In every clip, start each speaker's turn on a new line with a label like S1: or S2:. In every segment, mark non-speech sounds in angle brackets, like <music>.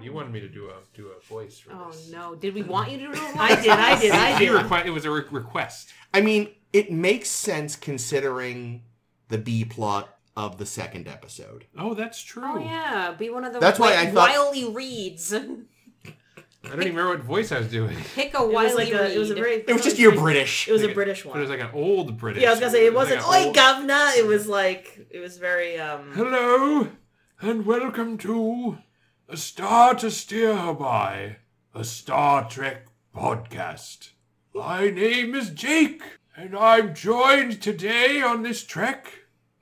S1: You Oh, wanted me to do a do a voice for
S2: Oh
S1: this.
S2: no! Did we want you to do a voice?
S3: I did, I
S2: <laughs>
S3: did, I
S1: He
S3: did.
S1: requ- it was a re- request.
S4: I mean, it makes sense considering the B plot of the second episode.
S1: Oh, that's true.
S2: Oh yeah, be one of the
S4: That's why
S2: like,
S4: I thought-
S2: Wiley reads.
S1: I don't even remember what voice I was doing.
S2: <laughs> Pick a
S3: It
S2: Wiley
S3: was like a,
S2: Reed.
S3: it was a very.
S4: It was just you're British.
S3: It was a
S1: Like a-
S3: British
S1: But it was
S3: one.
S1: like an old British.
S3: Yeah, I was gonna say it
S1: like
S3: wasn't.
S1: an
S3: Oi,
S1: old-
S3: governor! It was like it was very. um
S1: Hello, and welcome to A Star to Steer Her By, a Star Trek podcast. My name is Jake, and I'm joined today on this trek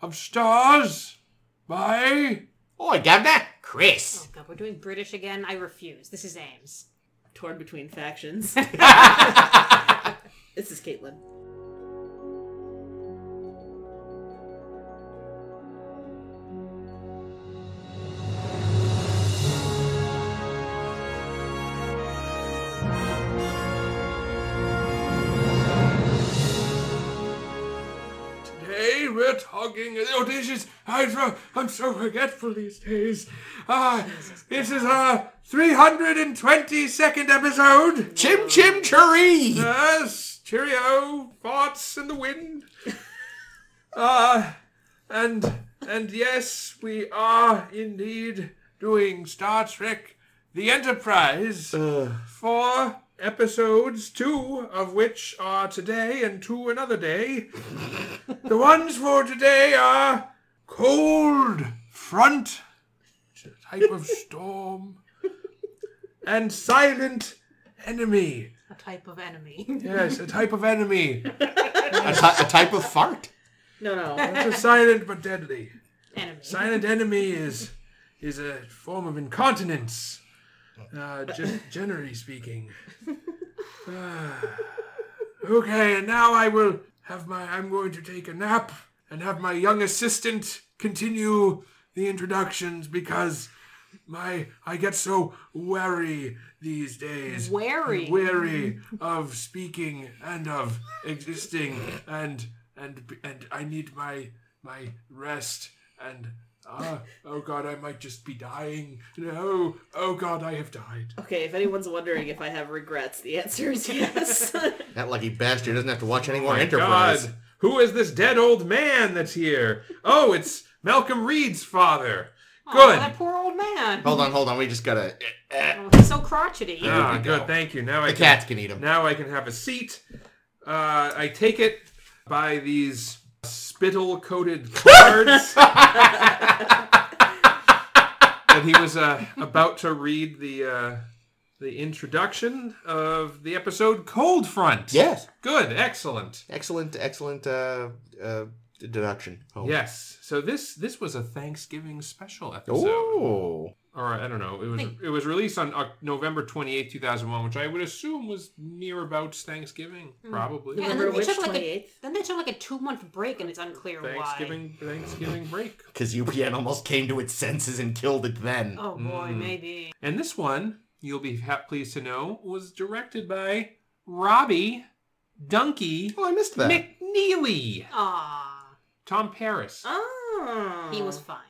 S1: of stars
S3: <laughs>
S1: by. <laughs>
S4: Oi, Governor! Chris!
S2: Oh god, we're doing British again. I refuse. This is Ames.
S3: Torn
S2: <laughs>
S3: between factions. this is Caitlin.
S1: Today we're talking. Oh, this is. I, fro- I'm so forgetful these days. Ah, this is our 322nd episode.
S4: Chim Chim Chiree!
S1: Yes, cheerio, farts in the wind. uh, and and yes, we are indeed doing Star Trek: The Enterprise. Four episodes, two of which are today and two another day. the ones for today are cold front, which is a type of storm, and silent enemy.
S2: A type of enemy.
S1: Yes, a type of enemy.
S4: a, ty- a type of fart.
S3: No, no.
S1: It's a silent but deadly.
S2: <laughs> enemy.
S1: Silent enemy is is a form of incontinence, uh, just generally speaking. Ah. okay, and now I will have my. I'm going to take a nap and have my young assistant continue the introductions because my I get so wary these days.
S2: Wary.
S1: weary of speaking and of existing and and and I need my my rest and uh, oh god I might just be dying no oh god I have died
S3: Okay, if anyone's wondering if I have regrets, the
S2: <laughs>
S3: answer is yes.
S4: That lucky bastard doesn't have to watch any more
S1: Oh My
S4: Enterprise.
S1: God, who is this dead old man that's here oh it's Malcolm Reed's father
S2: Oh,
S1: good
S2: That poor old man.
S4: Hold on, hold on. We just gotta.
S2: Oh, he's so crotchety.
S1: ah
S4: we go.
S1: good thank you now I
S4: The
S1: can
S4: cats can eat him.
S1: Now I can have a seat. Uh, I take it by these spittle coated
S4: <laughs>
S1: cards. and he was uh, about to read the uh, the introduction of the episode Cold Front.
S4: Yes.
S1: Good, excellent.
S4: Excellent, excellent uh, uh, deduction. Oh.
S1: Yes. So this this was a Thanksgiving special episode.
S4: Oh.
S1: Or I don't know. It was
S2: Thank-
S1: it was released on Oc- November twenty eighth, 2001, which I would assume was near about Thanksgiving, probably.
S2: Mm. Yeah, and
S3: Remember
S2: then they
S3: which
S2: took like a
S3: 28th?
S2: then they took like a two month break, and it's unclear why.
S1: Thanksgiving Thanksgiving break.
S4: Because UPN almost came to its senses and killed it then.
S2: Oh boy,
S1: Mm.
S2: maybe.
S1: And this one, you'll be ha- pleased to know, was directed by Robbie Dunkey
S4: Oh, I missed that.
S1: McNeely.
S2: Ah,
S1: Tom Paris.
S3: oh.
S2: he was fine.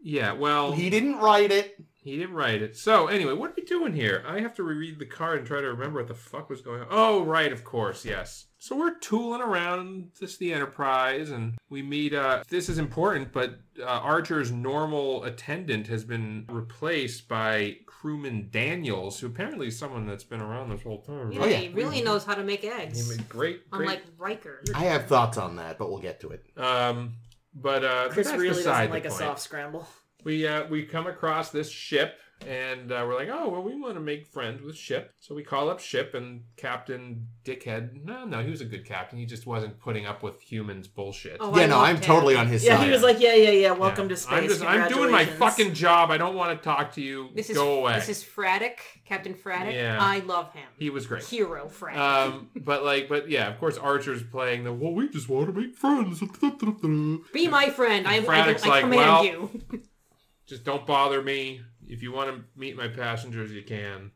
S1: Yeah, well,
S4: He
S1: he,
S4: didn't write it.
S1: didn't write it. So, anyway, what are we doing here? I have to reread the card and try to remember what the fuck was going on. Oh, right, of course, yes. So we're tooling around this is the Enterprise, and we meet. Uh, this is important, but uh, Archer's normal attendant has been replaced by crewman Daniels, who apparently is someone that's been around this whole time.
S2: You
S4: Oh,
S2: know,
S4: yeah.
S2: He really knows how to make
S1: He
S2: eggs,
S1: made great, great.
S2: unlike Riker.
S4: I have thoughts on that, but we'll get to it.
S1: um, but uh, but
S3: Chris
S1: that's
S3: really
S1: beside
S3: doesn't
S1: the
S3: like a
S1: point.
S3: soft scramble.
S1: We uh, we come across this ship, and uh, we're like, oh well, we want to make friends with ship, so we call up ship and Captain Dickhead. No, no, he was a good captain. He just wasn't putting up with humans bullshit.
S2: Oh,
S4: yeah,
S2: I
S4: no,
S2: loved
S4: I'm
S2: him.
S4: totally on his
S3: Yeah,
S4: side.
S3: he was like, yeah, yeah, yeah.
S1: Yeah.
S3: Welcome to space.
S1: I'm just I'm doing my
S3: Congratulations.
S1: fucking job. I don't want to talk to you.
S2: This is
S1: Go away.
S2: this is Fraddock, Captain Fraddock.
S1: Yeah.
S2: I love him.
S1: he was great.
S2: Hero Fraddock.
S1: Um, but like, but yeah, of course, Archer's playing the well. We just want to make friends. <laughs>
S2: Be my friend. I, I, I,
S1: Braddock's like,
S2: command
S1: well-
S2: you.
S1: Just don't bother me. If you want to meet my passengers, you can.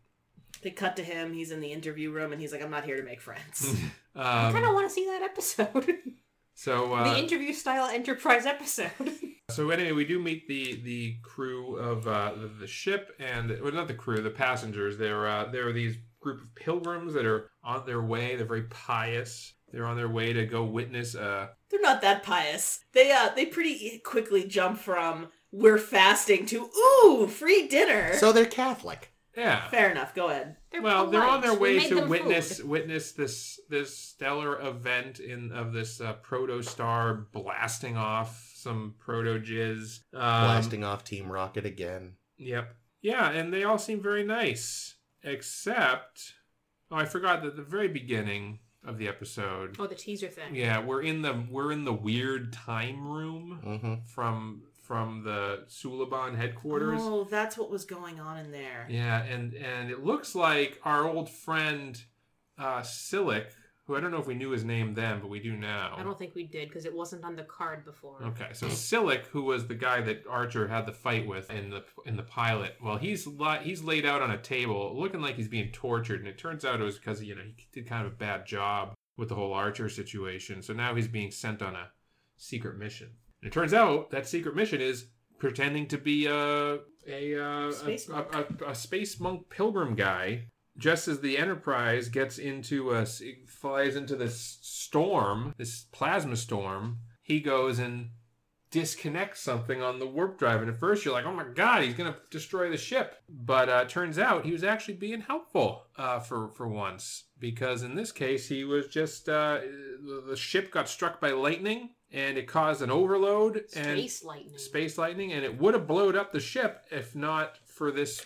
S3: They cut to him. He's in the interview room, and he's like, "I'm not here to make friends."
S2: I
S1: Um,
S2: kind of want to see that episode. <laughs>
S1: so
S2: the
S1: uh,
S2: interview style Enterprise episode. <laughs>
S1: So anyway, we do meet the the crew of uh, the, the ship, and well, not the crew, the passengers. They're uh, they're these group of pilgrims that are on their way. They're very pious. They're on their way to go witness. Uh,
S3: They're not that pious. They uh they pretty quickly jump from we're fasting to ooh, free dinner.
S4: So they're Catholic.
S1: yeah.
S3: Fair enough, go ahead.
S2: They're
S1: well, they're on
S2: polite.
S1: their
S2: We
S1: way
S2: made
S1: to
S2: them
S1: witness
S2: food.
S1: witness this this stellar event in of this uh, proto star blasting off some proto jizz. Um,
S4: Blasting off Team Rocket again.
S1: Yep. Yeah, and they all seem very nice, except oh, I forgot that at the very beginning of the episode.
S2: Oh, the teaser thing.
S1: Yeah, we're in the we're in the weird time room
S4: Mm-hmm.
S1: <laughs> from from the Suliban headquarters.
S3: Oh, that's what was going on in there.
S1: Yeah, and and it looks like our old friend uh Silic, who I don't know if we knew his name then, but we do now.
S2: I don't think we did because it wasn't on the card before.
S1: Okay, so Silic, who was the guy that Archer had the fight with in the in the pilot, well, he's li- he's laid out on a table, looking like he's being tortured, and it turns out it was because you know he did kind of a bad job with the whole Archer situation. So now he's being sent on a secret mission. And it turns out that secret mission is pretending to be a a uh,
S3: Space
S1: a,
S3: monk.
S1: a, a, a space monk pilgrim guy. Just as the Enterprise gets into a it flies into this storm, this plasma storm, he goes and disconnects something on the warp drive. And at first you're like, oh my god, he's gonna destroy the ship. But uh, turns out he was actually being helpful uh, for for once, because in this case he was just uh, the- the ship got struck by lightning and it caused an overload and
S2: Space lightning.
S1: space lightning, and it would have blowed up the ship if not for this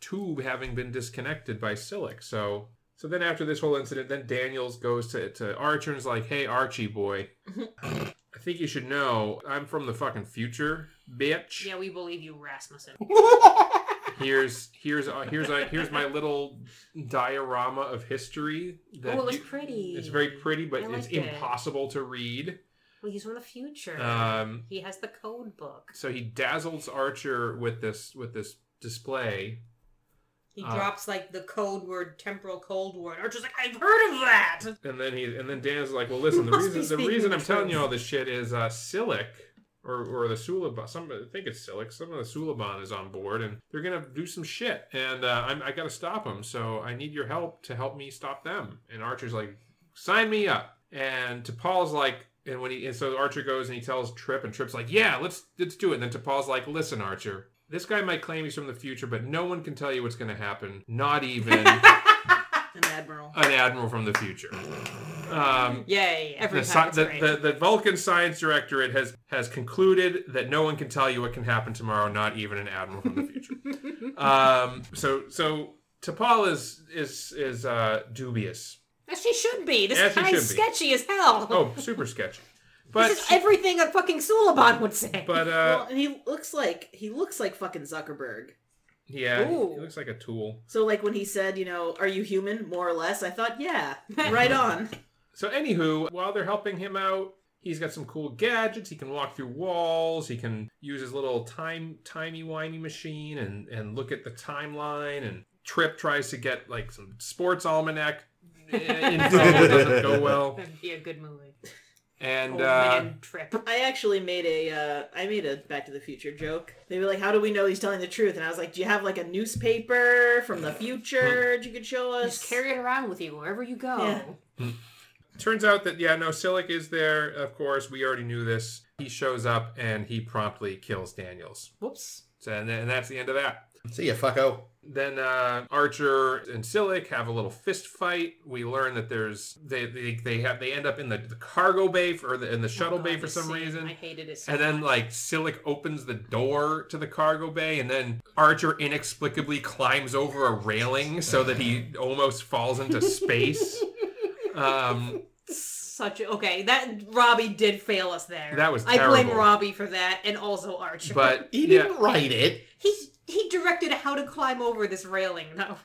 S1: tube having been disconnected by Silic. So. So then, after this whole incident, then Daniels goes to, to Archer and is like, "Hey, Archie
S2: <laughs>
S1: boy, I think you should know I'm from the fucking future, bitch.
S2: Yeah, we believe you, Rasmussen.
S1: Here's here's uh, here's uh, here's my little diorama of history. That
S2: oh, it was
S1: you-
S2: pretty.
S1: It's very pretty, but
S2: I
S1: it's
S2: liked it.
S1: impossible to read.
S2: Well, he's from the future.
S1: Um,
S2: he has the code book.
S1: so he dazzles Archer with this with this display.
S2: He
S1: Uh,
S2: drops like the code word, temporal cold word. Archer's like, I've heard of that.
S1: And then he and then Dan's like, well, listen, the
S2: <laughs> Must
S1: reason
S2: be
S1: the
S2: speaking
S1: reason
S2: the
S1: I'm telling
S2: truth.
S1: you all this shit is uh, Silic or or the Suliban. Some I think it's Silic. Some of the Suliban is on board, and they're gonna do some shit. And uh, I'm, I gotta stop them. So I need your help to help me stop them. And Archer's like, sign me up. And T'Pol's like. And when he and so Archer goes and he tells Trip and Trip's like, "Yeah, let's let's do it." And then T'Pol's like, "Listen, Archer, this guy might claim he's from the future, but no one can tell you what's going to happen. Not
S2: <laughs>
S1: even an
S3: An admiral.
S1: admiral from the future." Um,
S2: Yay. Every
S1: the,
S2: time.
S1: sci-
S2: it's great.
S1: the, the, the Vulcan Science Directorate has, has concluded that no one can tell you what can happen tomorrow, not even an admiral from the future.
S2: <laughs>
S1: um, so so T'Pol is is is uh, dubious.
S2: As she should be. This
S1: As she
S2: guy's
S1: should be.
S2: sketchy as hell.
S1: Oh, super sketchy. But
S2: this is everything a fucking Suliban would say.
S1: but
S3: Well,
S1: uh,
S3: and he looks like he looks like fucking Zuckerberg.
S1: yeah, he,
S2: Ooh.
S1: he looks like a tool.
S3: So like when he said, you know, are you human, more or less, I
S1: <laughs>
S3: thought, yeah, right on.
S1: So anywho, while they're helping him out, he's got some cool gadgets. He can walk through walls. He can use his little time timey wimey machine and and look at the timeline. And Trip tries to get like some sports almanac i- info. it doesn't go well.
S2: That'd be a good movie.
S1: And
S2: Old
S1: uh,
S2: Oh, man trip.
S3: I actually made a uh, I made a Back to the Future joke. They were like, "How do we know he's telling the truth?" And I was like, "Do you have like a newspaper from the future that you could show us?"
S2: Just carry it around with you wherever you go.
S3: Yeah.
S1: turns out that yeah, no, Silic is there. Of course, we already knew this. He shows up and he promptly kills Daniels.
S2: Whoops.
S1: So and, and that's the end of that.
S4: See ya, fucko.
S1: Then uh, Archer and Silic have a little fist fight. We learn that there's they they, they have they end up in the, the cargo bay for, or the, in the shuttle
S2: Oh,
S1: bay
S2: God,
S1: for
S2: this
S1: some
S2: scene.
S1: reason.
S2: I hated it. So
S1: And then like Silic opens the door to the cargo bay, and then Archer inexplicably climbs over a railing so that
S4: <laughs>
S1: he almost falls into space. um,
S2: such a, okay. That Robbie did fail us there.
S1: That was
S2: I blame
S1: terrible.
S2: Robbie for that, and also Archer.
S1: but
S4: He
S1: yeah.
S4: didn't write it.
S2: he he directed how to climb over this railing though.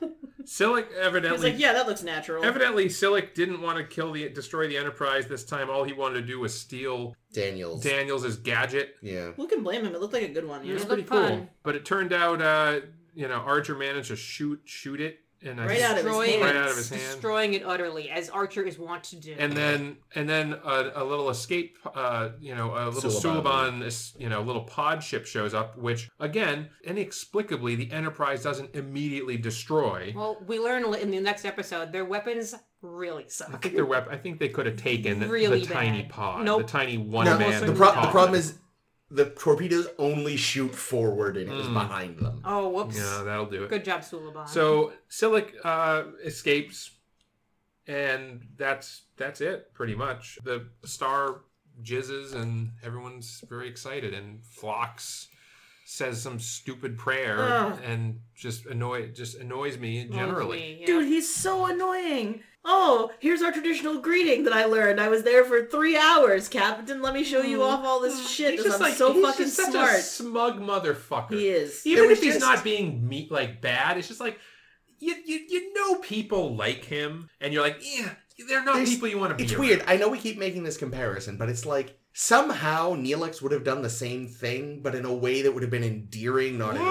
S1: Silic
S3: He was
S1: evidently
S3: like, "Yeah, that looks natural."
S1: evidently Silic didn't want to kill the destroy the Enterprise this time. All he wanted to do was steal
S4: Daniels.
S1: Daniels' gadget.
S4: yeah.
S3: Who can blame him? It looked like a good one.
S1: It
S3: You
S1: was
S2: It
S3: know?
S2: looked
S1: pretty cool.
S2: fun.
S1: But it turned out, uh, you know, Archer managed to shoot shoot it and I
S3: Right
S1: just-
S3: out of his
S2: Destroying,
S1: Right
S3: hand.
S1: out of his hand.
S2: destroying it utterly, as Archer is wont to do.
S1: and then and then a, a little escape uh you know a little
S4: Suliban.
S1: suliban this you know little pod ship shows up which again inexplicably the enterprise doesn't immediately destroy
S2: well, we learn in the next episode their weapons really
S1: I
S2: suck.
S1: think their weapon. I think they could have taken
S2: Really
S1: the tiny
S2: bad.
S1: pod,
S2: Nope.
S1: the tiny one
S4: No,
S1: man.
S4: the, pro- the problem is the torpedoes only shoot forward and it was
S1: Mm.
S4: behind them.
S2: Oh, whoops.
S1: yeah, that'll do it.
S2: Good job, Suliban.
S1: So Silic uh, escapes, and that's that's it pretty much. The star jizzes, and everyone's very excited. And Phlox says some stupid prayer,
S3: Ugh.
S1: and just annoy just annoys me generally.
S3: Dude, he's so annoying. Oh, here's our traditional greeting that I learned. I was there for three hours, Captain. Let me show you off all this shit.
S1: He's
S3: 'cause
S1: just
S3: I'm
S1: like
S3: so
S1: he's
S3: fucking
S1: just such a
S3: smart.
S1: smug motherfucker.
S3: He is.
S1: Even
S4: It was
S1: if he's
S4: just-
S1: not being meat like bad, it's just like you, you you know people like him, and you're like, yeah, they're not
S4: There's-
S1: people you want to be.
S4: It's
S1: around."
S4: weird. I know we keep making this comparison, but it's like somehow Neelix would have done the same thing, but in a way that would have been endearing, not enraging.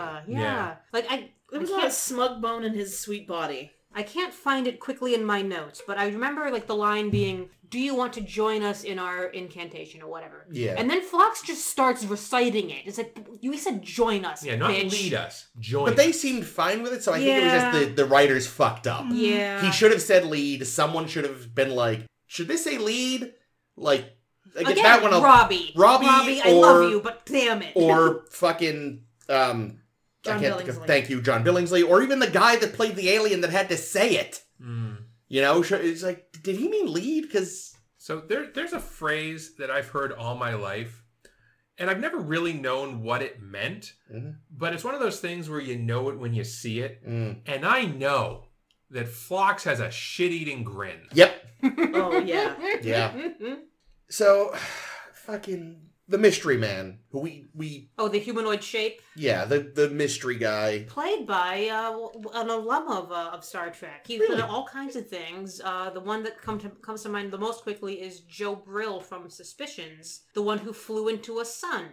S2: yeah, yeah,
S1: Yeah.
S2: Like I,
S3: There was a
S2: I
S3: lot of
S2: can't,
S3: smug bone in his sweet
S1: <laughs>
S3: body.
S2: I can't find it quickly in my notes, but I remember like the line being, "Do you want to join us in our incantation or whatever?"
S4: Yeah.
S2: And then Phlox just starts reciting it. It's like you said, "Join us."
S1: Yeah, not
S2: bitch.
S1: lead us, join.
S4: But they seemed fine with it, so I think it was just
S2: Yeah.
S4: the, the writers fucked up.
S2: Yeah.
S4: He should have said lead. Someone should have been like, should they say lead? Like, I guess
S2: Again,
S4: that one. I'll-
S2: Robbie.
S4: Robbie
S2: I
S4: or-
S2: love you, but damn it. <laughs>
S4: <laughs> or fucking um
S3: John
S4: I can't think of,
S3: Billingsley.
S4: thank you John Billingsley or even the guy that played the alien that had to say it
S1: Mm.
S4: you know sh- it's like did he mean lead cuz
S1: So there, there's a phrase that I've heard all my life, and I've never really known what it meant.
S4: Mhm.
S1: But it's one of those things where you know it when you see it,
S4: mm,
S1: and I know that Phlox has a shit-eating grin.
S4: yep
S3: Oh, yeah.
S2: <laughs>
S4: Yeah. so <sighs> fucking the mystery man who we we
S2: oh, the humanoid shape,
S4: yeah the the mystery guy
S2: played by uh, w- an alum of, uh, of Star Trek. He's
S4: Really?
S2: done all kinds of things. Uh, the one that come to, comes to mind the most quickly is Joe Brill from Suspicions, the one who flew into a sun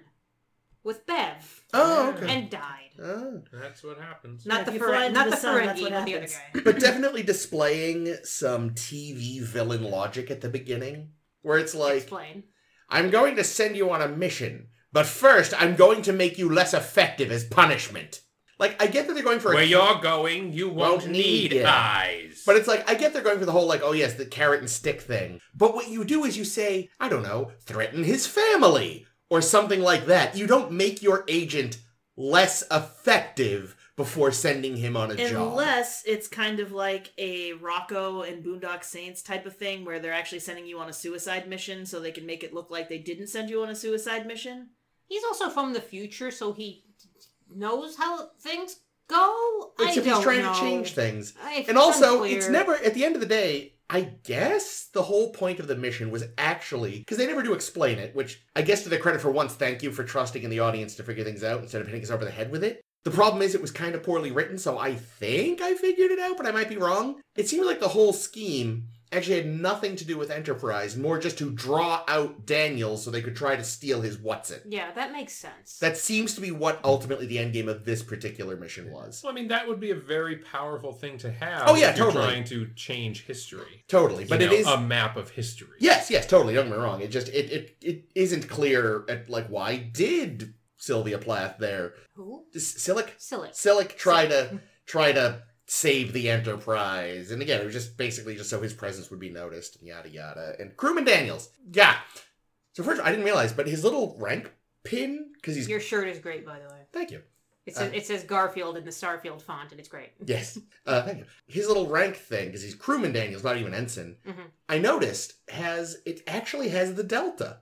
S2: with Bev
S4: oh okay
S2: and died.
S4: Oh.
S1: That's what happens.
S3: Yeah,
S2: Not
S3: if
S2: the
S3: you fly
S2: Ferengi,
S3: into
S2: not
S3: the
S2: the
S3: sun, that's
S2: Ferengi,
S3: what
S2: but the other
S3: happens.
S2: guy.
S4: but definitely displaying some TV villain logic at the beginning where it's like
S2: Explain.
S4: I'm going to send you on a mission, but first I'm going to make you less effective as punishment. Like I get that they're going for
S1: Where
S4: a
S1: you're going, you won't,
S4: Won't need
S1: need,
S4: ya.
S1: eyes.
S4: but it's like I get they're going for the whole like oh yes the carrot and stick thing. But what you do is you say I don't know threaten his family or something like that. You don't make your agent less effective before sending him on a job.
S3: Unless it's kind of like a Rocco and Boondock Saints type of thing where they're actually sending you on a suicide mission so they can make it look like they didn't send you on a suicide mission.
S2: He's also from the future, so he knows how things go. I
S4: Except
S2: don't
S4: he's trying
S2: know.
S4: to change things.
S2: I- it's
S4: And also,
S2: unclear.
S4: it's never at the end of the day. I guess the whole point of the mission was actually because they never do explain it, which I guess to their credit for once, thank you for trusting in the audience to figure things out instead of hitting us over the head with it. The problem is it was kind of poorly written, so I think I figured it out, but I might be wrong. It seemed like the whole scheme actually had nothing to do with Enterprise, more just to draw out Daniel so they could try to steal his what's it.
S2: Yeah, that makes sense.
S4: That seems to be what ultimately the endgame of this particular mission was.
S1: So, I mean, that would be a very powerful thing to have.
S4: Oh, yeah,
S1: if you're
S4: totally.
S1: Trying to change history,
S4: Totally,
S1: You
S4: but it
S1: know,
S4: is
S1: a map of history.
S4: Yes, yes, totally. Don't get me wrong. It just it it, it isn't clear at like why did Sylvia Plath there?
S2: Who?
S4: S- Silic
S2: Silly.
S4: Silic try to try to save the Enterprise, and again it was just basically just so his presence would be noticed and yada yada. And Crewman Daniels, yeah. So first I didn't realize, but his little rank pin because he's
S2: Your shirt is great, by the way.
S4: thank you.
S2: It says,
S4: Uh,
S2: it says Garfield in the Starfield font, and it's great.
S4: Yes. Uh, thank you. His little rank thing, because he's crewman Daniels, not even ensign.
S2: Mhm.
S4: I noticed has it actually has the delta,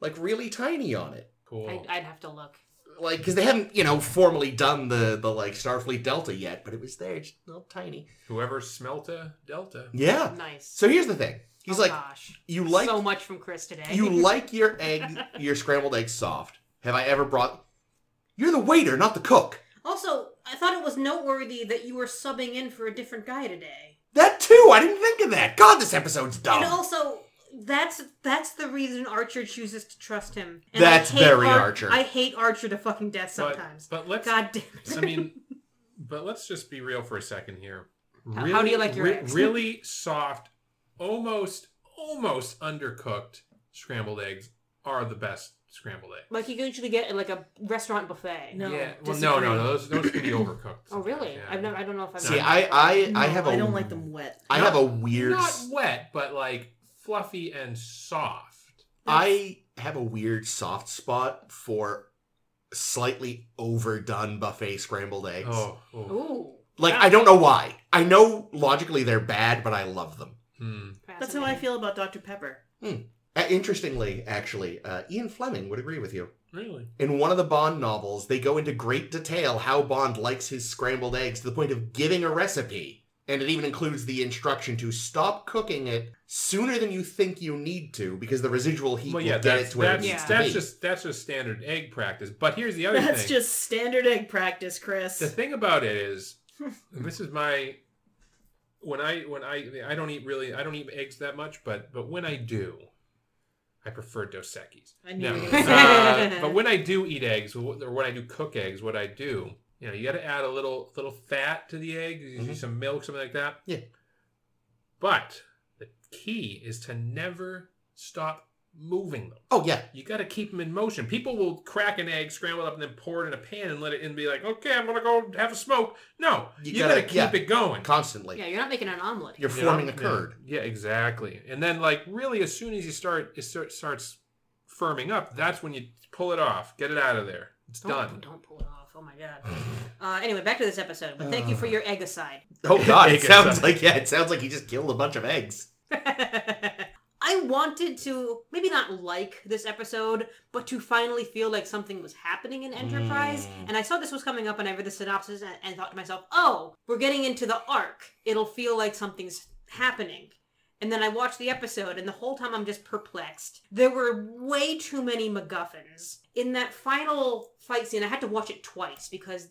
S4: like really tiny on it,
S1: Cool.
S2: I'd, I'd have to look.
S4: like because they haven't you know formally done the the like Starfleet delta yet, but it was there, just a little tiny.
S1: Whoever smelt a delta.
S4: Yeah.
S2: Nice.
S4: So here's the thing. He's
S2: oh
S4: like,
S2: gosh,
S4: you like
S2: so much from Chris today.
S4: <laughs> you like your egg, your scrambled eggs soft. Have I ever brought? You're the waiter, not the cook.
S2: <laughs> also, I thought it was noteworthy that you were subbing in for a different guy today,
S4: That too. I didn't think of that. God, this episode's dumb.
S2: and also that's that's the reason Archer chooses to trust him. And
S4: That's
S2: I hate
S4: very
S2: Ar-
S4: Archer.
S2: I hate Archer to fucking death
S1: But-
S2: sometimes.
S1: But, let's.
S2: God damn it!
S1: I mean, but let's just be real for a second here.
S2: How- how do you like your
S1: re-
S2: eggs? <laughs>
S1: really soft, almost almost undercooked scrambled eggs are the best scrambled eggs.
S2: <laughs> Like you can usually get at like a restaurant buffet.
S3: No,
S1: yeah. Well, no, no,
S3: disagree.
S1: no. Those those can <coughs> be overcooked.
S2: Oh really?
S1: sometimes, yeah.
S2: I've never. I don't know if I've. Mm.
S4: See,
S2: done
S4: I I I
S3: No,
S4: have a
S3: I don't like them wet.
S4: I have a weird
S1: not wet, but like fluffy and soft.
S4: I have a weird soft spot for slightly overdone buffet scrambled eggs.
S1: Oh,
S2: that.
S1: oh.
S2: Ooh.
S4: Like I don't know why. I know logically they're bad, but I love them.
S1: Hmm.
S3: That's how I feel about Dr. Pepper.
S4: Uh, interestingly, actually, uh, Ian Fleming would agree with you.
S1: really?
S4: In one of the Bond novels, they go into great detail how Bond likes his scrambled eggs to the point of giving a recipe. And it even includes the instruction to stop cooking it sooner than you think you need to because the residual heat
S1: Well,
S4: will
S1: yeah,
S4: get it
S1: that's
S4: to where it
S1: that's,
S4: needs
S2: Yeah.
S4: to
S1: that's
S4: be.
S1: just that's just standard egg practice. But here's the other
S3: That's
S1: thing.
S3: just standard egg practice, Chris.
S1: The thing about it is, and this is my when I when I I don't eat really I don't eat eggs that much, but but when I do, I prefer Dos Equis.
S3: I knew
S1: No. <laughs>
S3: you were gonna say
S1: Uh,
S2: that.
S1: but when I do eat eggs, or when I do cook eggs, what I do, you know, you got to add a little little fat to the egg, you
S4: Mhm.
S1: some milk, something like that.
S4: Yeah.
S1: But the key is to never stop moving them.
S4: oh, yeah.
S1: You got to keep them in motion. People will crack an egg, scramble it up, and then pour it in a pan and let it in and be like, okay, I'm going to go have a smoke. No,
S4: You
S1: you,
S4: gotta-
S1: got to keep
S4: yeah.
S1: it going.
S4: Constantly.
S2: Yeah, you're not making an omelet.
S4: You're
S1: You know?
S4: forming
S1: <laughs>
S4: a curd.
S1: Yeah, exactly. And then, like, really, as soon as you start, it start, starts firming up, that's when you pull it off. Get it out of there. It's
S2: Don't,
S1: done.
S2: Don't pull it off. Oh my god. Uh, anyway, back to this episode. But thank you for your egg aside.
S4: Oh, God. it
S1: Egg
S4: sounds
S1: aside.
S4: like, yeah, it sounds like he just killed a bunch of eggs.
S2: <laughs> I wanted to maybe not like this episode, but to finally feel like something was happening in Enterprise.
S4: Mm.
S2: And I saw this was coming up, and I read the synopsis and, and thought to myself, "Oh, we're getting into the arc. It'll feel like something's happening." And then I watched the episode, and the whole time I'm just perplexed. There were way too many MacGuffins in that final fight scene. I had to watch it twice because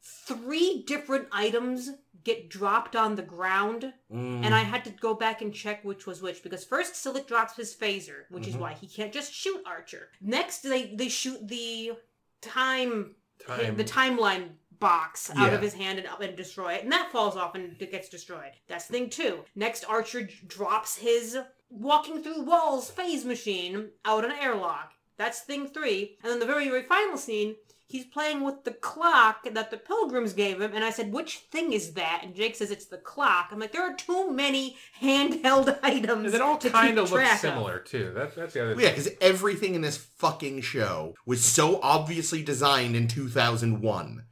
S2: three different items get dropped on the ground and I had to go back and check which was which because first Silic drops his phaser, which is
S4: Mhm.
S2: why he can't just shoot Archer. Next, they they shoot the time, the timeline box out
S4: Yeah.
S2: of his hand and up and destroy it, and that falls off and it gets destroyed. That's thing two. Next, Archer j- drops his walking through walls phase machine out an airlock. That's thing three. And then the very very final scene. He's playing with the clock that the pilgrims gave him, and I said, "Which thing is that?" And Jake says, "It's the clock." I'm like, "There are too many handheld <laughs> items."
S1: And it all
S2: to keep
S1: kind of
S2: track
S1: looks
S2: of."
S1: similar, too. That, that's the other
S4: Well, Oh, yeah, because everything in this fucking show was so obviously designed in 2001.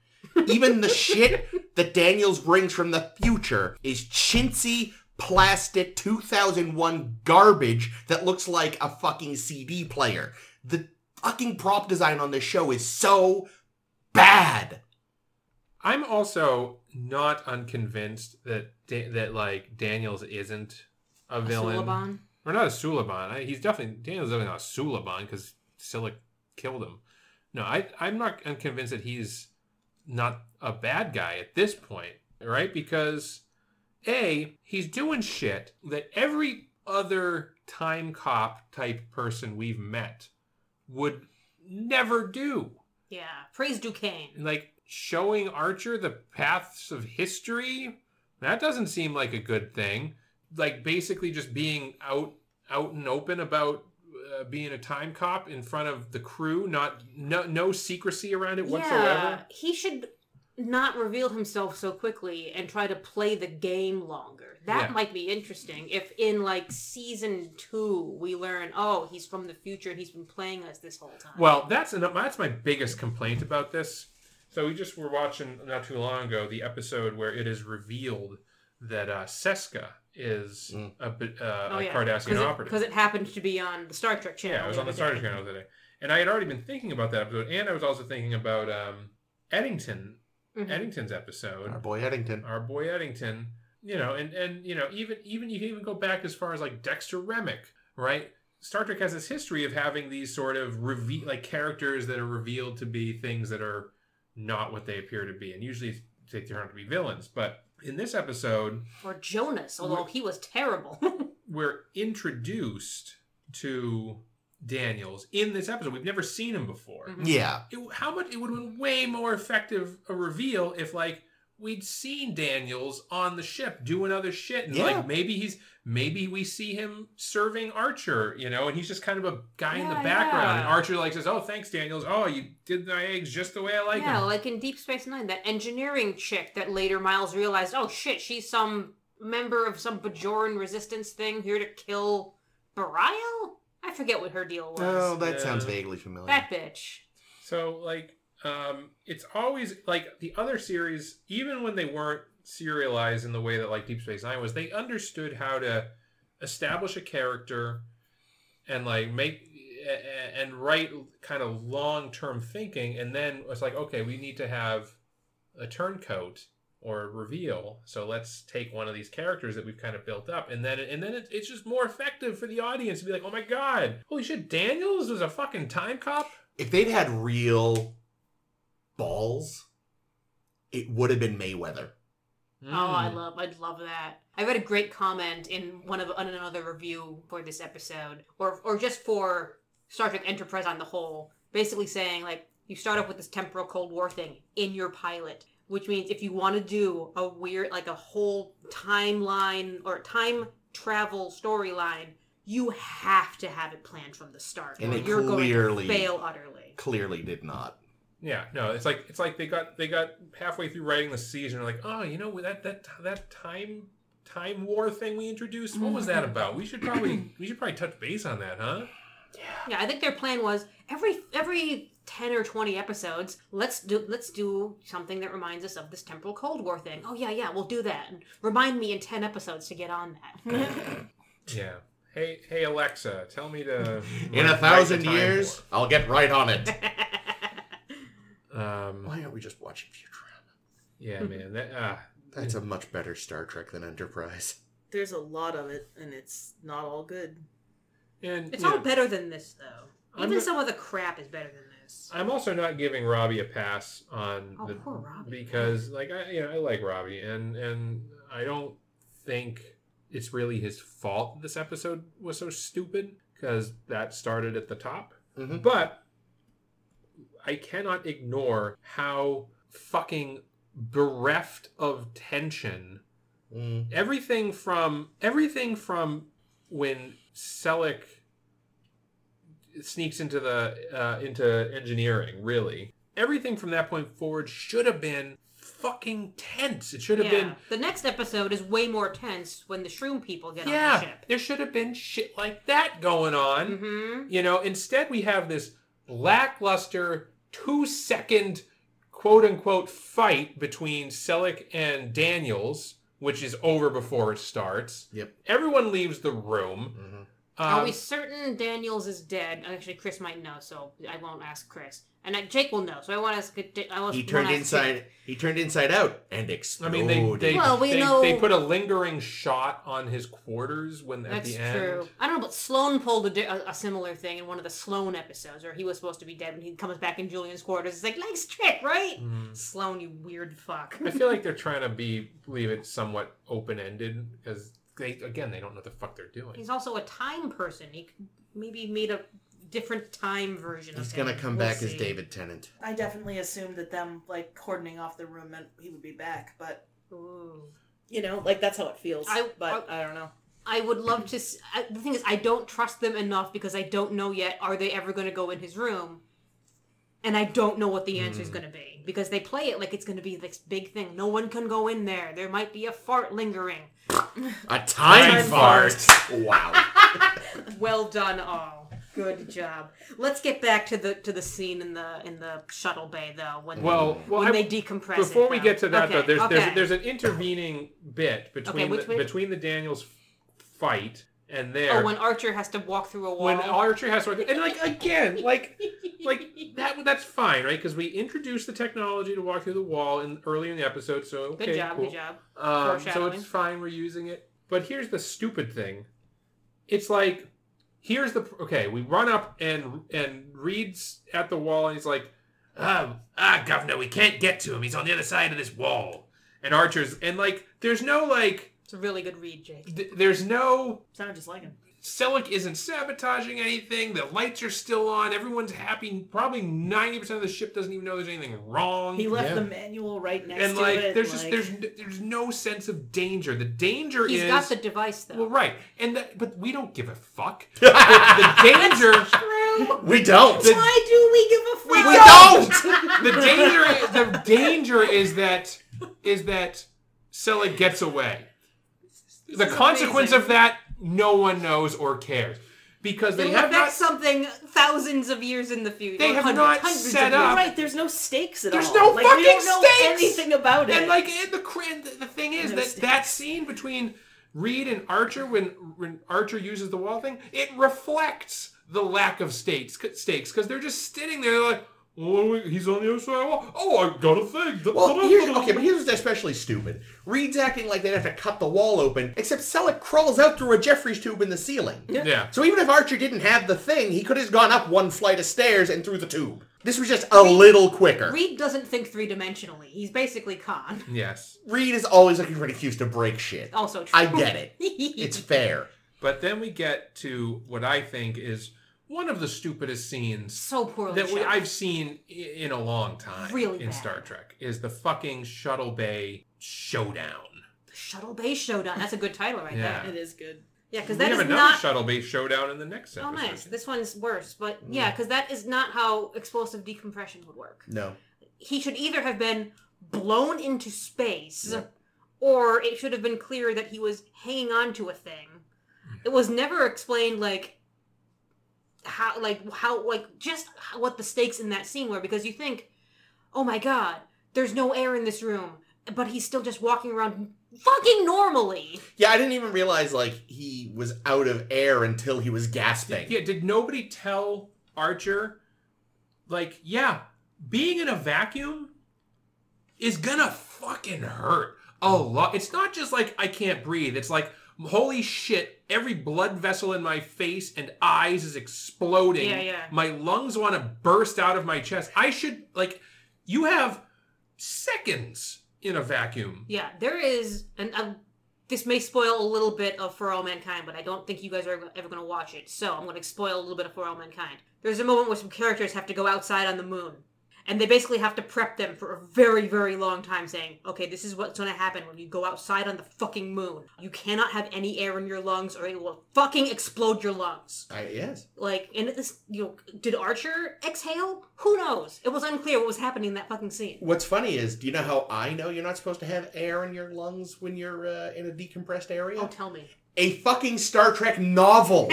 S4: Even the shit that Daniels brings from the future is chintzy plastic 2001 garbage that looks like a fucking CD player. The fucking prop design on this show is so bad.
S1: I'm also not unconvinced that da- that like Daniels isn't a villain.
S2: Suliban.
S1: Or not a Suliban. I, he's definitely Daniels definitely not a Suliban because Silic killed him. No, I I'm not unconvinced that he's not a bad guy at this point, right? Because a he's doing shit that every other time cop type person we've met would never do
S2: Yeah, praise Duquesne.
S1: like showing Archer the paths of history. That doesn't seem like a good thing. Like basically just being out out and open about uh, being a time cop in front of the crew, not no no secrecy around it
S2: Yeah,
S1: whatsoever.
S2: he should not reveal himself so quickly and try to play the game longer. That
S1: Yeah.
S2: might be interesting if in like season two we learn, oh, he's from the future and he's been playing us this whole time.
S1: Well, that's an, that's my biggest complaint about this. So we just were watching not too long ago the episode where it is revealed that uh, Seska is
S4: Mm.
S1: a, bi- uh,
S2: Oh,
S1: a
S2: yeah.
S1: Cardassian
S2: because it,
S1: operative
S2: 'cause it happened to be on the Star Trek channel.
S1: Yeah, I was on the
S2: other
S1: Star
S2: day.
S1: Trek channel the other day. And I had already been thinking about that episode, and I was also thinking about um, Eddington,
S2: Mhm.
S1: Eddington's episode,
S4: Mm-hmm. Our boy Eddington.
S1: our boy Eddington. You know, and and you know, even even you can even go back as far as like Dexter Remick, right? Star Trek has this history of having these sort of reve- like characters that are revealed to be things that are not what they appear to be, and usually they turn out to be villains. But in this episode,
S2: Or Jonas, although he was terrible.
S1: we're introduced to Daniels in this episode. We've never seen him before.
S2: Mhm.
S4: Yeah.
S1: It, how much it would have been way more effective a reveal if like we'd seen Daniels on the ship doing other shit, and
S4: Yeah.
S1: like maybe he's maybe we see him serving Archer, you know, and he's just kind of a guy in the
S2: Yeah,
S1: background. And
S2: yeah.
S1: Archer like says, "Oh, thanks, Daniels. Oh, you did my eggs just the way I like
S2: yeah,
S1: them."
S2: like in Deep Space Nine, that engineering chick that later Miles realized, oh shit, she's some member of some Bajoran resistance thing here to kill Barial? I forget what her deal was.
S4: Oh, that
S1: Yeah.
S4: sounds vaguely familiar. <laughs>
S2: that bitch.
S1: So like, um, it's always like the other series, even when they weren't serialized in the way that like Deep Space Nine was, they understood how to establish a character and like make a- a- and write kind of long term thinking, and then it's like, okay, we need to have a turncoat or a reveal so let's take one of these characters that we've kind of built up and then and then it, it's just more effective for the audience to be like oh my god holy shit daniels was a fucking time cop
S4: if they'd had real balls, it would have been Mayweather.
S2: Oh, I
S4: Mm.
S2: love, I love that. I read a great comment in one of on another review for this episode, or or just for Star Trek Enterprise on the whole, basically saying like you start off with this temporal Cold War thing in your pilot, which means if you want to do a weird like a whole timeline or time travel storyline, you have to have it planned from the start,
S4: And
S2: or
S4: it
S2: you're going to
S4: clearly-
S2: fail utterly.
S4: Clearly did not.
S1: Yeah, no, it's like it's like they got they got halfway through writing the season, they're like, oh, you know that that that time time war thing we introduced, what was that
S2: Mhm.
S1: about? We should probably we should probably touch base on that, huh?
S2: Yeah, I think their plan was every every ten or twenty episodes, let's do let's do something that reminds us of this temporal Cold War thing. Oh yeah, yeah, we'll do that. And remind me in ten episodes to get on
S4: Hmm.
S2: that.
S1: Yeah. Hey, hey Alexa, tell me to
S4: In a
S1: write- write the
S4: thousand
S1: time
S4: years, I'll get right on it.
S1: war. Um,
S4: <laughs> Why aren't we just watching Futurama?
S1: yeah, man, that ah,
S4: That's a much better Star Trek than Enterprise.
S3: There's a lot of it, and it's not all good.
S1: and
S2: <laughs> it's
S1: you
S2: all
S1: know,
S2: better than this though.
S1: I'm
S2: Even
S1: not-
S2: some of the crap is better than this.
S1: I'm also not giving Robbie a pass on
S2: Oh,
S1: the
S2: poor Robbie.
S1: because like I you know I like Robbie and and I don't think it's really his fault that this episode was so stupid because that started at the top.
S4: Mhm.
S1: But I cannot ignore how fucking bereft of tension
S4: Mm.
S1: everything from everything from when Selleck sneaks into the uh, into engineering really everything from that point forward should have been fucking tense it should have
S2: yeah.
S1: been
S2: The next episode is way more tense when the Shroom people get on the
S1: yeah
S2: ship.
S1: there should have been shit like that going on
S2: Mm-hmm.
S1: you know instead we have this lackluster two second quote unquote fight between Selleck and Daniels which is over before it starts
S4: Yep.
S1: Everyone leaves the room.
S4: hmm
S2: Are
S1: Um,
S2: we certain Daniels is dead? Actually, Chris might know, so I won't ask Chris. And I, Jake will know, so I want to ask. I want
S4: He
S2: to
S4: turned
S2: ask
S4: inside. He turned inside out and
S1: I
S4: exploded.
S1: mean, they they,
S2: Well, we
S1: they,
S2: know-
S1: they put a lingering shot on his quarters when at
S2: That's
S1: the end.
S2: true. I don't know, but Sloan pulled a, di- a, a similar thing in one of the Sloan episodes, where he was supposed to be dead when he comes back in Julian's quarters. It's like, nice trick, right?
S1: Mm.
S2: Sloan, you weird fuck.
S1: I feel like they're trying to be leave it somewhat open ended because they again they don't know what the fuck they're doing.
S2: He's also a time person. He could maybe made a different time version
S4: He's
S2: of
S4: gonna
S2: him.
S4: come
S2: We'll
S4: back as
S2: see.
S4: David Tennant.
S3: I definitely assumed that them like cordoning off the room meant he would be back, but
S2: Ooh.
S3: you know, like that's how it feels.
S2: I-
S3: but I, don't know.
S2: I would love to. s I the thing is, I don't trust them enough because I don't know yet. Are they ever going to go in his room? And I don't know what the answer is
S1: Hmm.
S2: going to be because they play it like it's going to be this big thing. No one can go in there. There might be a fart lingering.
S4: A time,
S3: Time
S4: fart.
S1: fart.
S2: <laughs>
S4: wow.
S2: well done, all. Good job. Let's get back to the to the scene in the in the shuttle bay though. When
S1: Well, well,
S2: when
S1: I-
S2: they decompress.
S1: before
S2: it,
S1: we
S2: though.
S1: get to that
S2: Okay,
S1: though, there's,
S2: okay.
S1: there's there's an intervening bit between
S2: which
S1: the,
S2: bit?
S1: between the Daniels fight and there.
S2: oh when Archer has to walk through a wall.
S1: when Archer has to, and like again, like like that that's fine, right? Because we introduced the technology to walk through the wall in early in the episode, so okay,
S2: good job,
S1: cool.
S2: good job.
S1: Um, so
S2: Foreshadowing.
S1: it's fine. We're using it. But here's the stupid thing. It's like, here's the okay. We run up and and Reed's at the wall, and he's like, "Ah, ah, governor, we can't get to him. He's on the other side of this wall." And Archer's and like, there's no like,
S2: It's a really good read, Jake.
S1: th- there's no
S3: Sounded just like him.
S1: Selick isn't sabotaging anything. The lights are still on. Everyone's happy. Probably 90% of the ship doesn't even know there's anything wrong.
S3: He left
S4: Yeah.
S3: the manual right next
S1: and
S3: to
S1: like,
S3: it.
S1: there's just
S3: like-
S1: there's n- there's no sense of danger. The danger
S2: He's
S1: is
S2: got the device though.
S1: well, right, and that, but we don't give a fuck. the, the danger,
S4: We don't.
S3: Why do we give a fuck?
S4: we don't.
S1: the danger, is- the danger is that is that Selick gets away. The consequence of that, no one knows or cares because they
S2: It'll
S1: have
S2: affect
S1: not
S2: something thousands of years in the future.
S1: They
S2: or
S1: have
S2: hundreds,
S1: not set
S2: hundreds of years.
S1: up-
S3: You're right. There's no stakes at
S1: There's
S3: all.
S1: no
S3: like, we don't
S1: fucking
S3: know
S1: stakes!
S3: anything about it.
S1: And like and the cra- and the the thing is
S3: No
S1: that
S3: stakes.
S1: that scene between Reed and Archer when when Archer uses the wall thing, it reflects the lack of stakes stakes because they're just sitting there they're like, oh, he's on the other side of the wall. Oh, I got a thing.
S4: Well, here's, okay, but here's what's especially stupid. Reed's acting like they'd have to cut the wall open, except Selleck crawls out through a Jeffries tube in the ceiling.
S1: yeah.
S4: So even if Archer didn't have the thing, he could have gone up one flight of stairs and through the tube. This was just a little quicker.
S2: Reed doesn't think three dimensionally. He's basically Khan. <laughs>
S1: Yes.
S4: Reed is always looking for an excuse to break shit.
S2: Also true.
S4: I get it. It's fair.
S1: But then we get to what I think is one of the stupidest scenes
S2: so poorly
S1: that we,
S2: shot.
S1: I've seen i- in a long time
S2: Really
S1: in
S2: bad.
S1: Star Trek is the fucking shuttle bay showdown.
S2: The Shuttle Bay Showdown. That's a good title right
S1: Yeah.
S2: there.
S3: it is good.
S2: Yeah, because
S1: we
S2: that
S1: have
S2: is
S1: another
S2: not.
S1: shuttle based showdown in the next
S2: Oh,
S1: episode.
S2: nice. This one's worse, but yeah, because that is not how explosive decompression would work.
S4: No.
S2: He should either have been blown into space,
S4: Yeah.
S2: or it should have been clear that he was hanging on to a thing. It was never explained, like how, like how, like just how, what the stakes in that scene were, because you think, oh my god, there's no air in this room, but he's still just walking around fucking normally.
S4: Yeah, I didn't even realize like he was out of air until he was gasping.
S1: yeah, did nobody tell Archer, like, yeah, being in a vacuum is gonna fucking hurt a lot. It's not just like I can't breathe. It's like, holy shit, every blood vessel in my face and eyes is exploding.
S2: Yeah, yeah.
S1: My lungs want to burst out of my chest. I should like, you have seconds in a vacuum.
S2: Yeah, there is, and um, this may spoil a little bit of For All Mankind, but I don't think you guys are ever going to watch it, so I'm going to spoil a little bit of For All Mankind. There's a moment where some characters have to go outside on the moon, and they basically have to prep them for a very, very long time, saying, okay, this is what's going to happen when you go outside on the fucking moon. You cannot have any air in your lungs, or it will fucking explode your lungs.
S4: I, yes.
S2: Like, and this, you know, did Archer exhale? Who knows? It was unclear what was happening in that fucking scene.
S4: What's funny is, do you know how I know you're not supposed to have air in your lungs when you're uh, in a decompressed area?
S2: Oh, tell me.
S4: a fucking Star Trek novel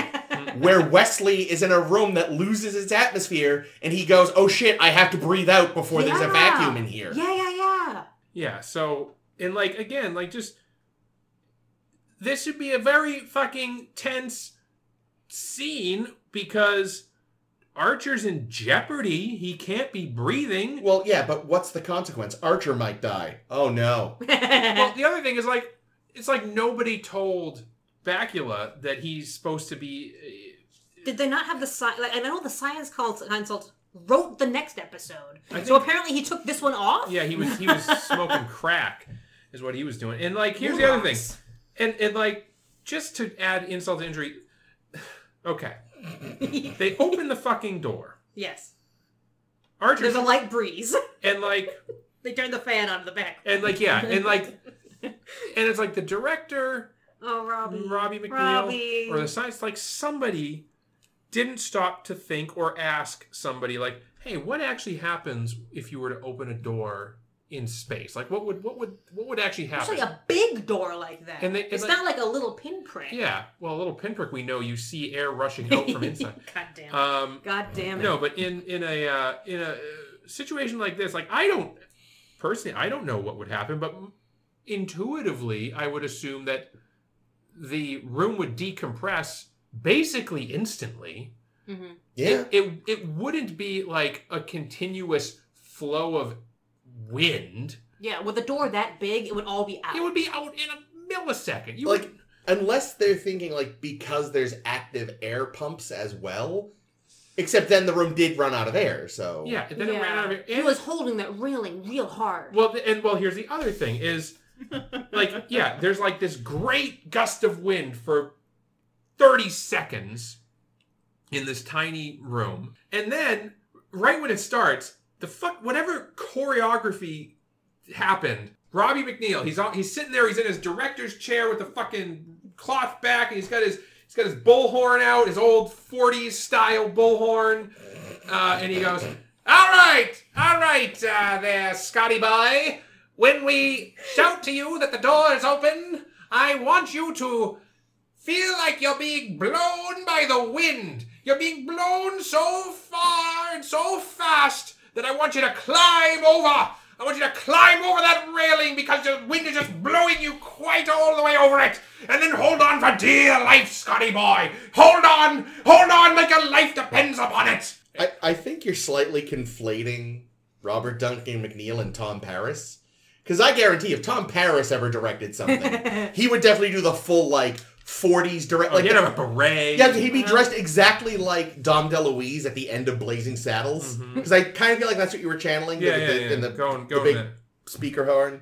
S4: where Wesley is in a room that loses its atmosphere and he goes, "Oh shit, I have to breathe out before there's a
S2: Yeah.
S4: vacuum in here."
S2: Yeah, yeah, yeah.
S1: Yeah, so and like again, like just this should be a very fucking tense scene because Archer's in jeopardy. He can't be breathing.
S4: Well, yeah, but what's the consequence? Archer might die. Oh no.
S1: <laughs>
S2: <laughs>
S1: Well, the other thing is like it's like nobody told Bakula that he's supposed to be
S2: Did they not have the science? Like, and I know the science cons- consult wrote the next episode,
S1: I
S2: so
S1: think-
S2: apparently he took this one off.
S1: uh, Yeah, he was he
S2: <laughs>
S1: was smoking crack, is what he was doing. And like, here's the other thing,
S2: Morons.
S1: and and like, just to add insult to injury, <sighs> okay, they open the fucking door.
S2: <laughs> Yes,
S1: Archer's
S2: there's a light breeze. <laughs>
S1: and like
S2: they turned the fan on in the back.
S1: and like yeah and like
S2: <laughs>
S1: and it's like the director
S2: Oh, Robbie,
S1: Robbie McNeil
S2: Robbie.
S1: or the science like somebody didn't stop to think or ask somebody like hey what actually happens if you were to open a door in space like what would what would what would actually happen
S2: Especially a big door like that.
S1: And they- and
S2: it's
S1: like-
S2: not like a little pinprick.
S1: yeah well a little pinprick we know you see air rushing out
S2: <laughs>
S1: from inside
S2: God damn.
S1: um
S2: God damn it.
S1: No, but in in a uh, in a uh, situation like this, like I don't personally, I don't know what would happen, but intuitively, I would assume that the room would decompress basically instantly.
S2: Mhm.
S4: Yeah.
S1: It it wouldn't be like a continuous flow of wind.
S2: Yeah, with a door that big, it would all be out.
S1: It would be out in a millisecond. You
S4: Like
S1: would,
S4: unless they're thinking like because there's active air pumps as well. Except then the room did run out of air, so
S1: yeah, and then it ran out of air.
S2: He was holding that railing real hard.
S1: Well, th- and well, here's the other thing is, like, yeah, there's like this great gust of wind for 30 seconds in this tiny room. And then, right when it starts, the fuck, whatever choreography happened, Robbie McNeil, he's on, he's sitting there, he's in his director's chair with the fucking cloth back, and he's got his, he's got his bullhorn out, his old 40s style bullhorn. Uh, and he goes, all right, all right, uh, there, Scotty boy. When we shout to you that the door is open, I want you to feel like you're being blown by the wind. You're being blown so far and so fast that I want you to climb over. I want you to climb over that railing because the wind is just blowing you quite all the way over it. And then hold on for dear life, Scotty boy. Hold on, hold on like your life depends upon it.
S4: I, I think you're slightly conflating Robert Duncan McNeil and Tom Paris. Because I guarantee if Tom Paris ever directed something, he would definitely do the full, like, 40s direct. Like,
S1: Like, you Oh, have a beret.
S4: yeah, he'd be dressed exactly like Dom DeLuise at the end of Blazing Saddles.
S1: <laughs>
S4: Because I kind of feel like that's what you were channeling.
S1: Mm-hmm. Yeah, yeah,
S4: the, the,
S1: yeah.
S4: in the,
S1: Go on-
S4: the
S1: go on
S4: big
S1: then.
S4: speaker horn.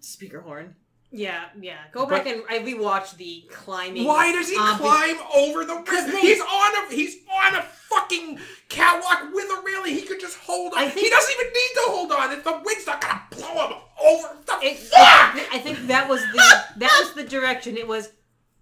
S3: Speaker horn.
S2: <laughs> Yeah, yeah. Go back and I rewatched the climbing.
S1: Why does he
S2: um, be-
S1: climb over the?
S2: 'Cause they-
S1: he's on a he's on a fucking catwalk with a railing. He could just hold on.
S2: I think-
S1: he doesn't even need to hold on. If the wind's not gonna blow him over the
S2: It-
S1: fuck.
S2: I think that was the that was the direction. It was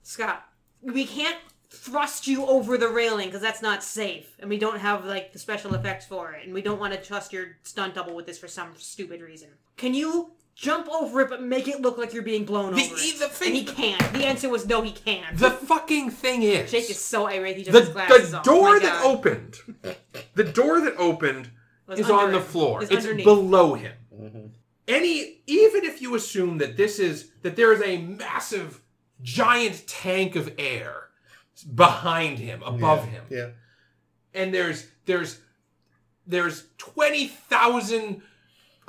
S2: Scott. We can't thrust you over the railing because that's not safe, and we don't have like the special effects for it, and we don't want to trust your stunt double with this for some stupid reason. Can you jump over it but make it look like you're being blown
S1: The-
S2: over? it?
S1: the thing-
S2: and he can't. The answer was no, he can't.
S1: the fucking thing is,
S2: Jake is so irate. He just
S1: the
S2: his glasses
S1: the
S2: off. Oh
S1: door
S2: My
S1: that
S2: God.
S1: opened, the door that opened
S2: Was
S1: is
S2: under
S1: on the
S2: him.
S1: floor.
S2: Is
S1: It's
S2: underneath.
S1: below him.
S4: Mhm.
S1: Any even if you assume that this is that there is a massive giant tank of air behind him, above him.
S4: Yeah.
S1: and there's there's there's 20,000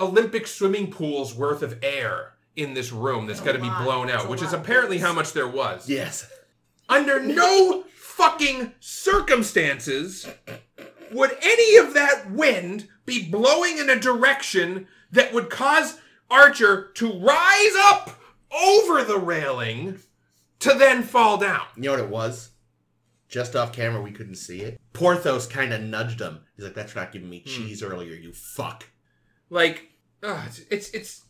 S1: Olympic swimming pools worth of air in this room that's got to be
S2: lot.
S1: blown
S2: Oh, That's
S1: out,
S2: a
S1: which is
S2: lot of
S1: apparently
S2: pools.
S1: how much there was.
S4: Yes.
S1: Under no fucking circumstances would any of that wind be blowing in a direction that would cause Archer to rise up over the railing to then fall down.
S4: You know what it was? Just off camera, we couldn't see it. Porthos kind of nudged him. He's like, "That's not giving me
S1: Hmm.
S4: cheese earlier, you fuck."
S1: Like, ugh, it's, it's it's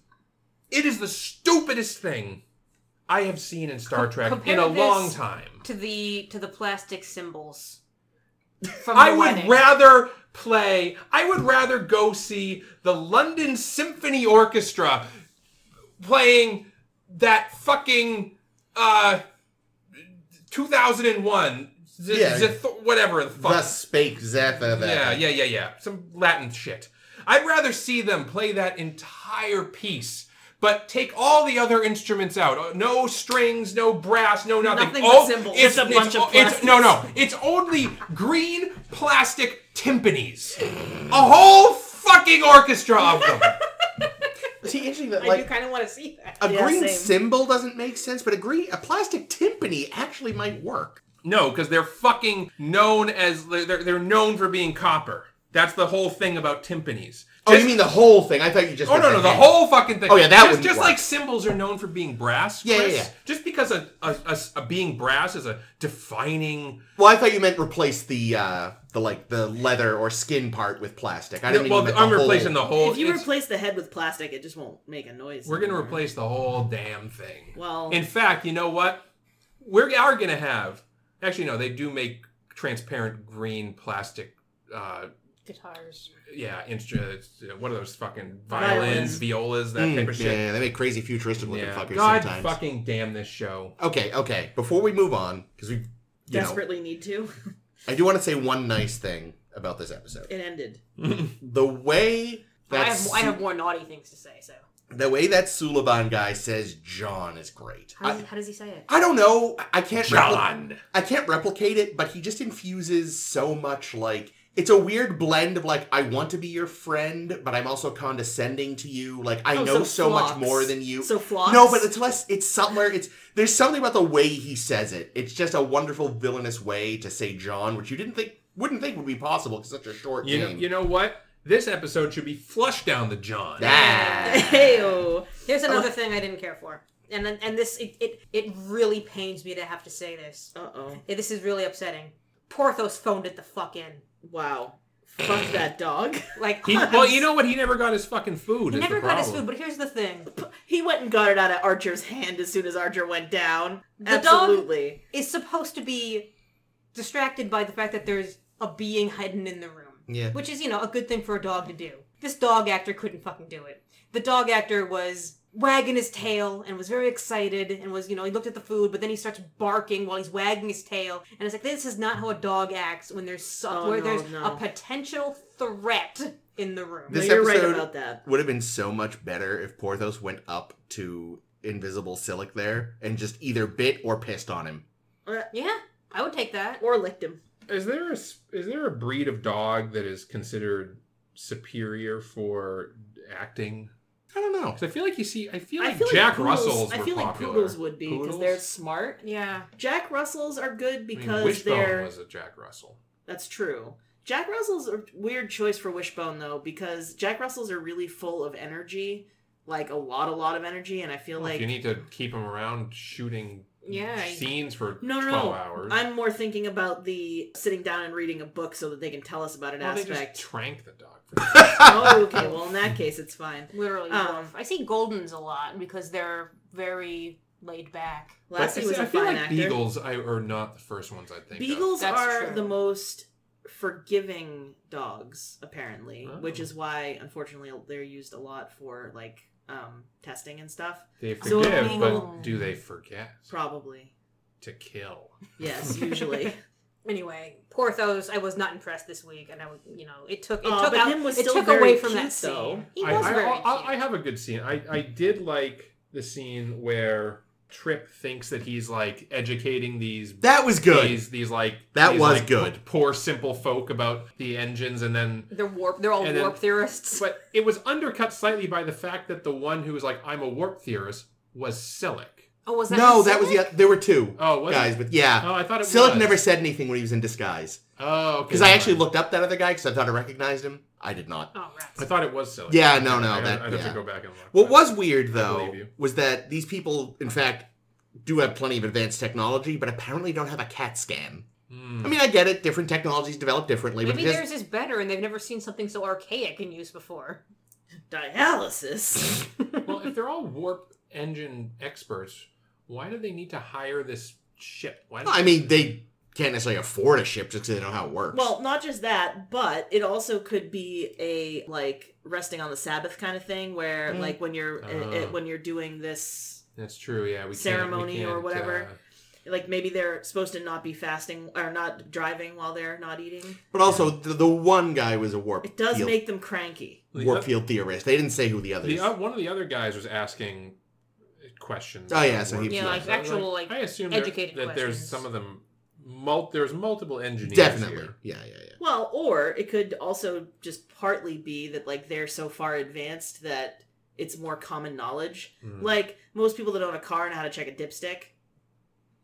S1: it is the stupidest thing I have seen in Star Trek
S2: compare
S1: in a
S2: this
S1: long time.
S2: to the to the plastic symbols. From
S1: I
S2: the
S1: would
S2: wedding.
S1: rather play. I would rather go see the London Symphony Orchestra playing that fucking uh 2001 Z-
S4: Yeah.
S1: Zith- whatever the fuck.
S4: Thus spake Zatha.
S1: Yeah,
S4: that.
S1: yeah, yeah, yeah. Some Latin shit. I'd rather see them play that entire piece, but take all the other instruments out. Uh, No strings, no brass, no nothing.
S2: Nothing but
S1: all,
S2: cymbals.
S1: It's,
S3: Just a
S1: it's,
S3: bunch of
S1: it's- No, no. It's only green plastic timpanis. A whole fucking orchestra of them.
S4: See, interesting that
S2: I do
S4: like
S2: kind of want to see that.
S4: a
S3: Yeah,
S4: green
S3: same.
S4: symbol doesn't make sense, but a green a plastic timpani actually might work.
S1: no, because they're fucking known as they're they're known for being copper. That's the whole thing about timpanis.
S4: Oh, you mean the whole thing? I thought you just.
S1: Oh
S4: meant
S1: no, no, the
S4: head.
S1: whole fucking thing.
S4: Oh, yeah, that
S1: just,
S4: wouldn't
S1: just
S4: work.
S1: like cymbals are known for being brass.
S4: Yeah, yeah,
S1: Chris,
S4: yeah.
S1: Just because a, a, a, a being brass is a defining.
S4: Well, I thought you meant replace the uh the like the leather or skin part with plastic. I didn't mean
S1: well,
S4: you meant
S1: I'm
S4: the
S1: replacing
S4: whole...
S1: the whole.
S3: if you
S1: it's-
S3: replace the head with plastic, it just won't make a noise.
S1: we're gonna
S3: anymore.
S1: replace the whole damn thing.
S3: Well-
S1: in fact, you know what? We are gonna have. Actually, no, they do make transparent green plastic. Uh,
S2: Guitars.
S1: yeah, instruments. One of those fucking violins,
S3: Violins.
S1: violas, that
S4: Mm,
S1: type of
S4: yeah,
S1: shit.
S4: yeah, they make crazy futuristic looking
S1: Yeah.
S4: fuckers
S1: God
S4: sometimes.
S1: fucking damn this
S4: <laughs>
S1: show.
S4: Okay, okay. Before we move on, because we you know
S3: Desperately need to.
S4: I do want to say one nice thing about this episode.
S3: It ended.
S4: The way
S2: I
S4: that
S2: have,
S4: Su-
S2: I have more naughty things to say. So
S4: the way that Suliban guy says John is great.
S2: how does,
S4: I,
S2: how does he say it?
S4: I don't know. I can't repli-
S1: John.
S4: I can't replicate it, but he just infuses so much like it's a weird blend of like I want to be your friend, but I'm also condescending to you. Like I
S3: Oh,
S4: know
S3: so
S4: so, much
S3: flocks.
S4: more than you.
S3: So flocks.
S4: No, but it's less. It's subtler. It's there's something about the way he says it. It's just a wonderful villainous way to say John, which you didn't think wouldn't think would be possible because such a short
S1: You know,
S4: game.
S1: you know what? This episode should be flushed down the John.
S4: Ah.
S3: <laughs> Heyo.
S2: Here's another thing I didn't care for. and then- and this it, it it really pains me to have to say this.
S3: Uh oh.
S2: Yeah, This is really upsetting. Porthos phoned it the fuck in.
S3: Wow. Fuck that dog. <laughs>
S2: Like <laughs>
S1: He,
S2: I'm
S1: well,
S2: s-
S1: you know what? He never got his fucking food.
S2: he
S1: is the
S2: never got his
S1: problem.
S2: food. But here's the thing:
S3: He went and got it out of Archer's hand as soon as Archer went down.
S2: The dog-
S3: Absolutely.
S2: is supposed to be distracted by the fact that there's a being hidden in the room.
S4: Yeah.
S2: Which is, you know, a good thing for a dog to do. This dog actor couldn't fucking do it. The dog actor was wagging his tail and was very excited and was, you know, he looked at the food, but then he starts barking while he's wagging his tail. And it's like, this is not how a dog acts when there's so-
S3: Oh,
S2: where
S3: no,
S2: there's
S3: no.
S2: a potential threat in the room.
S4: This
S3: no, you're right
S4: episode-
S3: about that.
S4: Would have been so much better if Porthos went up to invisible Silic there and just either bit or pissed on him.
S2: yeah, I would take that.
S3: Or licked him.
S1: Is there a s- is there a breed of dog that is considered superior for acting?
S4: I don't know.
S1: Because I feel like you see, I feel
S3: I
S1: like
S3: feel
S1: Jack
S3: like poodles,
S1: Russells
S3: I
S1: were
S3: feel like
S1: popular.
S3: poodles would be because
S1: Poodles?
S3: they're smart.
S2: Yeah.
S3: Jack Russells are good
S1: I mean,
S3: because
S1: Wishbone
S3: they're
S1: was a Jack Russell.
S3: That's true. Jack Russell's a weird choice for Wishbone though, because Jack Russells are really full of energy, like a lot, a lot of energy, and I feel
S1: Well, if
S3: like
S1: you need to keep him around shooting
S2: Yeah.
S1: scenes for
S3: No, no,
S1: 12
S3: no.
S1: hours.
S3: I'm more thinking about the sitting down and reading a book so that they can tell us about an
S1: well, they just <laughs>
S3: aspect.
S1: trank the dog. For
S3: oh, okay. Well, in that case, it's fine.
S2: Literally.
S3: Um,
S2: wolf. I see Goldens a lot because they're very laid back.
S3: Lassie
S1: I
S3: was a
S1: I feel
S3: fine
S1: like
S3: actor.
S1: beagles I, are not the first ones I think. Of.
S3: Beagles
S2: That's
S3: are
S2: true.
S3: the most forgiving dogs, apparently,
S1: Oh.
S3: which is why, unfortunately, they're used a lot for like um, testing and stuff.
S1: They
S3: So a
S1: forgive,
S3: beagle-
S1: but do they forget
S3: Probably,
S1: to kill? <laughs>
S3: yes, usually.
S2: Anyway, Porthos, I was not impressed this week, and I, would- you know, it took it
S3: Aw,
S2: took
S3: Uh, but
S2: out,
S3: him was
S2: it
S3: still
S2: took
S3: very
S2: away from
S3: cute,
S2: that scene.
S3: though.
S2: He
S1: I,
S2: was
S1: I,
S2: very
S1: I,
S2: cute.
S1: I have a good scene. I, I did like the scene where Trip thinks that he's like educating these
S4: That was good.
S1: these these like
S4: That
S1: these,
S4: was
S1: like,
S4: good.
S1: poor simple folk about the engines and then
S2: they're warp. They're all
S1: And then-
S2: warp theorists.
S1: but it was undercut slightly by the fact that the one who was like I'm a warp theorist was Silic.
S2: oh, was that
S4: no,
S2: him
S4: that was
S2: singing?
S4: yeah. There were two
S1: Oh, was
S4: guys,
S1: it?
S4: but yeah,
S1: Oh, I thought it
S4: Silic
S1: was.
S4: never said anything when he was in disguise
S1: Oh, okay.
S4: because I actually looked up that other guy because I thought I recognized him. I did not.
S2: Oh,
S1: I
S2: rats.
S1: thought it was Silic.
S4: Yeah, no,
S1: I-
S4: no,
S1: I,
S4: that-
S1: I'd have
S4: yeah.
S1: to go back and look.
S4: What
S1: but-
S4: was weird though
S1: believe you.
S4: was that these people, in fact, do have plenty of advanced technology, but apparently don't have a CAT scan.
S1: Hmm.
S4: I mean, I get it; different technologies develop differently,
S2: Maybe
S4: but it
S2: theirs is better, and they've never seen something so archaic in use before.
S3: Dialysis.
S1: well, if they're all warp engine experts, why do they need to hire this ship? Why do
S4: I mean, they can't necessarily afford a ship just because they know how it works.
S3: Well, not just that, but it also could be a like resting on the Sabbath kind of thing, where
S4: Mm.
S3: like when you're
S1: Oh.
S3: it, when you're doing this,
S1: that's true. Yeah, we can't- we
S3: Ceremony
S1: can't,
S3: or whatever.
S1: uh,
S3: like maybe they're supposed to not be fasting or not driving while they're not eating.
S4: but also the, the one guy was a warp.
S3: It does
S4: field,
S3: make them cranky.
S4: warp field theorist. They didn't say who the others.
S1: The, uh, one of the other guys was asking questions.
S4: Oh, yeah,
S1: about
S4: so he-
S1: work
S4: Yeah,
S1: stuff.
S4: like
S1: So I was
S2: actual, like,
S1: I assume there-
S2: educated
S1: that there's
S2: questions.
S1: some of them. Mul- there's multiple engineers.
S4: Definitely.
S1: here.
S4: Yeah, yeah, yeah.
S3: Well, or it could also just partly be that like they're so far advanced that it's more common knowledge.
S1: Hmm.
S3: Like most people that own a car know how to check a dipstick.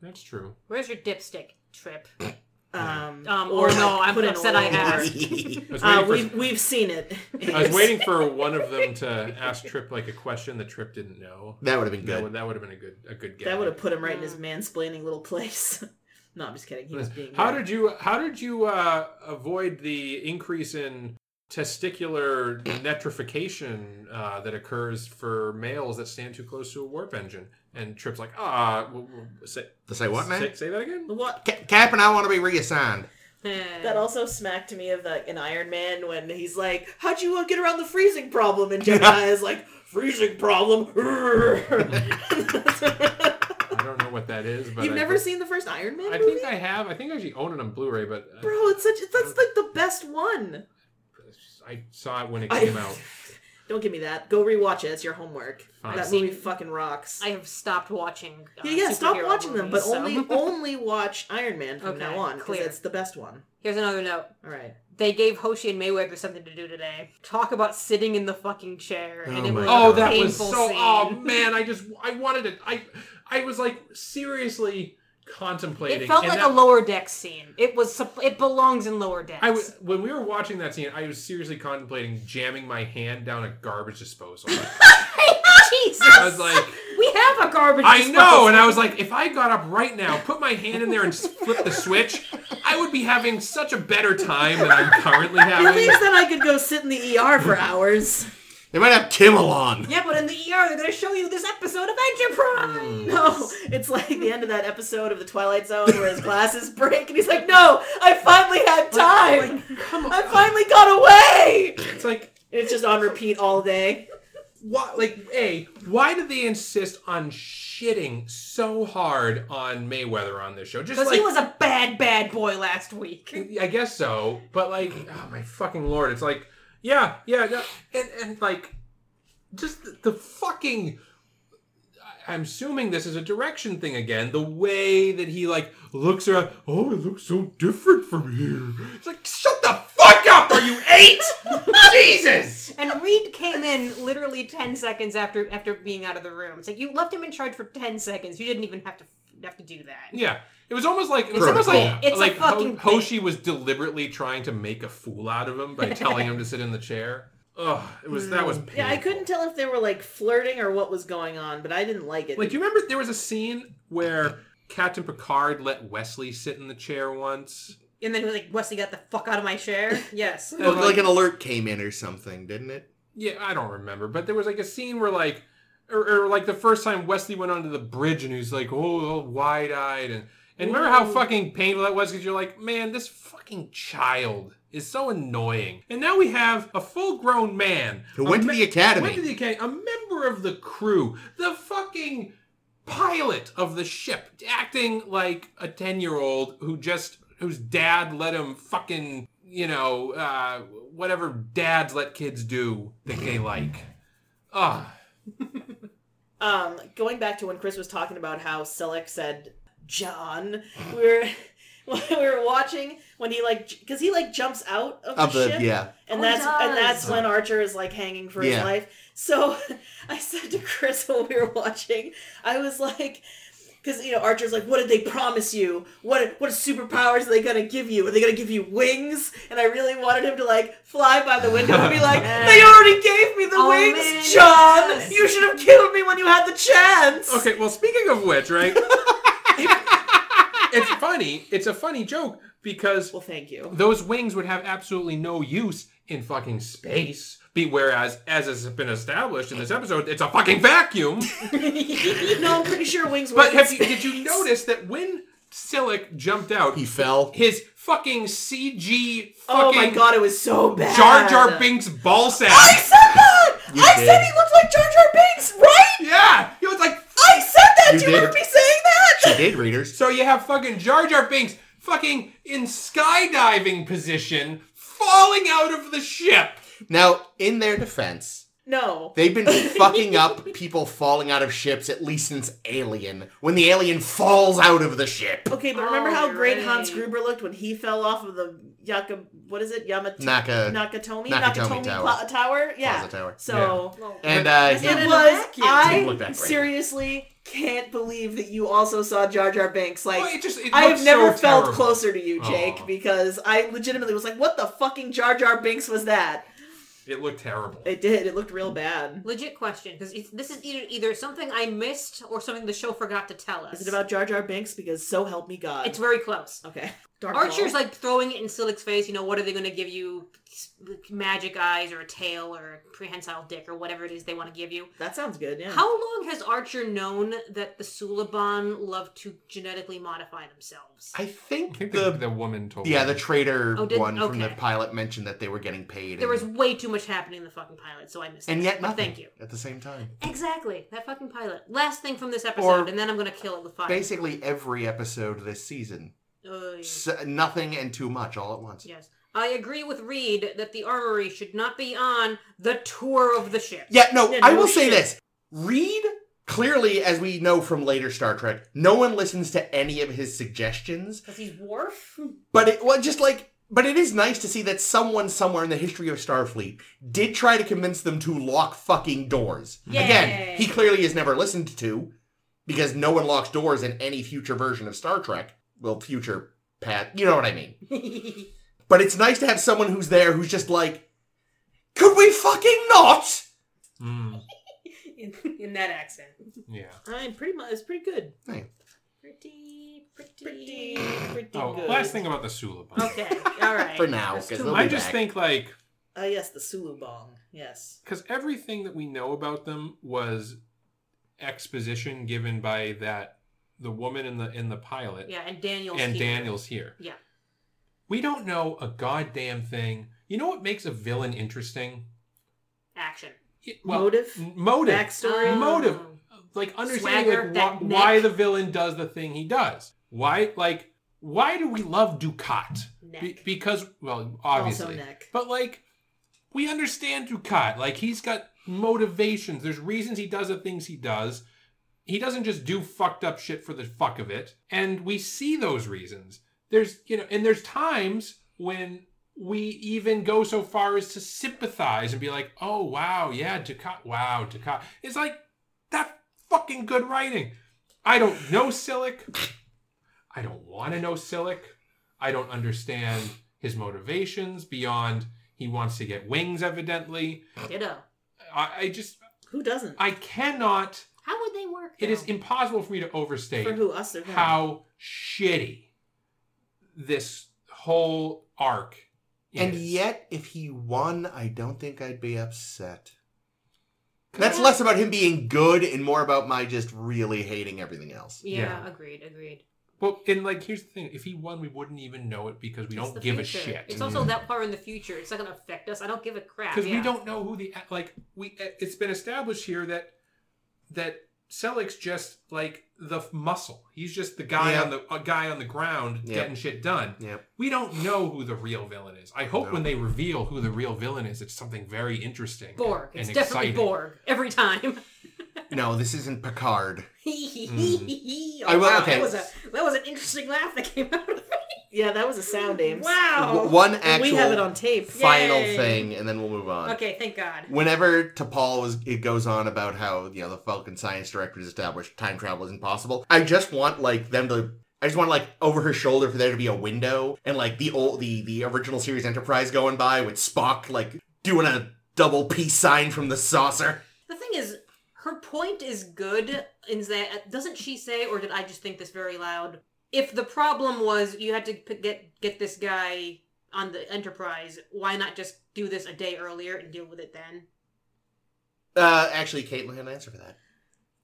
S1: That's true.
S2: Where's your dipstick, Trip?
S1: Yeah.
S3: Um,
S2: Um,
S3: or
S2: or no,
S3: like,
S2: I'm
S3: put an
S2: upset
S3: oil
S2: I
S3: in
S2: asked.
S3: it. <laughs>
S4: <laughs>
S1: I was,
S3: Uh,
S1: Hmm. <laughs> waiting
S3: we've, we've seen it. <laughs>
S1: for, I was waiting for one of them to ask Trip like a question that Trip didn't know.
S4: That would have been
S1: That
S4: good.
S1: would, that would have been a good a good guess.
S3: That would have put him right in his
S2: Mm.
S3: mansplaining little place. <laughs> no, I'm just kidding. He was being.
S1: How did you how did you uh, avoid the increase in testicular netrification uh, that occurs for males that stand too close to a warp engine? And Trip's like, ah, w- w- say,
S4: To say what,
S1: say,
S4: man?
S1: say that again.
S3: What?
S4: Ca- Cap and I want to be reassigned.
S2: Eh,
S3: That also smacked me of like an Iron Man when he's like, "How'd you uh, get around the freezing problem?" And
S1: <laughs>
S3: Gemini is like, "Freezing problem." <laughs>
S1: I don't know what that is, but
S3: You've
S1: I
S3: never
S1: think-
S3: seen the first Iron Man
S1: I
S3: movie,
S1: think I have. I think I actually own it on Blu-ray, but uh,
S3: bro? It's such. It's, that's like the best one.
S1: I saw it when it
S3: I-
S1: came
S3: <laughs>
S1: out.
S3: Don't give me that. Go rewatch it. It's your homework.
S1: Fine.
S3: That
S2: I've seen-
S3: movie fucking rocks.
S2: I have stopped watching. uh,
S3: yeah, yeah. Stop
S2: superhero
S3: watching them,
S2: movies,
S3: but
S2: so-
S3: <laughs> only only watch Iron Man from
S2: Okay,
S3: now on because
S2: clear.
S3: it's the best one.
S2: <laughs> Here's another note.
S3: All right.
S2: They gave Hoshi and Mayweather something to do today. Talk about sitting in the fucking chair, and
S4: Oh
S2: it
S4: my
S2: was
S4: God.
S1: Oh,
S2: a
S1: that
S2: painful
S1: was so.
S2: Scene.
S1: Oh man, I just I wanted to. I I was like seriously contemplating.
S2: It felt
S1: and
S2: like
S1: that-
S2: a lower deck scene. It was. supp- It belongs in lower decks.
S1: I was when we were watching that scene. I was seriously
S2: <laughs>
S1: contemplating jamming my hand down a garbage disposal.
S2: <laughs> Jesus.
S1: I was like,
S2: we We have a garbage.
S1: I know,
S2: disposal.
S1: and I was like, if I got up right now, put my hand in there, and flip the switch, I would be having such a better time than I'm currently
S3: At
S1: having.
S3: least then I could go sit in the ER for hours.
S4: They might have Kim along.
S2: Yeah, but in the ER, they're gonna show you this episode of
S1: Mm.
S2: Enterprise.
S3: No, it's like the end of that episode of The Twilight Zone where his glasses break and he's like, "No, I finally had time.
S1: Come
S3: I
S1: on,
S3: finally got away."
S1: it's like
S3: It's just on repeat all day.
S1: why, like a why do they insist on shitting so hard on Mayweather on this show? Just
S2: Because
S1: like
S2: he was a bad, bad boy last week.
S1: I guess so, but like, oh my fucking lord, it's like, yeah, yeah, no, and and like, just the, the fucking. I- I'm assuming this is a direction thing again. The way that he like looks around, oh, it looks so different from here. It's like, shut the fuck up, are you eight? <laughs> Jesus.
S2: And Reed came in literally ten seconds after after being out of the room. It's like you left him in charge for ten seconds. You didn't even have to have to do that.
S1: Yeah, it was almost like it was
S2: It's
S1: almost
S4: like-
S1: like
S2: it's a
S1: like
S2: fucking
S1: Ho- Hoshi was deliberately trying to make a fool out of him by telling him to sit in the chair. Ugh, it was that was painful.
S3: Yeah, I couldn't tell if they were like flirting or what was going on, but I didn't like it.
S1: Like, do you remember there was a scene where Captain Picard let Wesley sit in the chair once?
S2: And then he was like, Wesley got the fuck out of my
S3: <laughs>
S2: chair. Yes.
S1: And,
S4: <laughs> Looked like an alert came in or something, didn't it?
S1: yeah, I don't remember, but there was like a scene where like, or, or like the first time Wesley went onto the bridge and he's like, oh, all wide-eyed, and and remember how fucking painful that was because you're like, man, this fucking child is so annoying, and now we have a full-grown man
S4: Who
S1: a
S4: went to
S1: me-
S4: the academy.
S1: Uh, Went to the academy. A member of the crew. The fucking pilot of the ship acting like a 10 year old who just, whose dad let him fucking, you know, uh, whatever dads let kids do that they like. Ah. Ugh.
S3: um, going back to when Chris was talking about how Selleck said John, we were <laughs> when we were watching when he like because he like jumps out of the,
S4: Of the,
S3: ship,
S4: yeah.
S3: and
S2: Oh, he
S3: that's and that's
S2: does.
S3: when Archer is like hanging for his
S4: Yeah.
S3: life. So <laughs> I said to Chris <laughs> when we were watching, I was like. Because you know Archer's like, what did they promise you? What what superpowers are they gonna give you? Are they gonna give you wings? And I really wanted him to like fly by the window and
S1: <laughs>
S3: be like, they already gave me the
S2: Oh,
S3: wings,
S2: man,
S3: John.
S2: yes.
S3: You should have killed me when you had the chance.
S1: Okay, well, speaking of which, right?
S3: <laughs>
S1: it's funny. It's a funny joke because
S3: Well, thank you. <laughs>
S1: those wings would have absolutely no use in fucking space. Be whereas, as has been established in this episode, it's a fucking
S4: <laughs>
S1: vacuum.
S3: no, I'm pretty sure wings.
S1: But
S3: work in
S1: have you,
S3: space.
S1: did you notice that when Silic jumped out,
S4: He fell.
S1: his fucking CG fucking
S3: <laughs> Oh my god, it was so bad.
S1: Jar Jar Binks ball sack?
S3: I said that.
S4: You
S3: I said
S4: did.
S3: he looked like Jar Jar Binks, right?
S1: yeah, he was like.
S3: I said that.
S4: You
S3: Do you remember
S4: did.
S3: me saying that?
S4: He did, readers.
S1: So you have fucking Jar Jar Binks fucking in skydiving position, falling out of the ship.
S4: Now, in their defense,
S3: No.
S4: they've been fucking up people falling out of ships at least since Alien, when the alien falls out of the ship.
S3: Okay, but remember
S2: Oh,
S3: how
S2: you're
S3: great
S2: right.
S3: Hans Gruber looked when he fell off of the Yaka? What is it? Yamata
S4: Naka.
S3: Nakatomi
S4: Nakatomi
S3: Nakatomi
S4: Tower.
S3: Pla- Tower. Yeah.
S4: Plaza Tower.
S3: So
S4: And uh,
S2: That's
S4: he,
S2: not
S3: it
S2: Yeah.
S3: was.
S2: Vacuum.
S4: Didn't look that
S3: I
S4: great.
S3: seriously can't believe that you also saw Jar Jar Binks. Like
S1: Well, it just, it
S3: I
S1: looked
S3: have never
S1: so
S3: felt
S1: terrible.
S3: closer to you, Jake,
S1: Aw.
S3: because I legitimately was like, "What the fucking Jar Jar Binks was that?"
S1: It looked terrible.
S3: It did. It looked real bad.
S2: Legit question, because this is either either something I missed or something the show forgot to tell us.
S3: Is it about Jar Jar Binks? Because so help me God.
S2: It's very close.
S3: okay. Dark
S2: Archer's
S3: Maul.
S2: like throwing it in Silic's face. You know, what are they going to give you? Magic eyes or a tail or a prehensile dick or whatever it is they want to give you.
S3: that sounds good. Yeah.
S2: How long has Archer known that the Suliban love to genetically modify themselves?
S4: I
S1: I
S4: think
S1: think <laughs> the,
S4: the
S1: the woman told
S4: yeah
S1: him.
S4: the traitor
S2: Oh,
S4: one
S2: did-
S4: from the
S2: okay.
S4: pilot mentioned that they were getting paid.
S2: there
S4: and-
S2: was way too much happening in the fucking pilot, so I missed
S4: and
S2: it.
S4: yet
S2: But
S4: nothing.
S2: Thank you.
S4: At the same time,
S2: Exactly. That fucking pilot. Last thing from this episode,
S4: Or
S2: and then I'm going to kill it with fire.
S4: basically every episode this season,
S2: Oh, yeah.
S4: S nothing and too much all at once.
S2: Yes. I agree with Reed that the armory should not be on the tour of the ship.
S4: Yeah, no,
S3: Yeah,
S4: I
S3: no
S4: will say
S3: shit.
S4: this. Reed, clearly, as we know from later Star Trek, no one listens to any of his suggestions.
S2: Because he's Worf?
S4: But it well, just like but it is nice to see that someone somewhere in the history of Starfleet did try to convince them to lock fucking doors. Again,
S2: Yay.
S4: he clearly has never listened to because no one locks doors in any future version of Star Trek. Well, future Pat, you know what I mean.
S2: <laughs>
S4: But it's nice to have someone who's there who's just like, could we fucking not?
S1: Mm.
S2: in, in that accent.
S1: Yeah.
S2: I'm pretty much. It's pretty good.
S4: Hey.
S2: Pretty, pretty,
S3: Pretty, pretty
S1: Oh,
S3: good.
S1: last thing about the Sula bomb.
S2: Okay. All right.
S4: For now,
S2: That's
S4: 'cause
S2: too
S4: they'll
S2: much.
S1: I
S4: be
S1: just
S4: back.
S1: think like
S3: Ah, yes, the Sulu Bong. Yes.
S1: because everything that we know about them was exposition given by that the woman in the in the pilot
S2: Yeah, and Daniel's.
S1: and
S2: here.
S1: Daniel's here.
S2: Yeah.
S1: We don't know a goddamn thing. You know what makes a villain interesting?
S2: action
S1: It-
S3: Motive?
S1: n- Motive.
S3: Backstory?
S2: Oh.
S1: Motive. Like
S2: Swagger,
S1: understanding
S2: that
S1: like, wh-
S2: neck.
S1: why the villain does the thing he does. Why like why do we love Ducat?
S2: Neck.
S1: Be- because well, obviously.
S3: Also neck.
S1: But like, we understand Ducat. Like he's got motivations. There's reasons he does the things he does. He doesn't just do fucked up shit for the fuck of it. And we see those reasons. There's you know, and there's times when we even go so far as to sympathize and be like, oh wow, yeah, Ducat, wow, Ducat. It's like that fucking good writing. I don't know Silic. I don't want to know Silic. I don't understand his motivations beyond he wants to get wings, evidently.
S2: Ditto.
S1: I, I just,
S3: Who doesn't?
S1: I cannot,
S2: How would they work?
S1: it is
S2: though?
S1: impossible for me to
S3: For
S1: overstate
S3: who? Us or them?
S1: how shitty this whole arc
S4: And
S1: is.
S4: yet, if he won, I don't think I'd be upset.
S1: 'Cause
S4: That's
S1: I-
S4: less about him being good and more about my just really hating everything else.
S2: Yeah,
S1: Yeah.
S2: Agreed. Agreed.
S1: Well, and like, here's the thing if he won, we wouldn't even know it because we
S2: It's
S1: don't
S2: the
S1: give
S2: future.
S1: a shit.
S2: It's
S3: Mm-hmm.
S2: also that far in the future. It's not going to affect us. I don't give a crap.
S1: because
S2: yeah.
S1: we don't know who the like we it's been established here that that Selik's just like the f- muscle. He's just the guy
S4: Yeah.
S1: on the a guy on the ground
S4: Yeah.
S1: getting shit done.
S4: Yep.
S1: We don't know who the real villain is. I hope
S4: No.
S1: when they reveal who the real villain is, it's something very interesting.
S2: Borg. It's
S1: and
S2: definitely
S1: exciting.
S2: Borg every time. <laughs>
S4: No, this isn't Picard.
S2: oh,
S3: Mm-hmm.
S4: I will-
S2: wow,
S4: okay.
S2: That was a that was an interesting laugh that came out of
S3: Yeah, that was a sound
S2: it.
S3: name.
S2: Wow.
S4: W- one actual
S3: Oh, We have it on tape.
S4: final
S2: Yay.
S4: thing, and then we'll move on.
S2: Okay, thank God.
S4: Whenever T'Pol was, it goes on about how you know the Falcon Science Director has established time travel is impossible. I just want like them to. I just want like over her shoulder for there to be a window and like the old the the original series Enterprise going by with Spock like doing a double peace sign from the saucer.
S2: The thing is, her point is good. In that, doesn't she say, or did I just think this very loud? If the problem was you had to p- get get this guy on the Enterprise, why not just do this a day earlier and deal with it then?
S4: Uh, actually, Caitlin had an answer for that.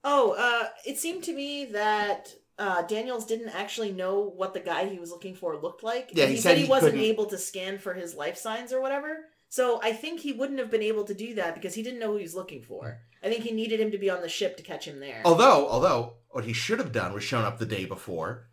S3: Oh, uh, it seemed to me that uh, Daniels didn't actually know what the guy he was looking for looked like.
S4: Yeah,
S3: And
S4: he said
S3: he
S4: he
S3: wasn't
S4: couldn't-
S3: able to scan for his life signs or whatever. So I think he wouldn't have been able to do that because he didn't know who he was looking for. I think he needed him to be on the ship to catch him there.
S4: Although, although what he should have done was shown up the day before,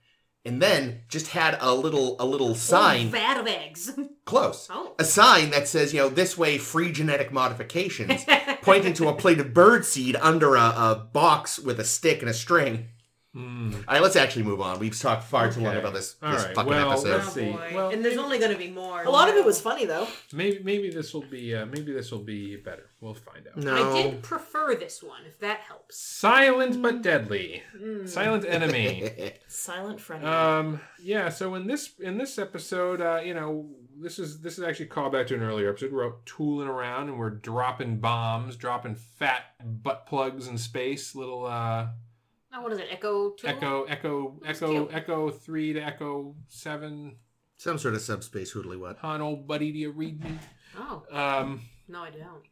S4: and then just had a little a little
S2: Or
S4: sign
S2: vat of eggs.
S4: close,
S2: Oh.
S4: a sign that says you know this way free genetic modifications, pointing to a plate of bird seed under a, a box with a stick and a string.
S1: Mm.
S4: All right, let's actually move on. We've talked far too long
S1: Okay.
S4: about this,
S1: All
S4: this
S1: right,
S4: fucking
S1: well,
S4: episode.
S1: let's see.
S2: Oh, boy.
S1: Well,
S2: and there's only going to be more.
S3: a lot of it was funny though.
S1: Maybe maybe this will be uh, maybe this will be better. We'll find out.
S4: No,
S2: I did prefer this one, if that helps. Hmm.
S1: Silent but deadly. Silent <laughs> enemy.
S3: Silent friend.
S1: Um, yeah. So in this in this episode, uh, you know, this is this is actually a callback to an earlier episode. We're out tooling around and we're dropping bombs, dropping fat butt plugs in space. Little uh,
S2: Oh, what is it? Echo two.
S1: echo, echo,
S2: That's
S1: echo,
S2: cute.
S1: echo three to echo seven.
S4: <laughs> some sort of subspace hoodly what?
S1: Han, old buddy, do you read me?
S2: Oh
S1: Um,
S2: no, I don't.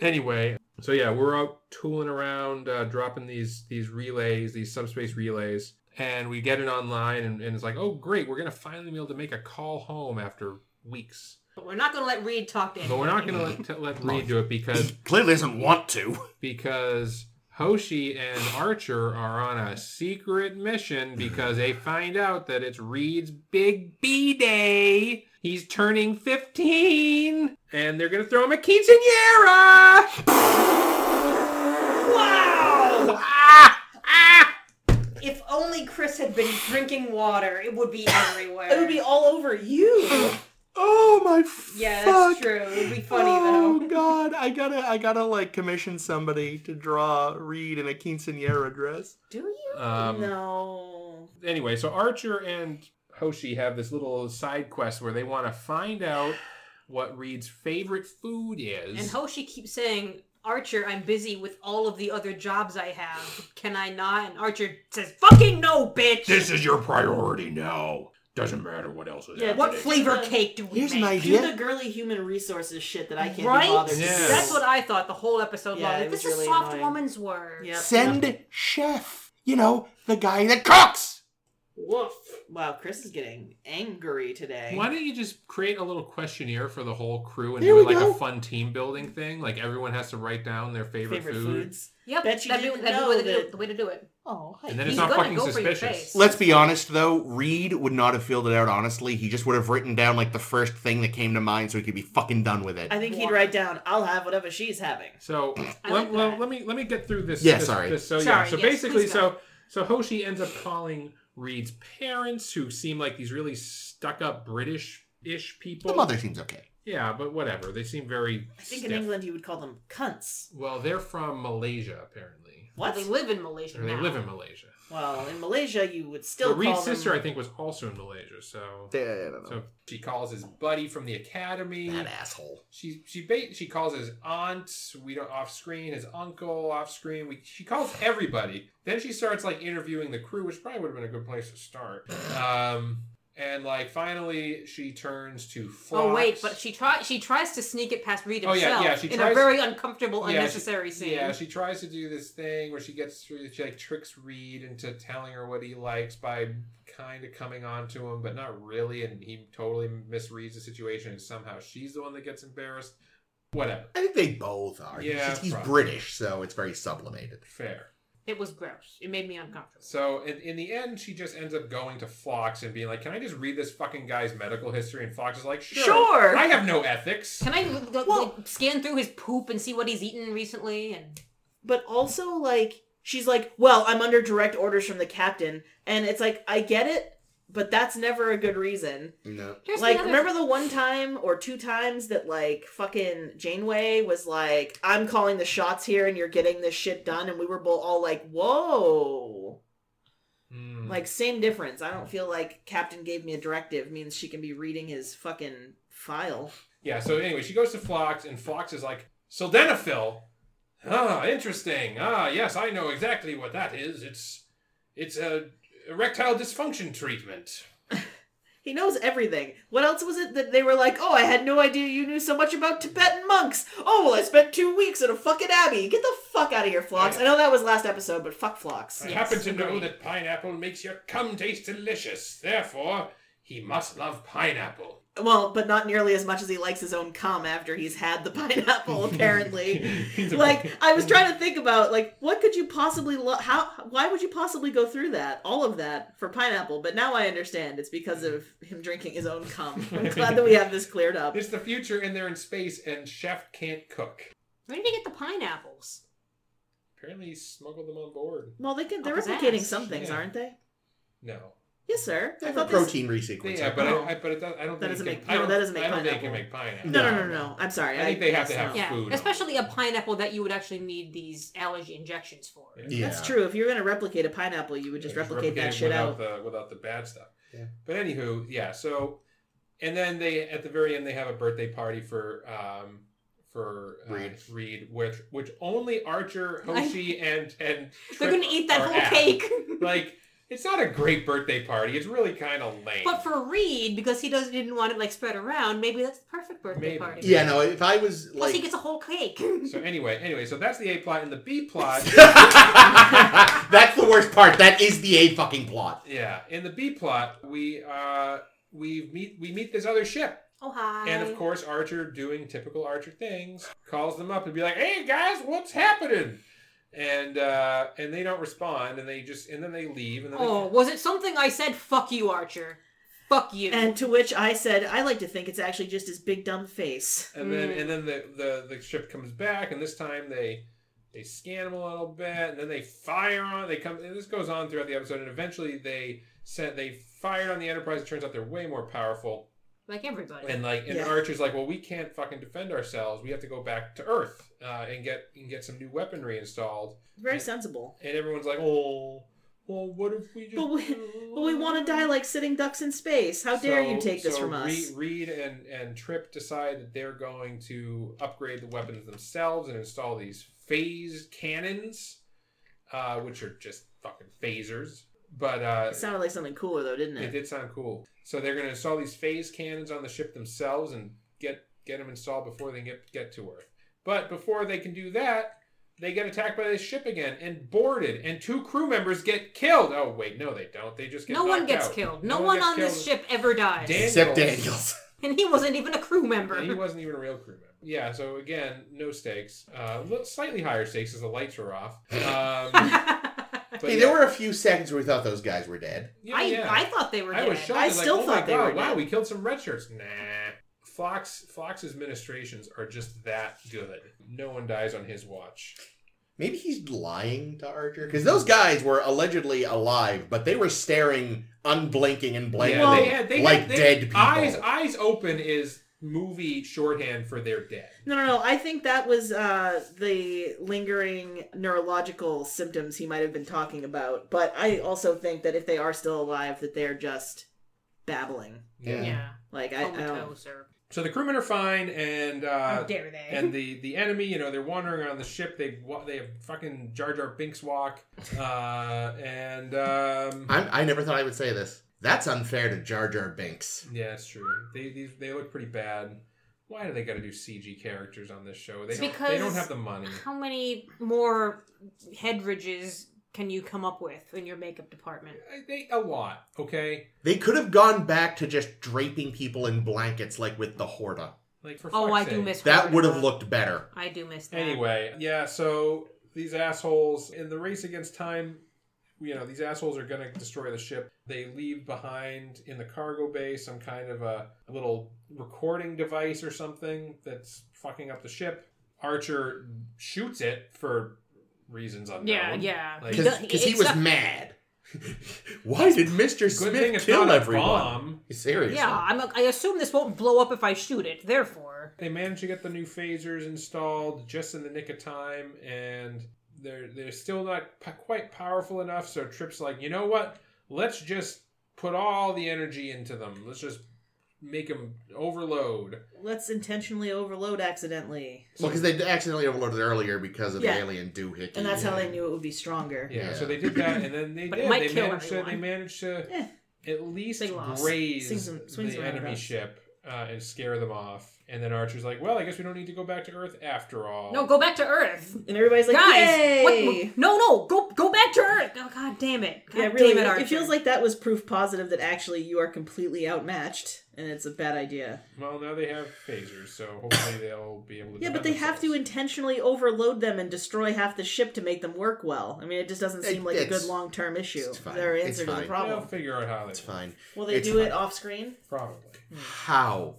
S1: anyway, so yeah, we're out tooling around, uh, dropping these these relays, these subspace relays, and we get it online, and, and it's like, oh great, we're gonna finally be able to make a call home after weeks.
S2: But we're not going to let Reed talk to
S1: But
S2: anyone.
S1: we're not going to let, to let Reed do it because
S4: clearly doesn't want to.
S1: because Hoshi and Archer are on a secret mission because they find out that it's Reed's big B day. He's turning 15 and they're going to throw him a quinceañera. Wow! Ah! Ah!
S2: If only Chris had been drinking water, it would be everywhere.
S3: it would be all over you.
S4: Oh my
S2: Yeah,
S4: fuck.
S2: that's true. It would be funny
S4: oh
S2: though. <laughs>
S4: god, I gotta I gotta like commission somebody to draw Reed in a quinceanera dress.
S3: <gasps> Do you?
S1: Um,
S3: no.
S1: Anyway, so Archer and Hoshi have this little side quest where they want to find out what Reed's favorite food is.
S2: And Hoshi keeps saying Archer, I'm busy with all of the other jobs I have. Can I not? And Archer says, fucking no, bitch!
S5: This is your priority now. Doesn't matter what else is
S3: Yeah,
S5: happening.
S2: what flavor
S3: Here's a-
S2: cake do we
S4: Here's an
S2: make?
S3: Do
S4: idea.
S3: the girly human resources shit that I can't
S2: right?
S3: be bothered to
S1: Yeah.
S3: do.
S2: That's what I thought the whole episode
S3: Yeah,
S2: long.
S3: it
S2: this
S3: was
S2: is
S3: really
S2: soft
S3: annoying.
S2: woman's work.
S3: Yep.
S4: Send chef. You know, the guy that cooks.
S3: Woof. Wow, Chris is getting angry today.
S1: Why don't you just create a little questionnaire for the whole crew and
S4: There
S1: do it
S4: we
S1: like
S4: go.
S1: a fun team building thing? Like everyone has to write down their favorite,
S3: Favorite
S1: food.
S3: foods.
S2: Yep,
S3: Bet you
S2: that'd, be,
S3: didn't
S2: that'd be
S3: know
S2: way to do-
S3: that-
S2: the way to do it.
S3: Oh, hi.
S1: And then it's
S2: He's
S1: not
S2: gonna
S1: fucking
S2: go for your
S1: suspicious.
S2: face.
S4: Let's be honest, though. Reed would not have filled it out honestly. He just would have written down, like, the first thing that came to mind so he could be fucking done with it.
S3: I think he'd write down, "I'll have whatever she's having."
S1: So
S2: I
S1: let, let,
S2: like that.
S1: let me let me get through this.
S4: Yeah,
S1: this-
S4: sorry.
S1: this- so yeah.
S2: Sorry,
S1: So
S2: yes,
S1: basically,
S2: please
S1: so so Hoshi ends up calling Reed's parents, who seem like these really stuck-up British-ish people.
S4: The mother seems okay.
S1: Yeah, but whatever. They seem very.
S3: I think in
S1: stiff.
S3: England you would call them cunts.
S1: Well, they're from Malaysia apparently,
S3: What?
S2: They live in Malaysia
S1: or they
S2: now.
S1: live in Malaysia.
S3: Well, in Malaysia you would still
S1: But Reed's
S3: call them.
S1: sister, I think, was also in Malaysia. So
S4: I don't
S1: so she calls his buddy from the academy.
S4: That asshole.
S1: She she ba- she calls his aunt. We don't off screen. His uncle off screen. We, she calls everybody. Then she starts like interviewing the crew, which probably would have been a good place to start. Um, and like finally she turns to Flox.
S2: Oh wait, but she tries. She tries to sneak it past Reed
S1: Oh,
S2: himself
S1: yeah, yeah, she
S2: in
S1: tries-
S2: a very uncomfortable,
S1: Yeah, she-
S2: unnecessary scene.
S1: Yeah, she tries to do this thing where she gets through. She like tricks Reed into telling her what he likes by kind of coming on to him, but not really. And he totally misreads the situation, and somehow she's the one that gets embarrassed. Whatever.
S4: I think they both are. He's
S1: Yeah,
S4: just- he's
S1: probably.
S4: British, so it's very sublimated.
S1: Fair.
S2: It was gross. It made me uncomfortable.
S1: So in, in the end, she just ends up going to Fox and being like, "Can I just read this fucking guy's medical history?" And Fox is like, "Sure,
S2: Sure.
S1: I have no ethics."
S2: Can I l- l-
S3: Well-
S2: like, scan through his poop and see what he's eaten recently? And
S3: but also like she's like, "Well, I'm under direct orders from the captain," and it's like, I get it, but that's never a good reason.
S4: No.
S2: here's
S3: like,
S2: another-
S3: remember the one time or two times that like fucking Janeway was like, "I'm calling the shots here, and you're getting this shit done," and we were both all like, "Whoa."
S1: Hmm.
S3: Like same difference. I don't feel like Captain gave me a directive means she can be reading his fucking file.
S1: Yeah, so anyway, she goes to Phlox, and Phlox is like, Sildenafil? Ah, interesting. Ah, yes, I know exactly what that is. It's it's a erectile dysfunction treatment.
S3: He knows everything. What else was it that they were like, "Oh, I had no idea you knew so much about Tibetan monks." Oh, well, I spent 2 weeks in a fucking abbey. Get the fuck out of here, Phlox. I know that was last episode, but fuck Phlox.
S1: I
S2: Yes,
S1: happen to know
S2: agree.
S1: that pineapple makes your cum taste delicious. Therefore, he must love pineapple. <laughs>
S3: Well, but not nearly as much as he likes his own cum after he's had the <laughs> pineapple apparently.
S1: <laughs> He's a-
S3: like I was trying to think about like what could you possibly lo- how why would you possibly go through that all of that for pineapple? But now I understand it's because of him drinking his own cum. I'm glad that we have this cleared up.
S1: It's the future, and they're in space, and Chef can't cook.
S2: Where did he get the pineapples?
S1: Apparently, he smuggled them on board.
S3: Well, they can they're
S2: Up his
S3: replicating
S2: ass.
S3: some things,
S1: Yeah.
S3: aren't they?
S1: No.
S3: Yes, sir.
S4: They
S3: I
S4: have a
S3: thought this.
S4: protein resequencer.
S1: Yeah, but
S3: No.
S1: I, I but it does, I don't
S3: That
S1: think
S3: doesn't
S1: it
S3: make-
S1: can, I
S3: no,
S1: don't,
S3: that doesn't make
S1: I don't
S3: pineapple.
S1: think it can make pineapple.
S3: No, no, no, no, no. I'm sorry.
S1: I think they have to
S3: yes,
S1: have
S3: no.
S2: Yeah,
S1: Food.
S2: especially a pineapple that you would actually need these allergy injections for.
S1: Yeah.
S4: yeah.
S3: That's true. If you're gonna replicate a pineapple, you would just
S1: Yeah,
S3: replicate that
S1: it
S3: shit
S1: without
S3: out.
S1: the, without the bad stuff.
S4: Yeah.
S1: But anywho, yeah. So, and then they at the very end they have a birthday party for um for uh,
S4: Reed.
S1: Reed, which which only
S3: <laughs>
S1: Archer, Hoshi, and and Trip
S2: They're gonna eat that
S1: are
S2: whole
S1: at.
S2: cake. <laughs>
S1: Like it's not a great birthday party. It's really kind of lame.
S2: But for Reed, because he doesn't didn't want it like spread around, maybe that's the perfect birthday
S1: Maybe.
S2: party.
S4: Yeah, no, if I was like.
S2: Plus, he gets <laughs> a whole cake.
S1: so anyway, anyway, so that's the A plot and the B
S3: <laughs>
S1: plot.
S4: <laughs> That's the worst part. That is the A fucking plot.
S1: yeah, in the B plot we uh we meet we meet this other ship
S2: Oh hi.
S1: And of course, Archer, doing typical Archer things, calls them up and be like, "Hey guys, what's happening?" And uh, and they don't respond, and they just and then they leave, and then
S2: Oh, was it something I said? Fuck you, Archer. Fuck you.
S3: And to which I said, I like to think it's actually just his big dumb face.
S1: they, and then
S2: Mm.
S1: and then the, the the ship comes back, and this time they they scan them a little bit, and then they fire on. They come. And this goes on throughout the episode, and eventually they sent they fired on the Enterprise. It turns out they're way more powerful,
S2: like everybody.
S1: and like and
S3: Yeah.
S1: Archer's like, "Well, we can't fucking defend ourselves. We have to go back to Earth uh, and get and get some new weaponry installed."
S3: Very sensible.
S1: and everyone's like, "Oh, Well, what if we just?
S3: But
S1: <laughs>
S3: we- But we want to die like sitting ducks in space. How dare you
S1: So-
S3: take this
S1: so
S3: from us?
S1: Reed, Reed and and Trip decide that they're going to upgrade the weapons themselves and install these phase cannons, uh, which are just fucking phasers. But uh,
S3: It sounded like something cooler though, didn't
S1: it
S3: it?
S1: did sound cool. So they're going to install these phase cannons on the ship themselves and get get them installed before they get get to Earth. But before they can do that, they get attacked by this ship again and boarded, and two crew members get killed. Oh wait, no, they don't. They just get
S2: no one
S1: knocked
S2: gets
S1: out.
S2: killed. No, one,
S1: gets
S2: on this
S1: killed.
S2: ship ever dies.
S1: Damn.
S4: Except
S1: Daniels.
S4: Daniels.
S2: And he wasn't even a crew member. <laughs>
S1: And he wasn't even a real crew member. Yeah, so again, no stakes. Uh, li- slightly higher stakes as the lights are
S2: <laughs>
S1: off. Um, but
S4: hey,
S1: yeah,
S4: there were a few seconds where we thought those guys were dead.
S1: yeah,
S2: I,
S1: yeah.
S2: I thought they were
S1: I
S2: dead.
S1: was shocked.
S3: I
S1: Like,
S3: still
S1: oh my
S3: thought they
S1: God,
S3: were
S1: Wow,
S3: dead.
S1: we killed some red shirts. Nah. Fox Fox's ministrations are just that good. No one dies on his watch.
S4: Maybe he's lying to Archer because those guys were allegedly alive, but they were staring, unblinking, and blanking
S1: Yeah, they had, they had-
S4: like
S1: they-
S4: dead people.
S1: Eyes eyes open is movie shorthand for they're dead.
S3: No, no, no. I think that was uh, the lingering neurological symptoms he might have been talking about. But I also think that if they are still alive, that they're just babbling.
S4: Yeah.
S2: yeah.
S3: Like I, I don't.
S2: Comatose or
S1: So the crewmen are fine, and uh,
S2: how dare they?
S1: and the the enemy you know they're wandering around the ship they wa- they have fucking jar jar binks walk uh and um
S4: I'm, I never thought I would say this. That's unfair to Jar Jar Binks.
S1: yeah it's true they these they look pretty bad why do they got to do cg characters on this show they
S2: It's
S1: don't, they
S2: because-
S1: don't have the money
S2: How many more head ridges can you come up with in your makeup department?
S1: I- they a lot okay
S4: They could have gone back to just draping people in blankets like with the Horda.
S1: like for
S2: Oh,
S1: fuck's
S2: I do
S1: sake.
S2: miss
S4: That
S2: Horda.
S4: would have looked better.
S2: I do miss that.
S1: Anyway, yeah, so these assholes in the race against time, you know, these assholes are going to destroy the ship. They leave behind in the cargo bay some kind of a, a little recording device or something that's fucking up the ship. Archer shoots it for reasons unknown.
S2: Yeah, yeah.
S1: Like,
S4: Because
S2: It
S4: he was
S2: suck-
S4: mad. <laughs> Why did Mr.
S1: good thing
S4: Smith
S1: it's
S4: kill
S1: not a
S4: everyone?
S1: bomb.
S4: Seriously.
S2: Yeah, I'm. I assume this won't blow up if I shoot it. Therefore,
S1: They manage to get the new phasers installed just in the nick of time, and they're they're still not p- quite powerful enough. So Trip's like, you know what? Let's just put all the energy into them. Let's just make them overload.
S3: Let's intentionally overload accidentally,
S4: Well, because they accidentally overloaded earlier because of
S3: Yeah.
S4: the alien doohickey.
S3: and that's how
S1: Yeah.
S3: they knew it would be stronger.
S1: Yeah,
S4: Yeah.
S1: So they did that, and then they
S2: But it
S1: did.
S2: might
S1: They
S2: kill
S1: managed to. They
S2: everyone.
S1: managed to
S3: Yeah.
S1: at least
S2: Big loss.
S1: graze
S3: Swings 'em- swings
S1: the
S3: 'em around
S1: enemy
S3: about.
S1: ship uh, and scare them off. And then Archer's like, well, I guess we don't need to go back to Earth after all.
S2: no, go back to Earth,
S3: And everybody's like,
S2: guys.
S3: "Yay!"
S2: What, no, no, go go back to Earth. Oh God damn it! God
S3: yeah, really.
S2: damn it,
S3: It,
S2: Archer.
S3: feels like that was proof positive that actually you are completely outmatched, and it's a bad idea.
S1: Well, now they have phasers, so hopefully they'll be able to.
S3: Yeah, but
S1: defend
S3: they have to
S1: themselves.
S3: intentionally overload them and destroy half the ship to make them work well. I mean, it just doesn't seem
S4: It-
S3: like a
S4: it's-
S3: good long term issue.
S4: it's fine.
S3: Their
S4: It's
S3: answer to the
S4: fine.
S3: problem.
S1: They'll figure out how they
S4: It's fine.
S3: Will they
S4: It's
S3: do
S4: fine.
S3: it off screen?
S1: probably.
S4: How?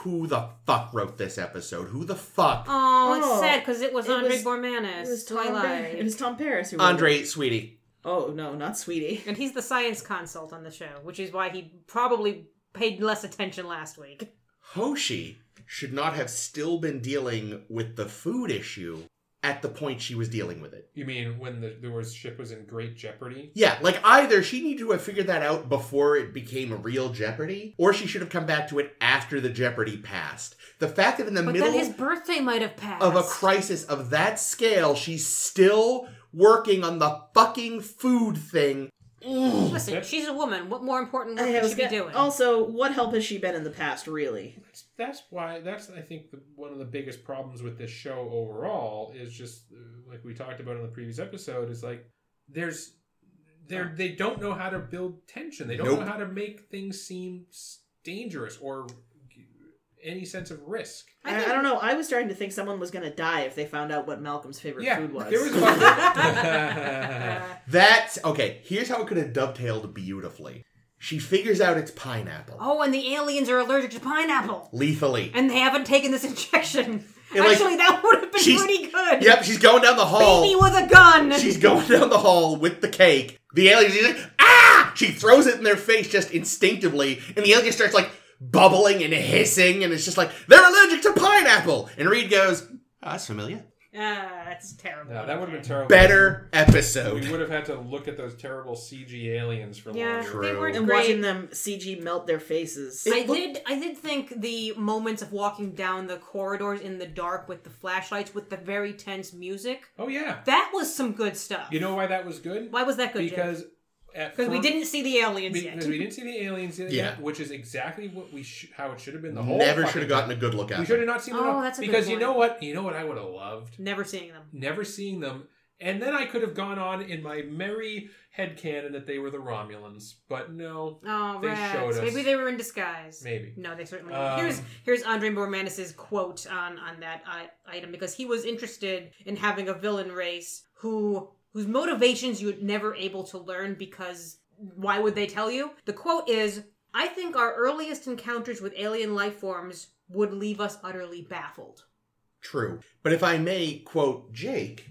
S4: Who the fuck wrote this episode? Who the fuck?
S2: Oh,
S3: Oh,
S2: it's sad because it was
S3: it
S2: Andre
S3: was-
S2: Bormanis. Twilight.
S3: It was Tom Paris who wrote it.
S4: Andre, sweetie.
S3: Oh no, not Sweetie.
S2: And he's the science consult on the show, which is why he probably paid less attention last week.
S4: Hoshi should not have still been dealing with the food issue at the point she was dealing with it.
S1: You mean when the, the was- ship was in great jeopardy?
S4: Yeah, like either she needed to have figured that out before it became a real Jeopardy, or she should have come back to it after the Jeopardy passed. The fact that in the
S2: But
S4: middle
S2: then his birthday might have passed.
S4: of a crisis of that scale, she's still working on the fucking food thing. Ugh.
S2: Listen, she's a woman. What more important work
S3: I
S2: could
S3: was
S2: she be
S3: gonna-
S2: doing?
S3: Also, what help has she been in the past, really?
S1: That's, that's why. That's I think the, one of the biggest problems with this show overall is just uh, like we talked about in the previous episode. Is like there's they are they don't know how to build tension. They don't
S4: Ah. Nope.
S1: know how to make things seem s- dangerous or any sense of risk.
S2: I
S3: I, I
S2: think-
S3: don't know. I was starting to think someone was going to die if they found out what Malcolm's favorite
S1: Yeah,
S3: food was.
S1: there was <laughs>
S2: Uh,
S4: That's okay. Here's how it could have dovetailed beautifully. She figures out it's pineapple.
S2: oh, and the aliens are allergic to pineapple.
S4: Lethally.
S2: And they haven't taken this <laughs> injection.
S4: And, like,
S2: Actually, that would have been
S4: she's-
S2: pretty good.
S4: Yep, she's going down the
S2: Baby
S4: hall.
S2: with a gun.
S4: She's going down the hall with the cake. The alien, she's like, ah! She throws it in their face just instinctively, and the alien starts like bubbling and hissing, and it's just like, they're allergic to pineapple. And Reed goes, "Ah, that's familiar.
S2: Ah, that's terrible.
S1: No, that would have been terrible.
S4: Better
S1: We
S4: episode.
S1: would have had to look at those terrible CG aliens for
S2: Yeah,
S1: longer.
S2: they
S4: True.
S2: weren't
S3: and
S2: great.
S3: watching them CG melt their faces.
S2: I did. I did think the moments of walking down the corridors in the dark with the flashlights, with the very tense music,
S1: Oh yeah.
S2: that was some good stuff.
S1: You know why that was good?
S2: why was that good?
S1: because at
S2: because we
S1: first-
S2: didn't see the aliens
S1: we-
S2: yet.
S1: because we didn't see the aliens yet,
S4: Yeah.
S1: which is exactly what we sh- how it should have been the whole
S4: Never
S1: fucking
S4: should have
S1: time.
S4: gotten a good look at
S1: We should
S4: it.
S1: have not seen
S2: Oh,
S1: them. at all.
S2: that's a good
S1: because you
S2: point.
S1: know what? You know what I would have loved?
S2: Never seeing them.
S1: Never seeing them. And then I could have gone on in my merry headcanon that they were the Romulans. But no,
S2: Oh,
S1: They
S2: rats.
S1: showed us.
S2: Maybe they were in disguise.
S1: maybe.
S2: No, they certainly.
S1: Um,
S2: here's here's Andre Bormanis' quote on on that I item because he was interested in having a villain race who whose motivations you're never able to learn because why would they tell you? The quote is, "I think our earliest encounters with alien life forms would leave us utterly baffled."
S4: True. But if I may quote Jake,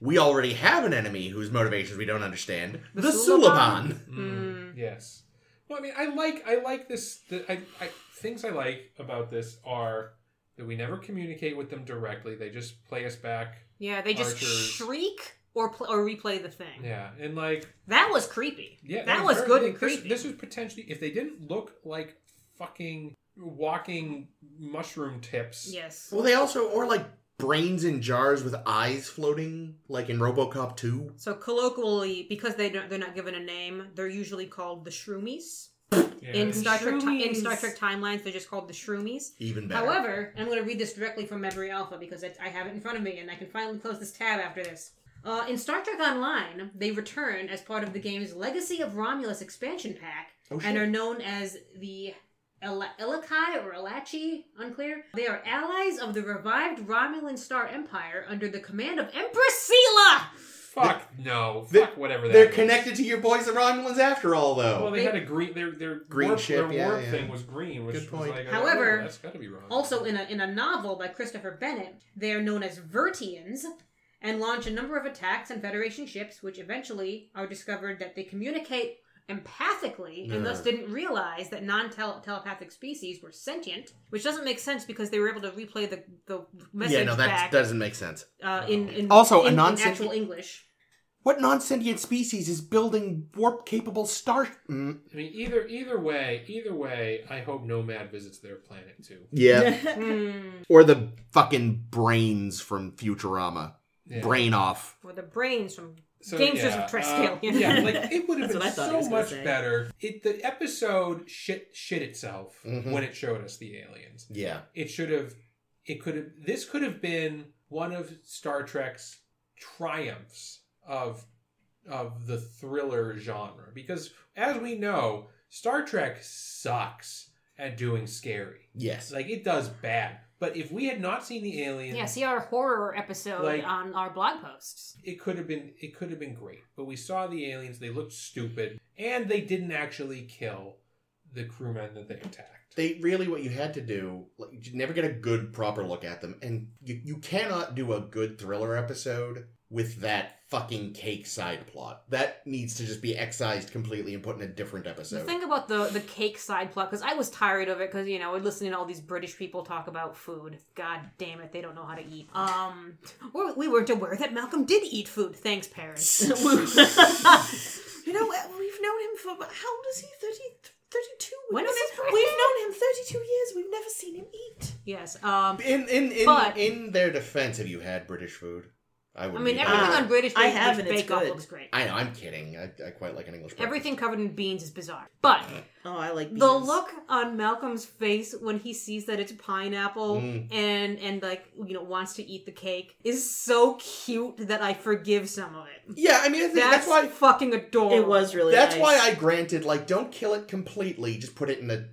S4: we already have an enemy whose motivations we don't understand. The,
S2: The
S4: Suliban.
S2: Suliban.
S1: Mm,
S2: Hmm.
S1: Yes. Well, I mean, I like I like this. The, I, I things I like about this are that we never communicate with them directly. They just play us back.
S2: Yeah, they just
S1: Archers.
S2: shriek or pl- or replay the thing.
S1: Yeah, and like
S2: That was creepy.
S1: yeah,
S2: that was
S1: very-
S2: good and
S1: this-
S2: creepy.
S1: This, was potentially if they didn't look like fucking walking mushroom tips.
S2: yes.
S4: Well, they also, or like brains in jars with eyes floating, like in Robocop 2.
S2: So colloquially, because they don't, they're not given a name, they're usually called the Shroomies.
S1: Yeah.
S2: In Star Trek, ti- in
S3: Shroomies.
S2: Star Trek timelines, they're just called the Shroomies.
S4: Even better.
S2: However, and I'm going to read this directly from Memory Alpha because it, I have it in front of me, and I can finally close this tab after this. Uh, in Star Trek Online, they return as part of the game's Legacy of Romulus expansion pack
S4: oh, shit.
S2: and are known as the El- Elikai or Elachi, unclear. They are allies of the revived Romulan Star Empire under the command of Empress Sela.
S1: Fuck no.
S4: They-
S1: Fuck whatever. That
S4: They're
S1: is.
S4: connected to your boys, the Romulans, after all, though.
S1: Well, they
S2: They-
S1: had a green. Their their
S4: Green
S1: warp,
S4: ship,
S1: Their
S4: yeah,
S1: warp
S4: yeah.
S1: thing was green. Which
S4: Good
S1: was
S4: point.
S1: like, oh,
S2: However,
S1: that's got to be wrong.
S2: Also, in a, in a novel by Christopher Bennett, they are known as Vertians and launch a number of attacks on Federation ships, which eventually are discovered that they communicate empathically and thus
S4: Yeah.
S2: didn't realize that non-telepathic species were sentient, which doesn't make sense because they were able to replay the, the message
S4: yeah, no, that
S2: back
S4: doesn't make sense.
S2: uh, in, in
S4: Also, a
S2: in, in
S4: non-sentient-
S2: actual English.
S4: What non sentient species is building warp capable star. Mm,
S1: I mean, either either way, either way, I hope Nomad visits their planet too.
S4: yeah.
S3: <laughs> Mm.
S2: Hmm.
S4: or the fucking brains from Futurama.
S1: Yeah.
S4: Brain off.
S2: Or the brains from
S1: So,
S2: Gamesters
S1: yeah,
S2: of Triskelion.
S1: um, yeah, like it would have
S3: <laughs> That's
S1: been
S3: what I thought he
S1: so
S3: was gonna
S1: much
S3: say.
S1: better. It the episode shit shit itself
S4: Mhm.
S1: when it showed us the aliens.
S4: Yeah.
S1: It should have. It could have. This could have been one of Star Trek's triumphs of of the thriller genre because, as we know, Star Trek sucks at doing scary.
S4: Yes.
S1: Like it does bad. But if we had not seen the aliens,
S2: yeah, see our horror episode
S1: Like-
S2: on our blog posts.
S1: it could have been it could have been great but we saw the aliens they looked stupid and they didn't actually kill the crewmen that they attacked
S4: They really, what you had to do, like, you never get a good, proper look at them. And you, you cannot do a good thriller episode with that fucking cake side plot. That needs to just be excised completely and put in a different
S2: The
S4: episode.
S2: thing about the the cake side plot, because I was tired of it, because you know we're listening to all these British people talk about food. God damn it, they don't know how to eat. Um, we- we weren't aware that Malcolm did eat food. Thanks, parents.
S3: you know, uh, we've known him for how old is he? 30, 32?
S2: When
S3: This
S2: was
S3: is-
S2: his birthday?
S3: We've known him 32 years. We've never seen him eat.
S2: yes. Um,
S4: <laughs> in in in,
S2: But-
S4: in their defense, have you had British food? I
S2: I
S4: would.
S2: mean
S4: be-
S2: everything
S3: Ah,
S2: on British
S3: I
S2: Bake-
S3: have,
S2: Bake
S3: and it's
S2: Off
S3: good.
S2: looks great.
S4: I know. I'm kidding. I, I quite like an English. breakfast.
S2: Everything covered in beans is bizarre, but
S3: Oh, I like
S2: the look on Malcolm's face when he sees that it's pineapple
S4: Mm.
S2: and and like you know wants to eat the cake is so cute that I forgive some of it.
S4: Yeah, I mean I think
S2: That's,
S4: that's why.
S2: fucking adorable.
S3: It was really.
S4: That's
S3: nice.
S4: why I granted like don't kill it completely. Just put it in a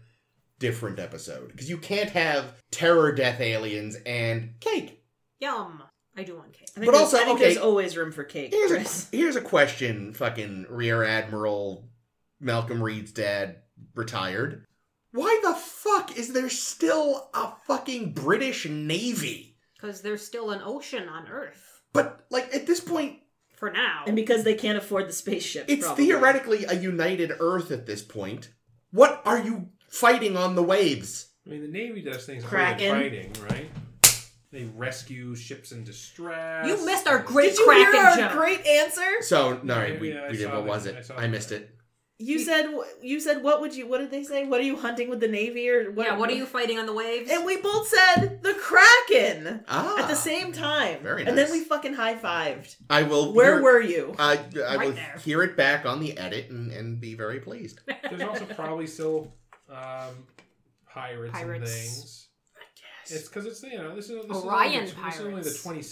S4: different episode because you can't have terror death aliens and cake.
S2: Yum. I do want cake.
S3: I think
S4: but
S3: there's-
S4: also,
S3: I think
S4: okay.
S3: there's always room for cake,
S4: Here's <laughs>
S3: Chris.
S4: a, here's a question. Fucking Rear Admiral Malcolm Reed's dad retired. Why the fuck is there still a fucking British Navy?
S2: Because there's still an ocean on Earth.
S4: But like at this point,
S2: For now.
S3: And because they can't afford the spaceship,
S4: it's
S3: probably.
S4: theoretically a united Earth at this point. What are you fighting on the waves?
S1: i mean the navy does things
S3: Kraken.
S1: other than fighting right They rescue ships in distress.
S2: You missed our great
S3: Did you
S2: Kraken
S3: hear our
S2: joke.
S3: great answer?
S4: So no,
S1: Yeah,
S4: we,
S1: yeah, I
S4: we did.
S1: saw
S4: What
S1: that.
S4: was
S1: I
S4: it?
S1: saw
S4: I
S1: that.
S4: missed it.
S3: You said you said what would you what did they say? What are you hunting with the navy or what?
S2: yeah, what are you fighting on the waves?
S3: And we both said the Kraken
S4: Ah,
S3: at the same time.
S4: Very
S3: And then
S4: nice.
S3: we fucking high fived.
S4: I will.
S3: Where
S4: hear-
S3: were you?
S4: I, I
S2: Right
S4: will
S2: there.
S4: hear it back on the edit and, and be very pleased.
S1: There's also probably still um, pirates, and
S2: Pirates.
S1: things. It's because it's you know this is this
S6: Orion
S1: is only, the- This is only the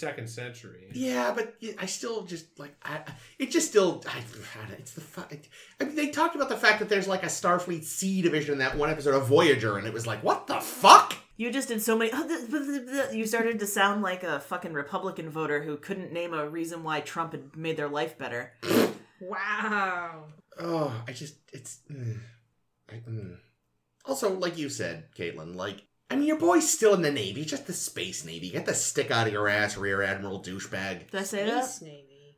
S6: pirates.
S1: 22nd century.
S4: Yeah, but y- I still just like I. I- It just still. I, I don't- it's the. fu- I mean, they talked about the fact that there's like a Starfleet C division in that one episode of Voyager, and it was like, what the fuck?
S3: You just did so many. <laughs> Oh, th- th- th- th- you started to sound like a fucking Republican voter who couldn't name a reason why Trump had made their life better.
S2: wow.
S4: Oh, I just it's. mm. I, mm. Also, like you said, Caitlin, like I mean, your boy's still in the Navy, just the space Navy. Get the stick out of your ass, Rear Admiral douchebag.
S3: Did I say that?
S2: Navy.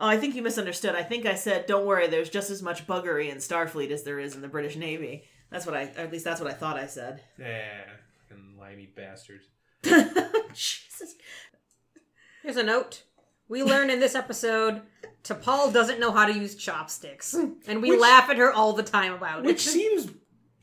S3: Oh, I think you misunderstood. I think I said, "Don't worry, there's just as much buggery in Starfleet as there is in the British Navy." That's what I, or at least that's what I thought I said.
S1: Yeah, fucking limey bastards.
S3: Jesus.
S2: Here's a note. We learn in this episode, T'Pol doesn't know how to use
S3: <laughs>
S2: chopsticks, and we
S4: Which-
S2: laugh at her all the time about
S4: Which
S2: it.
S4: seems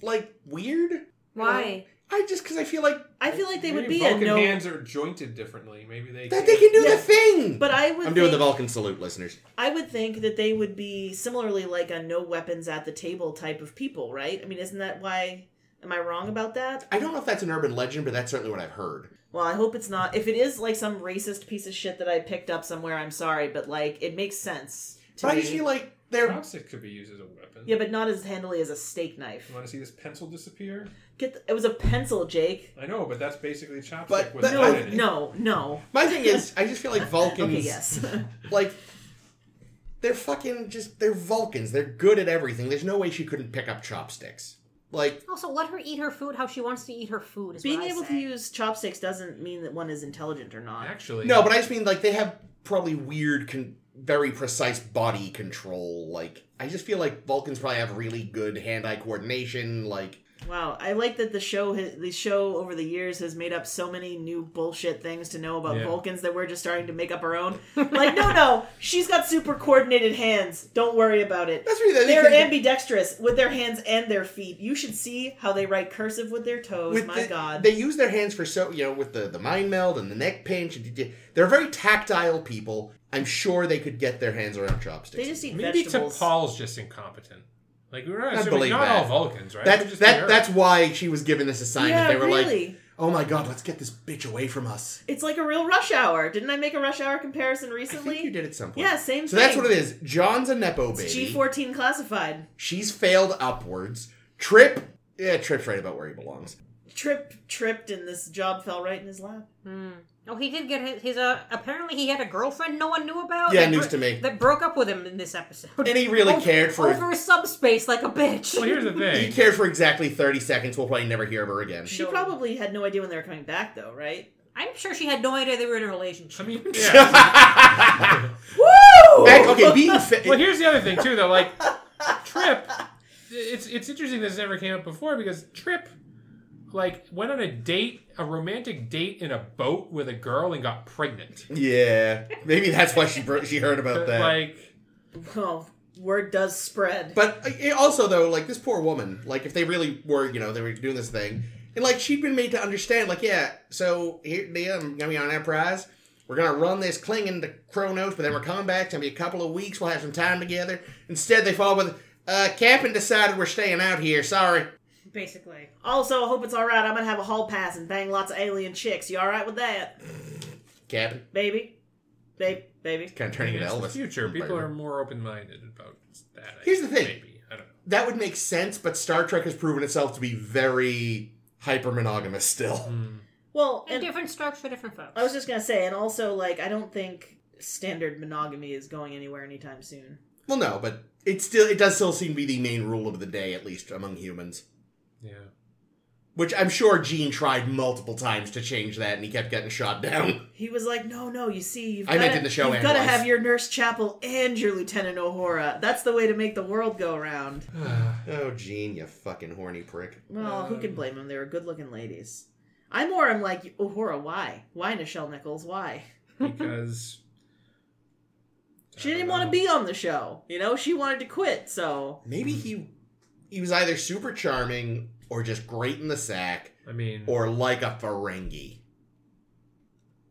S4: like weird.
S2: <laughs>
S3: <laughs>
S2: Why?
S4: I just because I feel like
S3: I feel like they would
S1: Maybe
S3: be a
S1: Vulcan
S3: no,
S1: hands are jointed differently. Maybe they
S4: that they can do
S3: Yeah.
S4: the thing.
S3: but I would.
S4: I'm doing the
S3: think-
S4: Vulcan salute, listeners.
S3: I would think that they would be similarly like a no weapons at the table type of people, right? I mean, isn't that why? Am I wrong about that?
S4: I don't know if that's an urban legend, but that's certainly what I've heard.
S3: Well, I hope it's not. If it is like some racist piece of shit that I picked up somewhere, I'm sorry, but like it makes sense to
S4: But I
S3: me.
S4: just feel like they're
S1: Chopstick could be used as a weapon.
S3: yeah, but not as handily as a steak knife.
S1: You want to see this pencil disappear?
S3: Get the, it was a pencil,
S4: <laughs>
S3: Jake.
S1: I know, but that's basically chopstick
S4: But-
S1: with
S4: but-
S1: lead
S3: No,
S1: in it.
S3: no, no.
S4: my thing is I just feel like
S3: <laughs>
S4: Vulcans
S3: Okay,
S4: <laughs>
S3: yes.
S4: like they're fucking just they're Vulcans. They're good at everything. There's no way she couldn't pick up chopsticks. Like
S2: Also, let her eat her food how she wants to eat her food. Is
S3: Being
S2: what I
S3: able
S2: say.
S3: to use chopsticks doesn't mean that one is intelligent or not.
S1: Actually,
S4: No, but I just mean like they have probably weird, con- very precise body control. Like I just feel like Vulcans probably have really good hand-eye coordination. Like
S3: Wow, I like that the show has, the show over the years has made up so many new bullshit things to know about
S1: Yeah.
S3: Vulcans that we're just starting to make up our
S4: <laughs>
S3: own. like, no, no, she's got super coordinated hands. Don't worry about it.
S4: that's really
S3: They're ambidextrous with their hands and their feet. You should see how they write cursive with their toes.
S4: with
S3: My
S4: the-
S3: God.
S4: They use their hands for so you know with the the mind meld and the neck pinch. and d- They're very tactile people. I'm sure they could get their hands around chopsticks.
S3: They just eat
S1: maybe
S3: vegetables.
S1: T'Pol's just incompetent. Like we're not,
S4: I
S1: assuming
S4: believe
S1: not
S4: that.
S1: all Vulcans, right? Could
S4: that,
S1: just be her.
S4: that that's why she was given this assignment.
S3: yeah,
S4: they were
S3: really.
S4: like, "Oh my god, let's get this bitch away from us."
S3: it's like a real rush hour. Didn't I make a rush hour comparison
S4: I
S3: recently?
S4: think you did at some point.
S3: Yeah, same
S4: So
S3: thing.
S4: that's what it is. John's a nepo baby.
S3: G fourteen classified.
S4: She's failed upwards. Trip, yeah, Trip's right about where he belongs.
S3: Trip tripped and this job fell right in his lap.
S2: Oh, he did get his. his uh, apparently, he had a girlfriend no one knew about.
S4: Yeah,
S2: that
S4: news to me.
S2: That broke up with him in this episode.
S4: And he really cared for
S2: <laughs> over subspace like a bitch.
S1: Well, here's
S4: <laughs>
S1: the
S4: He
S1: thing.
S4: cared for exactly 30 seconds. We'll probably never hear of her again.
S3: She
S2: No.
S3: probably had no idea when they were coming back though, right?
S2: I'm sure she had no idea they were in a relationship.
S1: I
S4: <laughs>
S1: mean, yeah.
S3: Woo!
S4: Back- okay, being
S1: well,
S4: fa-
S1: here's the other thing too, though. Like Trip, it's it's interesting this never came up before because Trip, like, went on a date, a romantic date in a boat with a girl and got pregnant.
S4: Yeah, maybe that's why she bro- she heard about that.
S1: Like,
S3: Oh, word does spread.
S4: But uh, it also, though, like this poor woman, like if they really were, you know, they were doing this thing, and like she'd been made to understand, like, yeah, so here, Leah, I'm gonna be on Enterprise. We're gonna run this clinging to Kronos, but then we're coming back. It's gonna be a couple of weeks. We'll have some time together. Instead, they fall with, uh, Captain decided we're staying out here. Sorry.
S2: Basically,
S3: also, I hope it's all right. I'm gonna have a hall pass and bang lots of alien chicks. You all right with that,
S4: Captain.
S3: baby? Babe, baby.
S4: Kind of turning
S1: it's
S4: into
S1: the
S4: Elvis.
S1: future. People are
S4: Right.
S1: more open-minded about that. I
S4: Here's the
S1: think,
S4: thing.
S1: Maybe. I don't know.
S4: That would make sense, but Star Trek has proven itself to be very hyper monogamous still.
S3: Well,
S2: and
S3: and
S2: different strokes for different folks.
S3: I was just gonna say, and also like, I don't think standard monogamy is going anywhere anytime soon.
S4: Well, no, but it still it does still seem to be the main rule of the day, at least among humans.
S1: Yeah.
S4: Which I'm sure Gene tried multiple times to change that, and he kept getting shot down. <laughs>
S3: He was like, "No, no, you see, you've
S4: I
S3: gotta,
S4: meant in the show
S3: you've
S4: and
S3: got to
S4: life.
S3: have your Nurse Chapel and your Lieutenant O'Hora. That's the way to make the world go round."
S1: Hmm.
S4: <sighs> Oh, Gene, you fucking horny prick! Um.
S3: Well, who can blame him? They were good-looking ladies. I more am like, Uhura, why? Why Nichelle Nichols? Why?
S1: because
S3: She didn't want to be on the show. You know, she wanted to quit, so
S4: Maybe he he was either super charming or just great in the sack
S1: I mean,
S4: or like a Ferengi.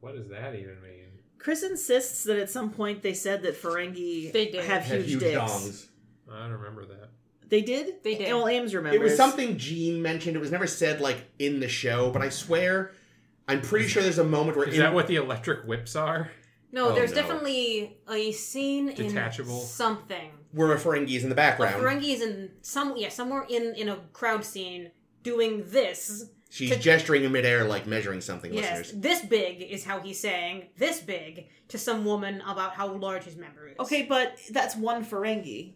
S1: what does that even mean?
S3: Chris insists that at some point they said that Ferengi
S2: They did.
S3: have
S4: Had
S3: huge, dicks.
S4: dongs.
S1: I don't remember that.
S3: They did?
S2: They did.
S3: Well, Ames remembers.
S4: It was something Gene mentioned. It was never said like in the show, but I swear, I'm pretty sure there's a moment where
S1: Is
S4: in-
S1: that what the electric whips are?
S2: No,
S4: Oh,
S2: there's
S4: no.
S2: definitely a scene
S1: Detachable.
S2: in something.
S4: where a Ferengi is in the
S2: A
S4: background.
S2: Ferengi is in some yeah somewhere in in a crowd scene doing this.
S4: She's gesturing in midair, like measuring something.
S2: Yes,
S4: Listeners,
S2: this big is how he's saying this big to some woman about how large his member is.
S3: Okay, but that's one Ferengi.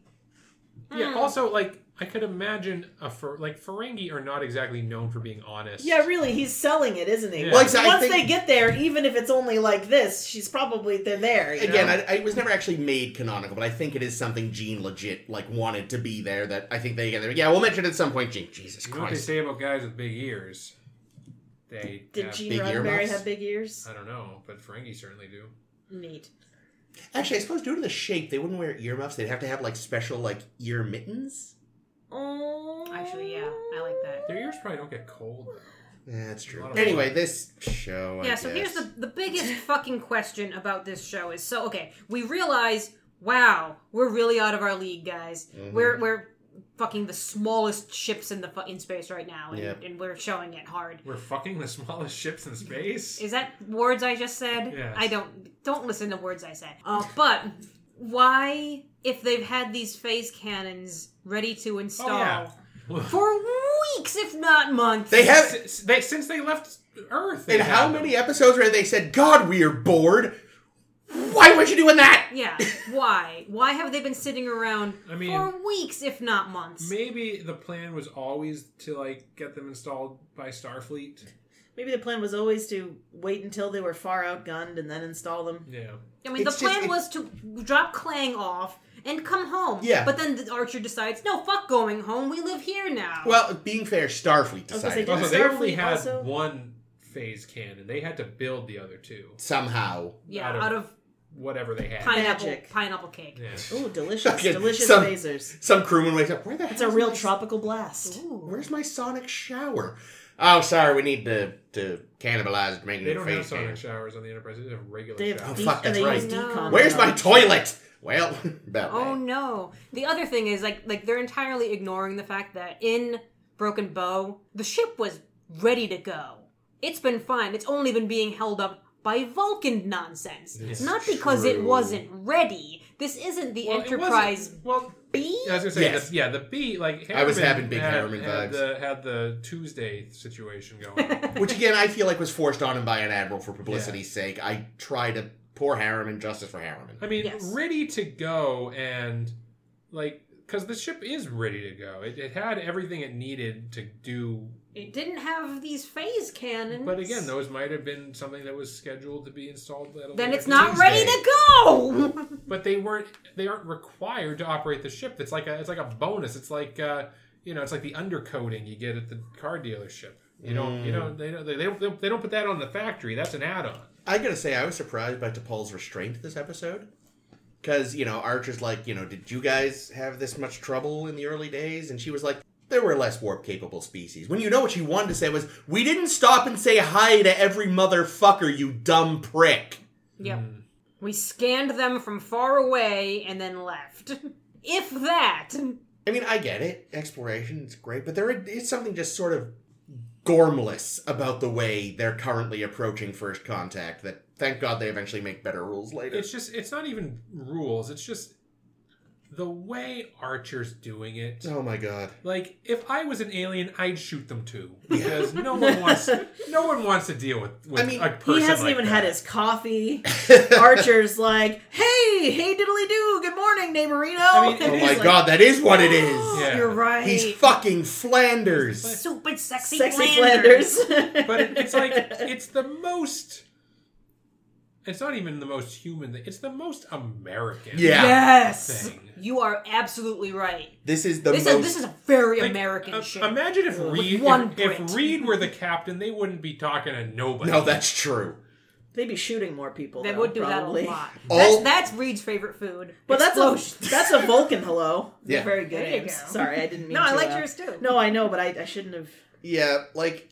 S1: Yeah.
S4: Hmm.
S1: Also, like I could imagine a Fer- like Ferengi are not exactly known for being honest.
S3: Yeah, really, he's selling it, isn't he?
S1: Yeah. Well,
S4: exactly.
S3: Once
S4: I think-
S3: they get there, even if it's only like this, she's probably they're there. you
S4: again,
S3: know?
S4: I, I was never actually made canonical, but I think it is something Gene legit like wanted to be there. That I think they again, they're, yeah, we'll mention it at some point. Gene, Jesus
S1: You know what they
S4: Christ,
S1: say about guys with big ears? They
S3: did
S1: have-
S3: Gene
S4: big
S3: Roddenberry
S4: earmuffs?
S3: have big ears?
S1: I don't know, but Ferengi certainly do.
S2: neat.
S4: actually, I suppose due to the shape, they wouldn't wear earmuffs. They'd have to have like special like ear mittens. Uh,
S3: Oh,
S2: Actually, yeah, I like that.
S1: Their ears probably don't get cold though.
S4: Yeah, that's true.
S1: Not a
S4: Anyway,
S1: lot.
S4: this show. I
S2: Yeah, so here's
S4: guess.
S2: the the
S4: <laughs>
S2: biggest fucking question about this show is so okay, we realize, wow, we're really out of our league, guys.
S4: Mm-hmm.
S2: We're we're fucking the smallest ships in the fu- in space right now and,
S4: Yep.
S2: and we're showing it hard.
S1: We're fucking the <laughs> smallest ships in space.
S2: Is that words I just said?
S1: Yes.
S2: I don't don't listen to words I said. Uh, but why if they've had these phase cannons ready to install
S1: Oh, yeah.
S2: for weeks if not months?
S4: They have
S1: Since they, since they left Earth. they
S4: And how
S1: had them.
S4: many episodes where they said, God, we are bored? Why weren't you doing that?
S2: Yeah. Why? Why have they been sitting around
S1: I mean-
S2: for weeks, if not months?
S1: Maybe the plan was always to like get them installed by Starfleet.
S3: Maybe the plan was always to wait until they were far outgunned and then install them.
S1: Yeah.
S2: I mean, the
S4: It's just-
S2: plan
S4: it-
S2: was to drop Clang off and come home.
S4: Yeah.
S2: But then the Archer decides, no, fuck going home. We live here now.
S4: Well, being fair, Starfleet
S3: was gonna say,
S4: decided
S3: didn't-
S1: Also, they only
S3: Starfleet
S1: had
S3: also-
S1: one phase cannon. They had to build the other two.
S4: somehow.
S2: yeah,
S1: out of-
S2: out of
S1: Whatever they had.
S2: pineapple
S3: Magic.
S2: pineapple cake.
S1: Yeah.
S3: Oh, delicious,
S4: <laughs> Okay,
S3: delicious
S4: some-
S3: phasers.
S4: Some crewman wakes up, where the
S3: It's a real tropical blast.
S2: Ooh.
S4: Where's my sonic shower? Oh, sorry, we need to, to cannibalize making
S1: They don't
S4: face
S1: have sonic
S4: cannon.
S1: showers on the Enterprise. They just have regular
S3: They have
S1: showers.
S4: de-
S3: deep,
S4: Oh, fuck,
S3: and
S4: that's
S3: they
S4: right.
S3: use
S2: No.
S3: decon.
S4: Where's my
S3: technology.
S4: toilet? Well, <laughs> about
S2: Oh
S4: that.
S2: no. The other thing is like like they're entirely ignoring the fact that in Broken Bow, the ship was ready to go. It's been fine. It's only been being held up by Vulcan nonsense.
S1: It's
S2: Not because it
S4: true.
S2: wasn't ready. This isn't the
S1: Well, it
S2: Enterprise
S1: wasn't- Well,
S2: B.
S1: I was gonna say,
S4: Yes.
S1: the, yeah, the B, like Harriman
S4: I was having big
S1: had,
S4: Harriman
S1: had
S4: vibes.
S1: The, had the Tuesday situation going.
S2: <laughs>
S1: on.
S4: Which, again, I feel like was forced on him by an admiral for publicity's sake. I try to pour Harriman justice for Harriman.
S1: I mean,
S2: Yes.
S1: ready to go, and like, because the ship is ready to go. It, it had everything it needed to do.
S2: It didn't have these phase cannons.
S1: But again, those might have been something that was scheduled to be installed. At a
S2: then
S1: later
S2: it's not
S1: date.
S2: ready to go.
S1: But they weren't. They aren't required to operate the ship. It's like a. It's like a bonus. It's like. Uh, you know, it's like the undercoating you get at the car dealership. You don't, you know, they don't, they don't, they don't put that on the factory. That's an add-on.
S4: I gotta say, I was surprised by DePaul's restraint this episode. Because, you know, Archer's like, you know, did you guys have this much trouble in the early days? And she was like, there were less warp capable species. When you know what she wanted to say was, we didn't stop and say hi to every motherfucker, you dumb prick.
S2: Yep. We scanned them from far away and then left. <laughs> if that.
S4: I mean, I get it. Exploration is great, but there is something just sort of gormless about the way they're currently approaching first contact that thank God they eventually make better rules later.
S1: It's just it's not even rules. It's just the way Archer's doing it.
S4: oh my God.
S1: Like if I was an alien, I'd shoot them too because no one wants no one wants to deal with. with
S4: I mean,
S1: a person
S3: He hasn't
S1: like
S3: even
S1: that.
S3: had his
S4: <laughs>
S3: coffee. Archer's like, "Hey, hey, diddly do, good morning, neighborino."
S1: I mean, it
S4: Oh
S1: is
S4: my
S1: like-
S4: God, that is what it is.
S1: <gasps> Yeah.
S2: You're right.
S4: He's <laughs> fucking Flanders.
S2: Super sexy,
S3: sexy
S2: Flanders. <laughs>
S3: <laughs> Flanders.
S1: But it, it's like it's the most. It's not even the most human thing. It's the most American.
S4: Yeah.
S2: Yes.
S1: Thing.
S2: You are absolutely right.
S4: This is the
S2: this
S4: most.
S2: is this is a very
S1: Like,
S2: American
S1: uh,
S2: shit.
S1: Imagine if
S2: With
S1: Reed,
S2: one
S1: if, if
S2: Brit.
S1: Reed were
S2: <laughs>
S1: the captain, they wouldn't be talking to nobody.
S4: no,
S1: <laughs>
S4: that's true.
S3: They'd be shooting more people.
S2: they
S3: though,
S2: would do
S3: probably.
S2: that a lot.
S4: All-
S2: that's, that's Reed's favorite food.
S3: Well, that's
S2: Explosions.
S3: a that's a Vulcan <laughs> hello. They're
S4: Yeah.
S3: Very good.
S2: There you
S3: names.
S2: go.
S3: Sorry, I didn't mean.
S2: no, I
S3: to,
S2: liked
S3: uh,
S2: yours too.
S3: No, I know, but I, I shouldn't have.
S4: Yeah, like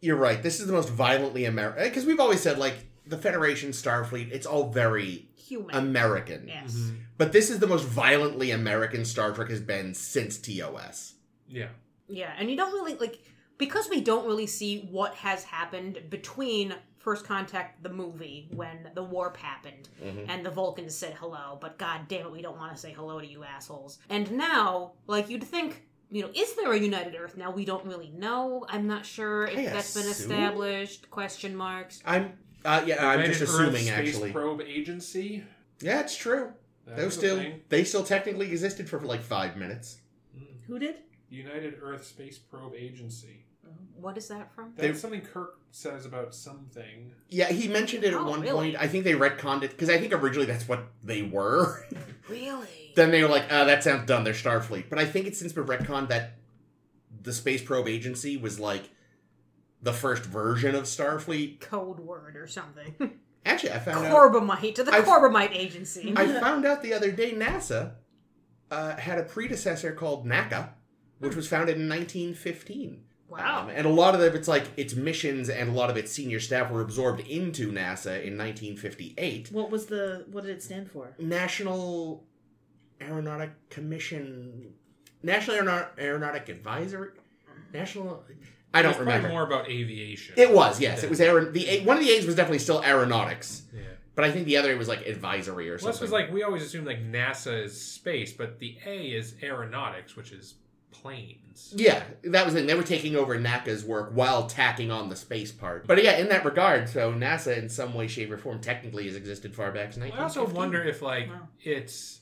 S4: you're right. This is the most violently American because we've always said like the Federation, Starfleet. It's all very
S2: human.
S4: Um, American.
S2: yes.
S1: Mhm.
S4: But this is the most violently American Star Trek has been since TOS.
S1: Yeah.
S2: Yeah, and you don't really like because we don't really see what has happened between First Contact, the movie, when the warp happened,
S1: Mm-hmm.
S2: and the Vulcans said hello. But god damn it, we don't want to say hello to you assholes. And now, like you'd think, you know, is there a United Earth now? We don't really know. I'm not sure if
S4: I
S2: that's been
S4: assume?
S2: established. Question marks.
S4: I'm uh, yeah, I'm
S1: United
S4: just
S1: Earth
S4: assuming
S1: Space
S4: actually.
S1: Probe Agency.
S4: yeah, it's true.
S1: That
S4: They
S1: was a
S4: still
S1: thing.
S4: they still technically existed for like five minutes.
S3: Who did?
S1: United Earth Space Probe Agency.
S2: What is that from?
S1: That's
S4: They-
S1: something Kirk says about something.
S4: Yeah, he mentioned it at
S2: Oh,
S4: one
S2: really?
S4: point. I think they retconned it because I think originally that's what they were. <laughs>
S2: Really?
S4: then they were like, "Ah, that sounds dumb. They're Starfleet." But I think it's since been retconned that the space probe agency was like the first version of Starfleet.
S2: Code word or something.
S4: Actually, <laughs> I
S2: <laughs>
S4: found out.
S2: Corbomite to the
S4: I've-
S2: Corbomite Agency.
S4: I found out the other day NASA uh, had a predecessor called NACA, which was founded in 1915.
S2: wow.
S4: Um, and a lot of it, it's like its missions and a lot of its senior staff were absorbed into NASA in 1958.
S3: What was the? What did it stand for?
S4: National Aeronautic Commission, National Aeronaut- Aeronautic Advisory, National. I
S1: It's
S4: don't
S1: probably
S4: remember.
S1: more about aviation.
S4: It was yes, it was aeron. The A- one of the A's was definitely still aeronautics,
S1: Yeah.
S4: but I think the other was like advisory or
S1: Well, this
S4: something.
S1: was like we always assume like NASA is space, but the A is aeronautics, which is planes.
S4: Yeah, that was the thing. They were taking over NACA's work while tacking on the space part. But yeah, in that regard, so NASA in some way, shape, or form technically has existed far back as
S1: I also
S4: 1915.
S1: wonder if like
S2: Wow.
S1: it's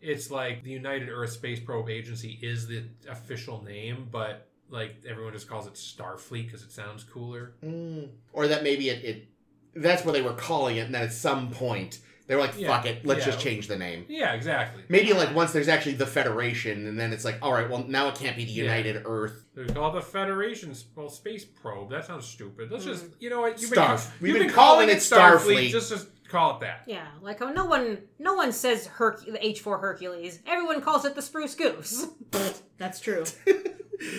S1: it's like the United Earth Space Probe Agency is the official name, but like everyone just calls it Starfleet because it sounds cooler.
S4: Mm. Or that maybe it, it. That's what they were calling it, and then at some point, they were like,
S1: Yeah,
S4: fuck it, let's
S1: yeah.
S4: just change the name.
S1: Yeah, exactly.
S4: Maybe like once there's actually the Federation, and then it's like, all right, well, now it can't be the
S1: Yeah.
S4: United Earth.
S1: They call it the Federation s- well, Space Probe. That sounds stupid. Let's just
S2: Mm.
S1: you know what you've
S4: Starf.
S1: been ca-
S4: We've
S1: you've
S4: been calling it Starfleet.
S1: Just just call it that.
S2: Yeah, like oh, no one, no one says Herc- the H four Hercules. Everyone calls it the Spruce Goose. <laughs>
S3: That's true.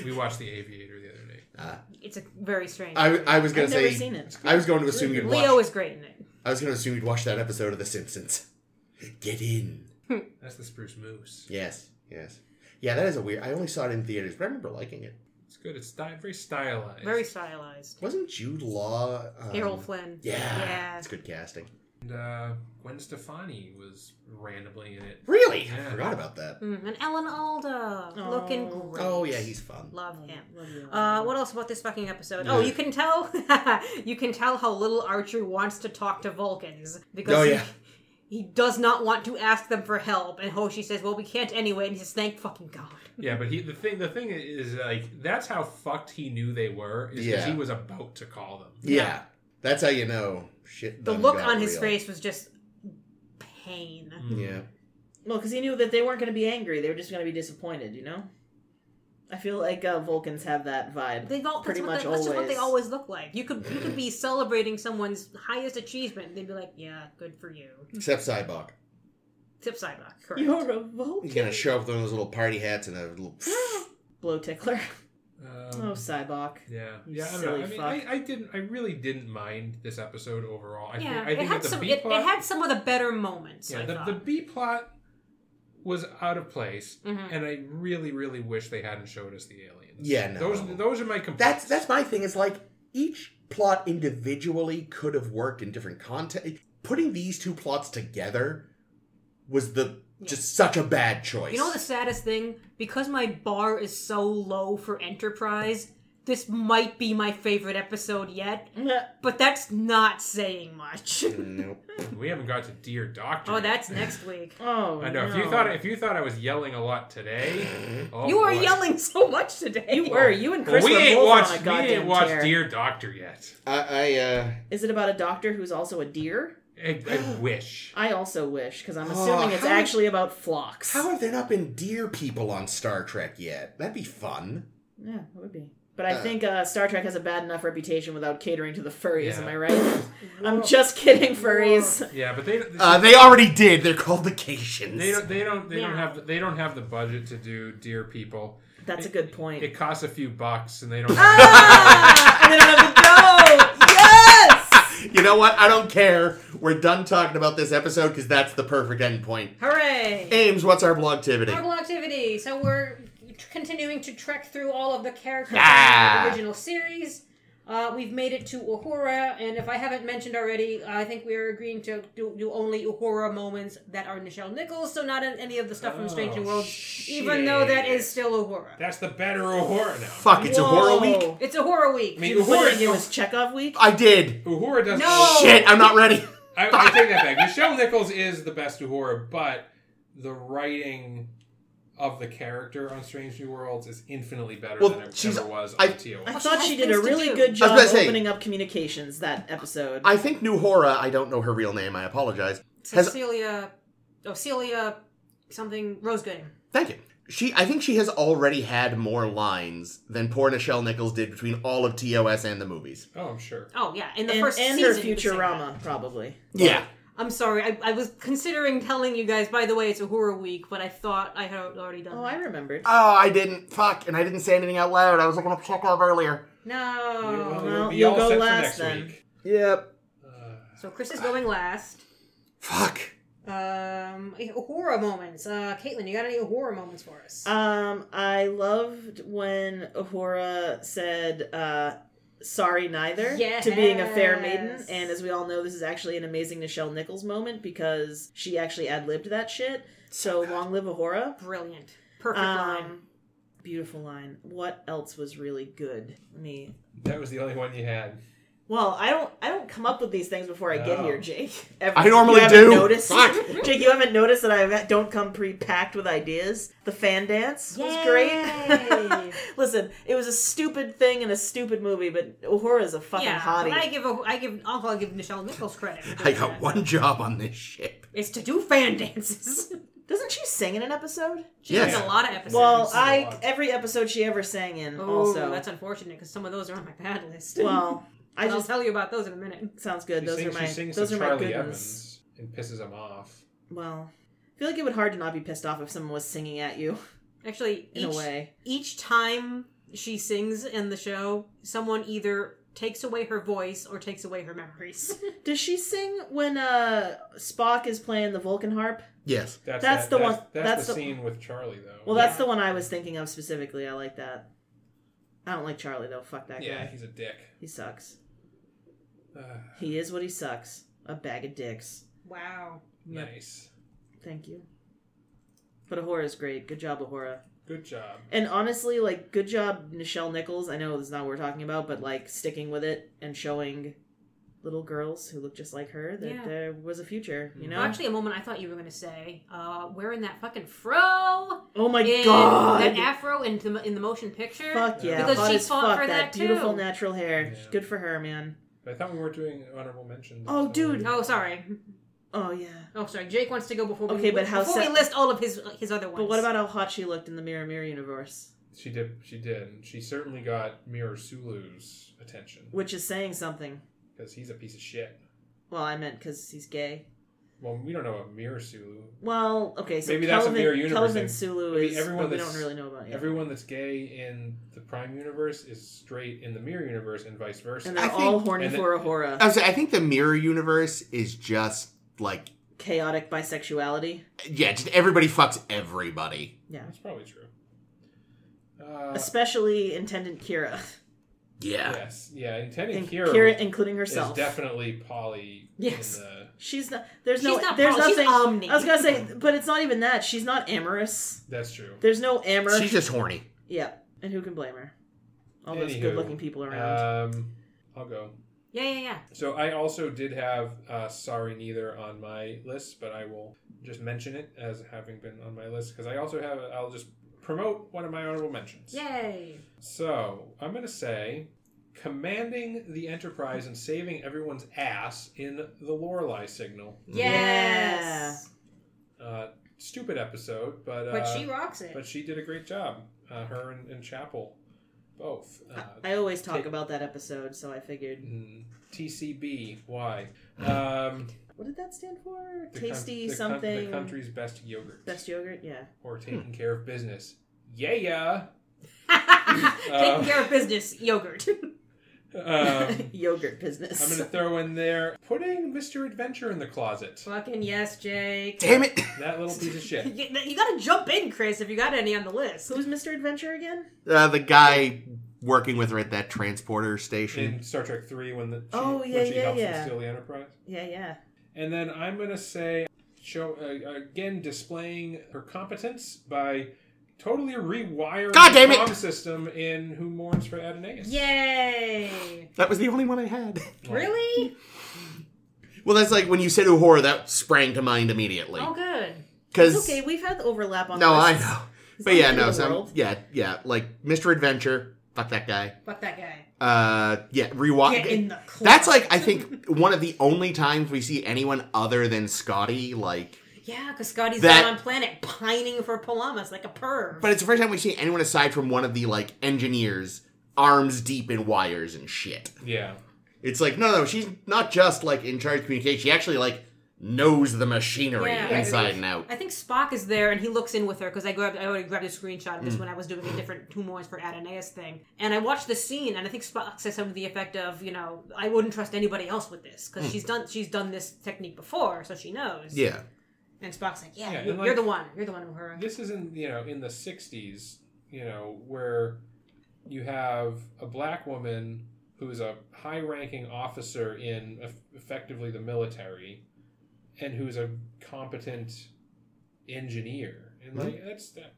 S1: We watched The Aviator the other day.
S2: It's a very strange.
S4: I, I was gonna
S3: I've
S4: say.
S3: never seen it.
S4: I was going to assume you'd
S2: Leo
S4: watch.
S2: is great in it.
S4: I was going to assume you'd watch that episode of The Simpsons. Get in.
S1: That's the Spruce Moose.
S4: Yes. Yes. Yeah, that is a weird. I only saw it in theaters, but I remember liking it.
S1: It's good. It's sty- very stylized.
S2: Very stylized.
S4: Wasn't Jude Law? Um,
S2: Errol Flynn.
S4: Yeah,
S2: Yeah.
S4: it's good casting.
S1: And uh, Gwen Stefani was randomly in it.
S4: Really, I
S1: Yeah.
S4: forgot about that.
S2: Mm, and Ellen Alda looking
S3: Oh.
S2: great.
S4: Oh yeah, he's fun.
S2: love him.
S3: Love you.
S2: Uh, what else about this fucking episode? Oh, you can tell, <laughs> you can tell how little Archer wants to talk to Vulcans because
S4: Oh,
S2: he-
S4: yeah.
S2: he, does not want to ask them for help. And Hoshi says, "Well, we can't anyway," and he says, "Thank fucking god."
S1: Yeah, but he the thing the thing is like that's how fucked he knew they were is because
S4: Yeah.
S1: he was about to call them.
S4: Yeah. that's how you know shit.
S2: The
S4: done
S2: look
S4: got
S2: on his
S4: real. Mm.
S2: face was just pain.
S1: Mm.
S4: Yeah,
S3: Well, because he knew that they weren't going to be angry; they were just going to be disappointed. You know. I feel like uh, Vulcans have that vibe.
S2: They've all
S3: pretty
S2: that's what
S3: much
S2: they, That's just what they
S3: always.
S2: always look like. You could you could be celebrating someone's highest achievement, and they'd be like, "Yeah, good for you."
S4: except Cyborg.
S2: Tip Cyborg, correct?
S3: You're a
S4: He's
S3: Vulcan.
S4: gonna show up with one of those little party hats and
S2: <laughs>
S4: a little.
S3: Blow tickler.
S1: Um,
S3: Oh, Cybok.
S1: yeah,
S3: you
S1: yeah. I don't
S3: silly
S1: know. I mean,
S3: fuck.
S1: I, I didn't. I really didn't mind this episode overall. I
S2: yeah,
S1: think, I
S2: it
S1: think
S2: had
S1: that the
S2: some.
S1: B
S2: It,
S1: plot,
S2: it had some of the better moments. I
S1: yeah, the, the
S2: thought.
S1: B plot was out of place,
S2: Mhm.
S1: and I really, really wish they hadn't showed us the aliens.
S4: Yeah, no.
S1: Those those are my complaints.
S4: That's that's my thing. Is like each plot individually could have worked in different context. Putting these two plots together was the just such a bad choice.
S2: you know the saddest thing? Because my bar is so low for Enterprise, this might be my favorite episode yet, but that's not saying much.
S4: <laughs>
S2: <laughs>
S4: Nope.
S1: We haven't got to dear doctor.
S2: Oh,
S1: yet.
S2: that's next week.
S3: Oh,
S1: I know. If you thought if you thought I was yelling a lot
S3: <laughs>
S1: today, oh
S2: You are
S1: boy.
S2: yelling so much today.
S3: you were you and Chris
S1: well, we
S3: were
S1: ain't
S3: both on
S1: watched.
S3: a
S1: We
S3: goddamn
S1: ain't watched
S3: tear.
S1: Dear Doctor yet.
S4: I, I uh,
S3: Is it about a doctor who's also a deer?
S1: I, I wish.
S3: I also wish because I'm
S4: Oh,
S3: assuming it's
S4: how-
S3: actually about flocks.
S4: how have there not been deer people on Star Trek yet? That'd be fun.
S3: Yeah, it would be. But I
S4: Uh.
S3: think uh, Star Trek has a bad enough reputation without catering to the furries.
S1: Yeah.
S3: Am I right?
S4: <laughs>
S3: I'm just kidding, furries.
S1: Yeah, but they
S4: Uh, they already did. They're called the Cations.
S1: they don't they don't they don't
S2: Yeah.
S1: have the, they don't have the budget to do Dear People.
S3: That's a good point.
S1: It costs a few bucks, and they don't.
S3: ah, <laughs> and then I have
S2: Oh,
S3: to go.
S1: <laughs>
S3: Yes.
S4: You know what? I don't care. We're done talking about this episode because that's the perfect endpoint.
S2: Hooray!
S4: Ames, what's our blogtivity?
S2: Marvel activity. So we're continuing to trek through all of the characters
S4: Ah.
S2: in the original series. Uh, we've made it to Uhura, and if I haven't mentioned already, I think we are agreeing to do, do only Uhura moments that are Nichelle Nichols, so not in any of the stuff from Strange New
S1: Oh,
S2: Worlds, even though that is still Uhura.
S1: That's the better Uhura now.
S4: Fuck, it's a horror week.
S3: Whoa.
S2: It's Uhura week.
S1: I mean,
S3: What did
S1: Uhura,
S3: I do? Was Chekhov week?
S4: I did.
S1: Uhura doesn't.
S2: No!
S4: Shit, I'm not ready.
S1: I, I take that back. Michelle Nichols is the best Uhura, but the writing of the character on Strange New Worlds is infinitely better
S4: Well,
S1: than it
S4: she's-
S1: ever was
S4: I-
S1: on TOS.
S3: I
S2: Well, she
S3: thought
S2: has
S3: she did a
S2: things to
S3: really
S2: do.
S3: good
S4: I was
S3: job
S4: gonna say-
S3: opening up communications that episode.
S4: I think New Hora, I don't know her real name, I apologize. Has-
S2: Cecilia, oh, Celia something, Rose Gooding.
S4: Thank you. She I think she has already had more lines than poor Nichelle Nichols did between all of TOS and the movies.
S1: Oh, I'm sure.
S2: Oh, yeah, in the
S3: and,
S2: first
S3: and
S2: season.
S3: her
S2: you could say that.
S3: Futurama, probably.
S4: Yeah.
S2: I'm sorry. I, I was considering telling you guys. By the way, it's Uhura week, but I thought I had already done.
S3: Oh,
S2: that.
S3: I remembered.
S4: Oh, I didn't. Fuck, and I didn't say anything out loud. I was looking up Chekhov earlier.
S2: no.
S1: You'll-
S3: Oh, well,
S1: be
S3: you'll
S1: all
S3: go
S1: set for
S3: last
S1: next
S3: then.
S1: week.
S4: Yep.
S2: So Chris is going last.
S4: Fuck.
S2: Um, Uhura moments. Uh, Caitlin, you got any Uhura moments for us?
S3: Um, I loved when Ahura said, uh, sorry neither to being a fair maiden.
S2: Yes.
S3: And as we all know, this is actually an amazing Nichelle Nichols moment because she actually ad libbed that shit. So long live Ahura.
S2: Brilliant. Perfect line.
S3: Um, beautiful line. What else was really good? Let me.
S1: That was the only one you had.
S3: Well, I don't. I don't come up with these things before I get
S1: Oh.
S3: here,
S1: <laughs>
S3: Jake. Ever.
S4: I normally
S3: you haven't
S4: do.
S3: Noticed?
S4: Fuck.
S3: <laughs> Jake, you haven't noticed that I don't come pre-packed with ideas. The fan dance was great.
S2: Yay.
S3: <laughs> Listen, it was a stupid thing in a stupid movie, but Uhura is a fucking
S2: yeah,
S3: hottie.
S2: but I give a, I give Uncle I give Nichelle Nichols credit. for
S4: <laughs> I
S2: doing
S4: got
S2: that.
S4: one job on this ship.
S2: It's to do fan dances. <laughs>
S3: Doesn't she sing in an episode?
S2: She
S4: Yes.
S2: does a lot of episodes.
S3: Well,
S1: sings a
S3: I
S1: lot.
S3: every episode she ever sang in.
S2: Ooh,
S3: also,
S2: that's unfortunate because some of those are on my bad list. <laughs>
S3: well, I
S2: I will
S3: just
S2: tell you about those in a minute.
S3: sounds good.
S1: She
S3: those
S1: sings,
S3: are my
S1: she sings
S3: those
S1: some
S3: are my
S1: Charlie
S3: good ones.
S1: Evans and pisses him off.
S3: Well, I feel like it would hard to not be pissed off if someone was singing at you
S2: Actually,
S3: in
S2: each,
S3: a way.
S2: each time she sings in the show, someone either takes away her voice or takes away her memories. <laughs>
S3: Does she sing when uh Spock is playing the Vulcan harp?
S4: Yes.
S1: That's,
S3: That's
S1: that-
S3: the
S1: that's,
S3: one-
S1: That's,
S3: that's
S1: the,
S3: the-
S1: scene with Charlie though.
S3: Well,
S2: Yeah.
S3: that's the one I was thinking of specifically. I like that. I don't like Charlie though. Fuck that
S1: yeah,
S3: guy.
S1: he's a dick.
S3: He sucks.
S1: Uh,
S3: He is what he sucks. A bag of dicks.
S2: wow.
S1: nice.
S3: Thank you. But Ahura is great. Good job, Ahura.
S1: Good job.
S3: And honestly, like, good job, Nichelle Nichols. I know this is not what we're talking about, but like sticking with it and showing little girls who look just like her that
S2: Yeah.
S3: there was a future. You know?
S2: Well, actually, a moment I thought you were going to say, uh, wearing that fucking fro,
S3: oh my
S2: in-
S3: god!
S2: that afro in the, in the motion picture.
S3: Fuck yeah!
S1: Because
S3: hot
S2: she
S3: as
S2: fought
S3: fuck,
S2: for that,
S3: beautiful
S2: too.
S3: natural hair.
S1: Yeah.
S3: Good for her, man.
S1: I thought we were doing honorable mentions.
S3: Oh, dude.
S2: Oh, sorry.
S3: Oh yeah.
S2: Oh, sorry. Jake wants to go before we
S3: Okay, but how
S2: before
S3: sa-
S2: we list all of his his other ones.
S3: But what about how hot she looked in the Mirror Mirror universe?
S1: She did. She did. And She certainly got Mirror Sulu's attention
S3: Which is saying something.
S1: because he's a piece of shit.
S3: Well, I meant because he's gay.
S1: Well, we don't know about Mirror Sulu.
S3: Well, okay, so
S1: Maybe that's a
S3: Kelvin,
S1: Mirror Universe
S3: Kelvin
S1: thing.
S3: Sulu
S1: Maybe
S3: is.
S1: everyone
S3: but we
S1: that's-
S3: don't really know about yet.
S1: Everyone that's gay in the Prime Universe is straight in the Mirror Universe, and vice versa.
S3: and they're
S4: I
S3: all
S4: think-
S3: horny
S1: and
S3: for Ahura.
S4: I was I think the mirror universe is just like
S3: Chaotic bisexuality.
S4: yeah, just everybody fucks everybody.
S3: Yeah.
S1: That's probably true. Uh,
S3: Especially Intendant Kira.
S4: Yeah.
S1: yes. Yeah. Intending
S3: And
S1: Kira,
S3: Kira, including
S1: is
S3: herself.
S1: definitely poly.
S3: Yes.
S1: In the,
S3: She's not. There's
S2: She's
S3: no.
S2: not
S3: there's
S2: poly, she's
S3: nothing.
S2: omni.
S3: I was gonna say, but it's not even that. She's not amorous.
S1: that's true.
S3: There's no amorous.
S4: She's just horny.
S3: yeah. And who can blame her? all those
S1: Anywho,
S3: good looking people around.
S1: Um, I'll go.
S2: Yeah, yeah, yeah.
S1: So I also did have uh, Sorry Neither on my list, but I will just mention it as having been on my list because I also have, I'll just promote one of my honorable mentions.
S2: Yay.
S1: So I'm going to say commanding the Enterprise and saving everyone's ass in the Lorelei signal.
S2: Yes.
S1: Uh, stupid episode, but. Uh,
S2: But she rocks it. <laughs>
S1: but she did a great job. Uh, her and, and Chapel both. Uh,
S3: I always talk
S1: take-
S3: about that episode, so I figured.
S1: mm, TCB, why? Um,
S3: What did that stand for?
S1: the coun-
S3: Tasty
S1: the coun-
S3: something.
S1: the country's best yogurt.
S3: Best yogurt, yeah.
S1: Or taking care of business. Yeah, yeah.
S2: Taking
S1: Uh.
S2: care of business, yogurt. <laughs>
S3: <laughs>
S1: Um,
S3: yogurt
S1: I'm
S3: business.
S1: going to throw in there putting Mr. Adventure in the closet.
S2: Fucking yes, Jake.
S4: Damn it!
S1: That little piece of shit.
S3: <laughs>
S2: You, you gotta jump in, Chris, if you got any on the list.
S3: Who's Mr. Adventure again?
S4: Uh, the guy working with her at that transporter station.
S1: In Star Trek 3 when, the, she,
S3: Oh, yeah,
S1: when she
S3: yeah,
S1: helps
S3: yeah.
S1: them steal the Enterprise.
S3: Yeah, yeah.
S1: And then I'm going to say, show uh, again, displaying her competence by totally rewiring
S4: God damn
S1: the
S4: it!
S1: comm system in Who Mourns for Adonais.
S2: Yay.
S4: That was the only one I had. <laughs>
S2: Really?
S4: Well, that's like when you said Uhura, that sprang to mind immediately.
S2: Oh, good.
S4: Because
S3: It's okay, we've had the overlap on
S4: no, I
S3: lists.
S4: know,
S3: It's
S4: but
S3: not
S4: yeah,
S3: the end
S4: no,
S3: of the
S4: so I'm,
S3: world.
S4: yeah, yeah, like Mr. Adventure, fuck that guy.
S2: Fuck that guy.
S4: Uh, yeah, rewatch.
S2: Get in the closet.
S4: That's like I think one of the only times we see anyone other than Scotty. Like,
S2: Yeah, because Scotty's
S4: That-
S2: down on planet pining for Palamas like a perv.
S4: but it's the first time we see anyone aside from one of the like engineers, arms deep in wires and shit.
S1: Yeah.
S4: It's like no, no, she's not just like in charge of communication. She actually like knows the machinery
S2: Yeah, I
S4: inside and out.
S2: I think Spock is there and he looks in with her because I grabbed I already grabbed a screenshot of
S4: Mm.
S2: this when I was doing a different humors for Adonais thing. And I watched the scene and I think Spock says something to the effect of, you know, I wouldn't trust anybody else with this because she's done she's done this technique before, so she knows.
S4: Mm. Yeah,
S2: And Spock's like, Yeah,
S1: Yeah,
S2: you,
S1: and like-
S2: you're the one. You're the one Uhura.
S1: This is in, you know, in the 60s, you know, where you have a black woman who is a high ranking officer in eff- effectively the military and who's a competent engineer.
S4: Hmm?
S1: And, like, that's that.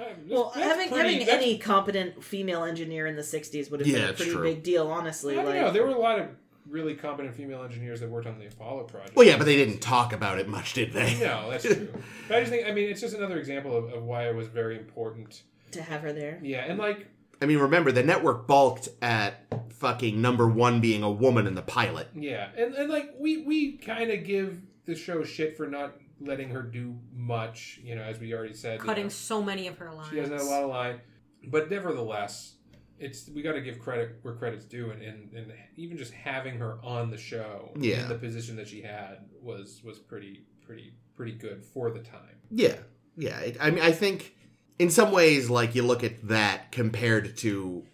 S1: um,
S3: Well,
S1: that's
S3: having
S1: pretty-
S3: having
S1: that's
S3: any competent female engineer in the '60s would have
S4: Yeah,
S3: been a
S4: it's
S3: pretty
S4: true.
S3: big deal, honestly.
S1: I don't
S3: like,
S1: know. There were a lot of really competent female engineers that worked on the Apollo project.
S4: well, yeah, but they didn't talk about it much, did they?
S1: <laughs> No, that's true. But I just think, I mean, it's just another example of, of why it was very important.
S3: to have her there.
S1: Yeah, and like,
S4: <laughs> I mean, remember the network balked at fucking number one being a woman in the pilot.
S1: yeah, and, and like, we, we kind of give the show shit for not letting her do much, you know, as we already said. you
S2: Cutting
S1: know,
S2: so many of her lines.
S1: she doesn't have a lot of line. But nevertheless, it's we got to give credit where credit's due, and, and, and even just having her on the show
S4: Yeah.
S1: in the position that she had was was pretty pretty pretty good for the time.
S4: Yeah, yeah. It, I mean, I think in some ways, like you look at that compared to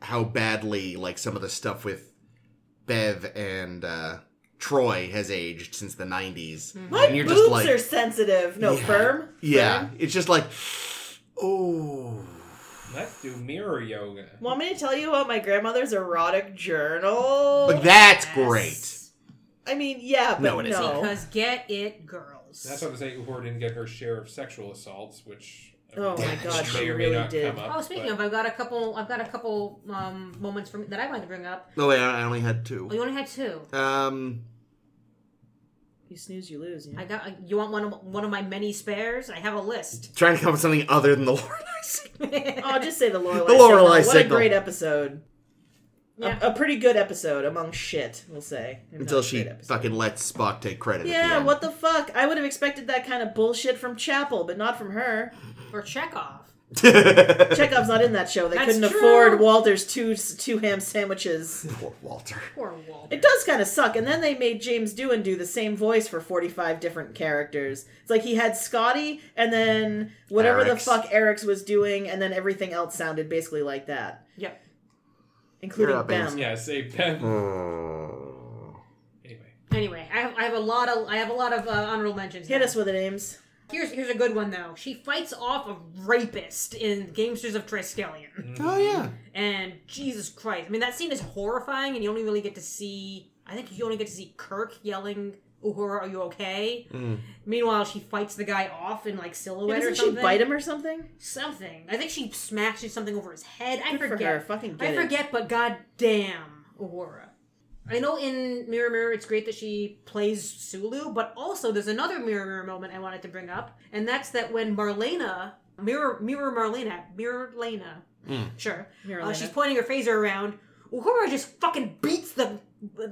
S4: how badly like some of the stuff with Bev and uh, Troy has aged since the '90s.
S3: My
S4: And you're
S3: Mm-hmm. boobs
S4: just like-
S3: are sensitive. No,
S4: Yeah.
S3: firm.
S4: Yeah,
S3: Firm?
S4: it's just like, oh,
S1: Let's do mirror yoga.
S3: Want me to tell you about my grandmother's erotic journal?
S4: but that's
S2: Yes.
S4: great.
S3: I mean, yeah, but
S4: No,
S3: no.
S4: it isn't.
S2: Because get it, girls.
S1: Oh. That's not to say Uhura didn't get her share of sexual assaults, which I
S3: Oh
S1: mean,
S4: my God,
S1: may
S4: she
S1: or may
S3: really
S1: not
S3: did.
S1: come up,
S2: Oh, speaking
S1: but-
S2: of, I've got a couple. I've got a couple um, moments from that I wanted to bring up.
S4: No, wait, I I only had
S2: Oh, you
S4: two.
S2: only had two.
S4: Um,
S3: You snooze, you lose. <laughs> Yeah.
S2: I got. uh, You want one of one of my many spares? I have a list. <laughs>
S4: trying to come up with something other than the <laughs> Lord.
S3: oh, just say the Lorelai.
S4: <laughs> The Lorelei
S3: What a
S4: signal.
S3: great episode. A-
S2: Yeah.
S3: A, pretty good episode among shit, we'll say. If not
S4: until
S3: a
S4: she
S3: great episode.
S4: fucking lets Spock take credit. at the
S3: Yeah,
S4: end. <laughs>
S3: what the fuck? I would have expected that kind of bullshit from Chapel, but not from
S4: <laughs>
S3: her.
S2: or Chekhov.
S3: Chekhov's not in that show. They
S2: That's
S3: couldn't
S2: true.
S3: afford Walter's two two ham sandwiches.
S4: Poor Walter.
S2: Poor Walter.
S3: It does kind of suck. And then they made James Doohan do the same voice for 45 different characters. It's like he had Scotty and then whatever
S4: Eric's.
S3: the fuck Eric's was doing, and then everything else sounded basically like that,
S2: Yep.
S3: including
S4: You're up, Ames.
S3: them.
S1: yeah, save
S4: Mm.
S1: them.
S2: Hmm.
S1: Anyway,
S2: Anyway, I have, I have a lot of I have a lot of uh, honorable mentions.
S3: Hit
S2: now.
S3: us with it, Ames.
S2: Here's here's a good one though. She fights off a rapist in Gamesters of Triskelion.
S4: Oh yeah.
S2: And Jesus Christ. I mean, that scene is horrifying, and you only really get to see. I think you only get to see Kirk yelling Uhura, are you okay?
S4: Mm.
S2: Meanwhile, she fights the guy off in like silhouette or
S3: Doesn't she
S2: something.
S3: bite him or something?
S2: Something. I think she smashes something over his head. I
S3: Good for
S2: forget.
S3: her. Fucking get
S2: I
S3: it.
S2: forget, but goddamn, Uhura. I know in Mirror Mirror it's great that she plays Sulu, but also there's another Mirror Mirror moment I wanted to bring up, and that's that when Marlena, Mirror Mirror Marlena, Mirror Lena, sure,
S3: Mirror
S2: uh,
S3: Lena.
S2: she's pointing her phaser around. Uhura just fucking beats the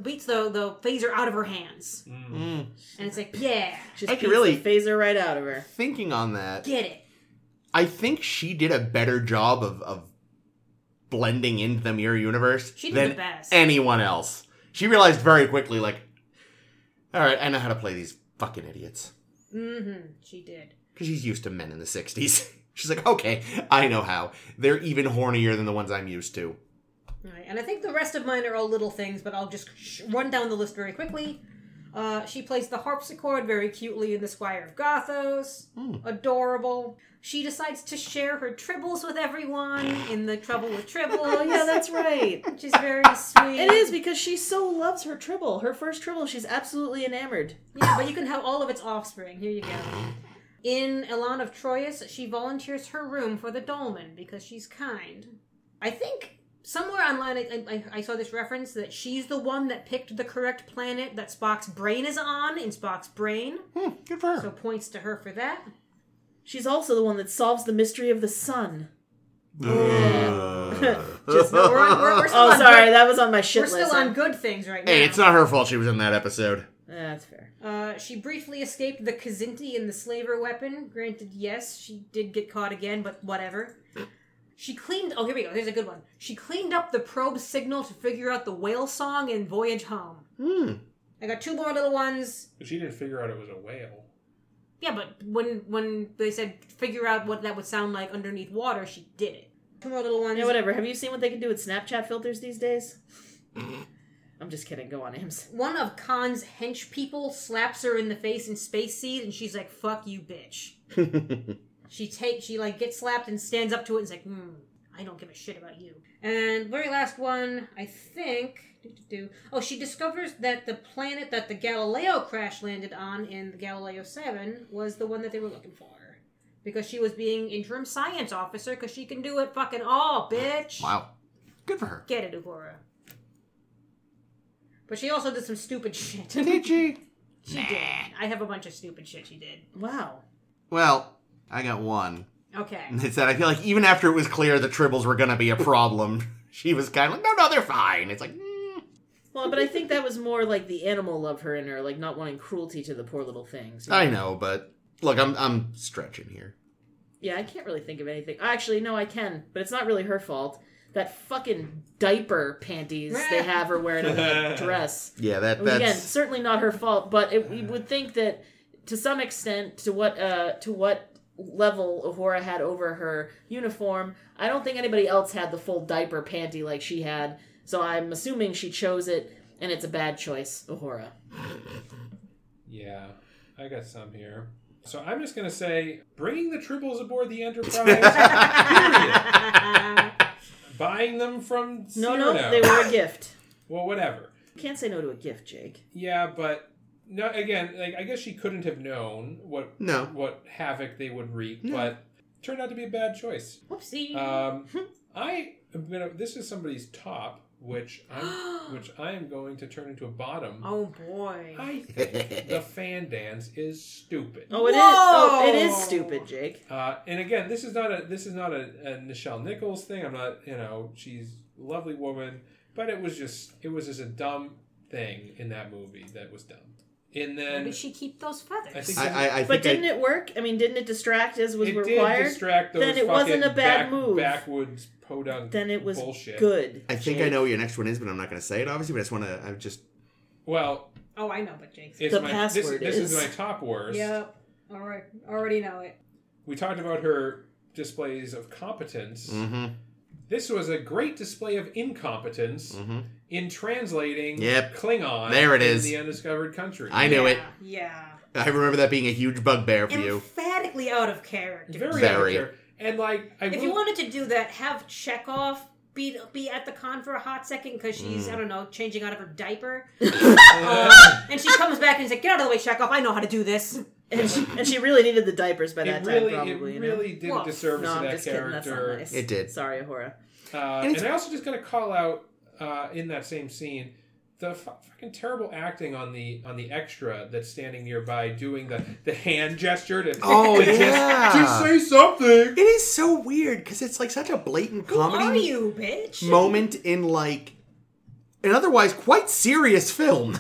S2: beats the the phaser out of her hands,
S1: mm.
S4: Hmm.
S2: and it's like, yeah,
S3: Just
S4: Actually,
S3: beats
S4: really-
S3: the phaser right out of her.
S4: Thinking on that,
S2: get it.
S4: I think she did a better job of, of blending into the mirror universe
S2: She did
S4: than
S2: the best.
S4: anyone else. She realized very quickly, like, all right, I know how to play these fucking idiots.
S2: Mm-hmm. She did.
S4: Because she's used to men in the 60s. <laughs> She's like, okay, I know how. They're even hornier than the ones I'm used to.
S2: Right, and I think the rest of mine are all little things, but I'll just sh- run down the list very quickly. Uh, she plays the harpsichord very cutely in The Squire of Gothos.
S3: Hmm.
S2: Adorable. She decides to share her tribbles with everyone in The Trouble
S3: <laughs>
S2: with Tribbles.
S3: Oh yeah, that's right.
S2: which is very sweet.
S3: <laughs> It is because she so loves her tribble. Her first tribble, she's absolutely enamored.
S2: Yeah, but you can have all of its offspring. Here you go. In Elan of Troyes, she volunteers her room for the dolmen because she's kind. I think somewhere online I, I, I saw this reference that she's the one that picked the correct planet that Spock's brain is on in Spock's brain.
S4: Hmm, good for her.
S2: So points to her for that.
S3: She's also the one that solves the mystery of the sun. <laughs>
S4: Just-
S2: no, we're on- we're- we're still
S3: Oh,
S2: on
S3: sorry,
S2: good-
S3: that was on my shit
S2: We're
S3: list.
S2: still on good things right now.
S4: <laughs> hey, it's not her fault she was in that episode.
S3: Yeah, that's fair.
S2: Uh, she briefly escaped the Kazinti and the slaver weapon. Granted, yes, she did get caught again, but whatever. She cleaned. Oh, here we go. Here's a good one. She cleaned up the probe signal to figure out the whale song and voyage home.
S4: Hmm.
S2: I got two more little ones.
S1: She didn't figure out it was a whale.
S2: Yeah, but when when they said figure out what that would sound like underneath water, she did it. Two more little ones.
S3: Yeah, whatever. Have you seen what they can do with Snapchat filters these days? I'm just kidding. Go on, Ames.
S2: One of Khan's hench people slaps her in the face in space seed, and she's like, "Fuck you, bitch." She takes, she like gets slapped and stands up to it and is like, hmm, I don't give a shit about you. And very last one, I think. doo-doo-doo. Oh, she discovers that the planet that the Galileo crash landed on in the Galileo 7 was the one that they were looking for. Because she was being interim science officer because she can do it fucking all, bitch.
S4: wow. Good for her.
S2: Get it, Uhura. But she also did some stupid shit. <laughs> she did.
S4: Did she?
S2: I have a bunch of stupid shit she did.
S3: Wow.
S4: Well, I got one. <laughs>
S2: Okay.
S1: <laughs>
S4: And It's that I feel like even after it was clear the tribbles were going to be a problem, <laughs> she was kind of like, no, no, they're fine. It's like, mm.
S3: Well, but I think that was more like the animal love her in her, like not wanting cruelty to the poor little things.
S4: I know, but look, I'm I'm stretching here.
S3: Yeah, I can't really think of anything. Actually, no, I can, but it's not really her fault. That fucking diaper panties they have her wearing under the dress.
S4: Yeah, that
S3: Which,
S4: that's
S3: Again,
S4: <laughs>
S3: certainly not her fault, but it, we would think that to some extent, to what uh, to what level Uhura had over her uniform, I don't think anybody else had the full diaper panty like she had. So I'm assuming she chose it, and it's a bad choice, Uhura.
S1: Yeah, I got some here. So I'm just gonna say, bringing the tribbles aboard the Enterprise, buying them from
S3: No,
S1: Cyrano.
S3: no, they were a gift.
S1: well, whatever.
S3: You can't say no to a gift, Jake.
S1: Yeah, but no. Again, like I guess she couldn't have known what
S4: No.
S1: what havoc they would wreak,
S4: No.
S1: but turned out to be a bad choice.
S2: Whoopsie.
S3: <laughs>
S1: Um, I am gonna. This is somebody's top, which
S3: <gasps>
S1: I'm, which I am going to turn into a bottom.
S2: oh boy.
S1: I think the fan dance is stupid.
S3: Oh, it is.
S2: Whoa!
S3: Oh, it is stupid, Jake.
S1: Uh, and again, this is not a this is not a, a Nichelle Nichols thing. I'm not you know she's a lovely woman, but it was just it was just a dumb thing in that movie that was dumb. And
S2: Where
S1: then
S2: did she keep those feathers?
S1: I think-
S4: I, I, I
S3: But
S4: think I-
S3: didn't it work? I mean, didn't it distract as was
S1: it
S3: required?
S1: did distract those.
S3: then it wasn't
S1: fucking
S3: a bad
S1: back-
S3: move.
S1: Backwoods podunk.
S3: then it was
S1: bullshit.
S3: good.
S4: I think I
S3: Jake.
S4: know what your next one is, but I'm not going to say it obviously. But I just want to. I just
S1: Well,
S2: oh, I know, but Jake's.
S1: it's
S3: The
S1: my
S3: password
S1: this, this is
S3: is-
S1: my top worst.
S2: Yep. All right. Already know it.
S1: We talked about her displays of competence.
S4: Mhm.
S1: This was a great display of incompetence in translating
S4: Mm-hmm. Yep.
S1: Klingon.
S4: There it
S1: in
S4: is.
S1: The undiscovered country.
S4: I knew it.
S2: Yeah.
S4: I remember that being a huge bugbear for
S2: <laughs>
S4: you.
S2: Emphatically out of character.
S1: very,
S4: Very.
S1: out there. And like, I
S2: if you
S1: will-
S2: wanted to do that, have Chekhov be be at the con for a hot second because she's I don't know changing out of her diaper, Uh, and she comes back and is like, "Get out of the way, Chekhov! I know how to do this."
S3: and she, and she really needed the diapers by that
S6: It really,
S3: time, probably.
S6: it
S3: you know?
S6: really did
S2: Well,
S6: a disservice
S3: No,
S6: to
S3: I'm
S6: that
S3: just kidding. That's not
S6: character.
S3: nice.
S4: It did.
S3: Sorry, Ahura.
S6: Uh,
S4: And
S6: and,
S4: it's-
S6: I also just got to call out uh, in that same scene the fu- fucking terrible acting on the on the extra that's standing nearby doing the the hand gesture to
S4: Oh, <laughs>
S6: to <laughs> just-
S4: yeah.
S6: to say something.
S4: It is so weird because it's like such a blatant
S2: Who
S4: comedy
S2: are you, bitch?
S4: moment in like an otherwise quite serious film.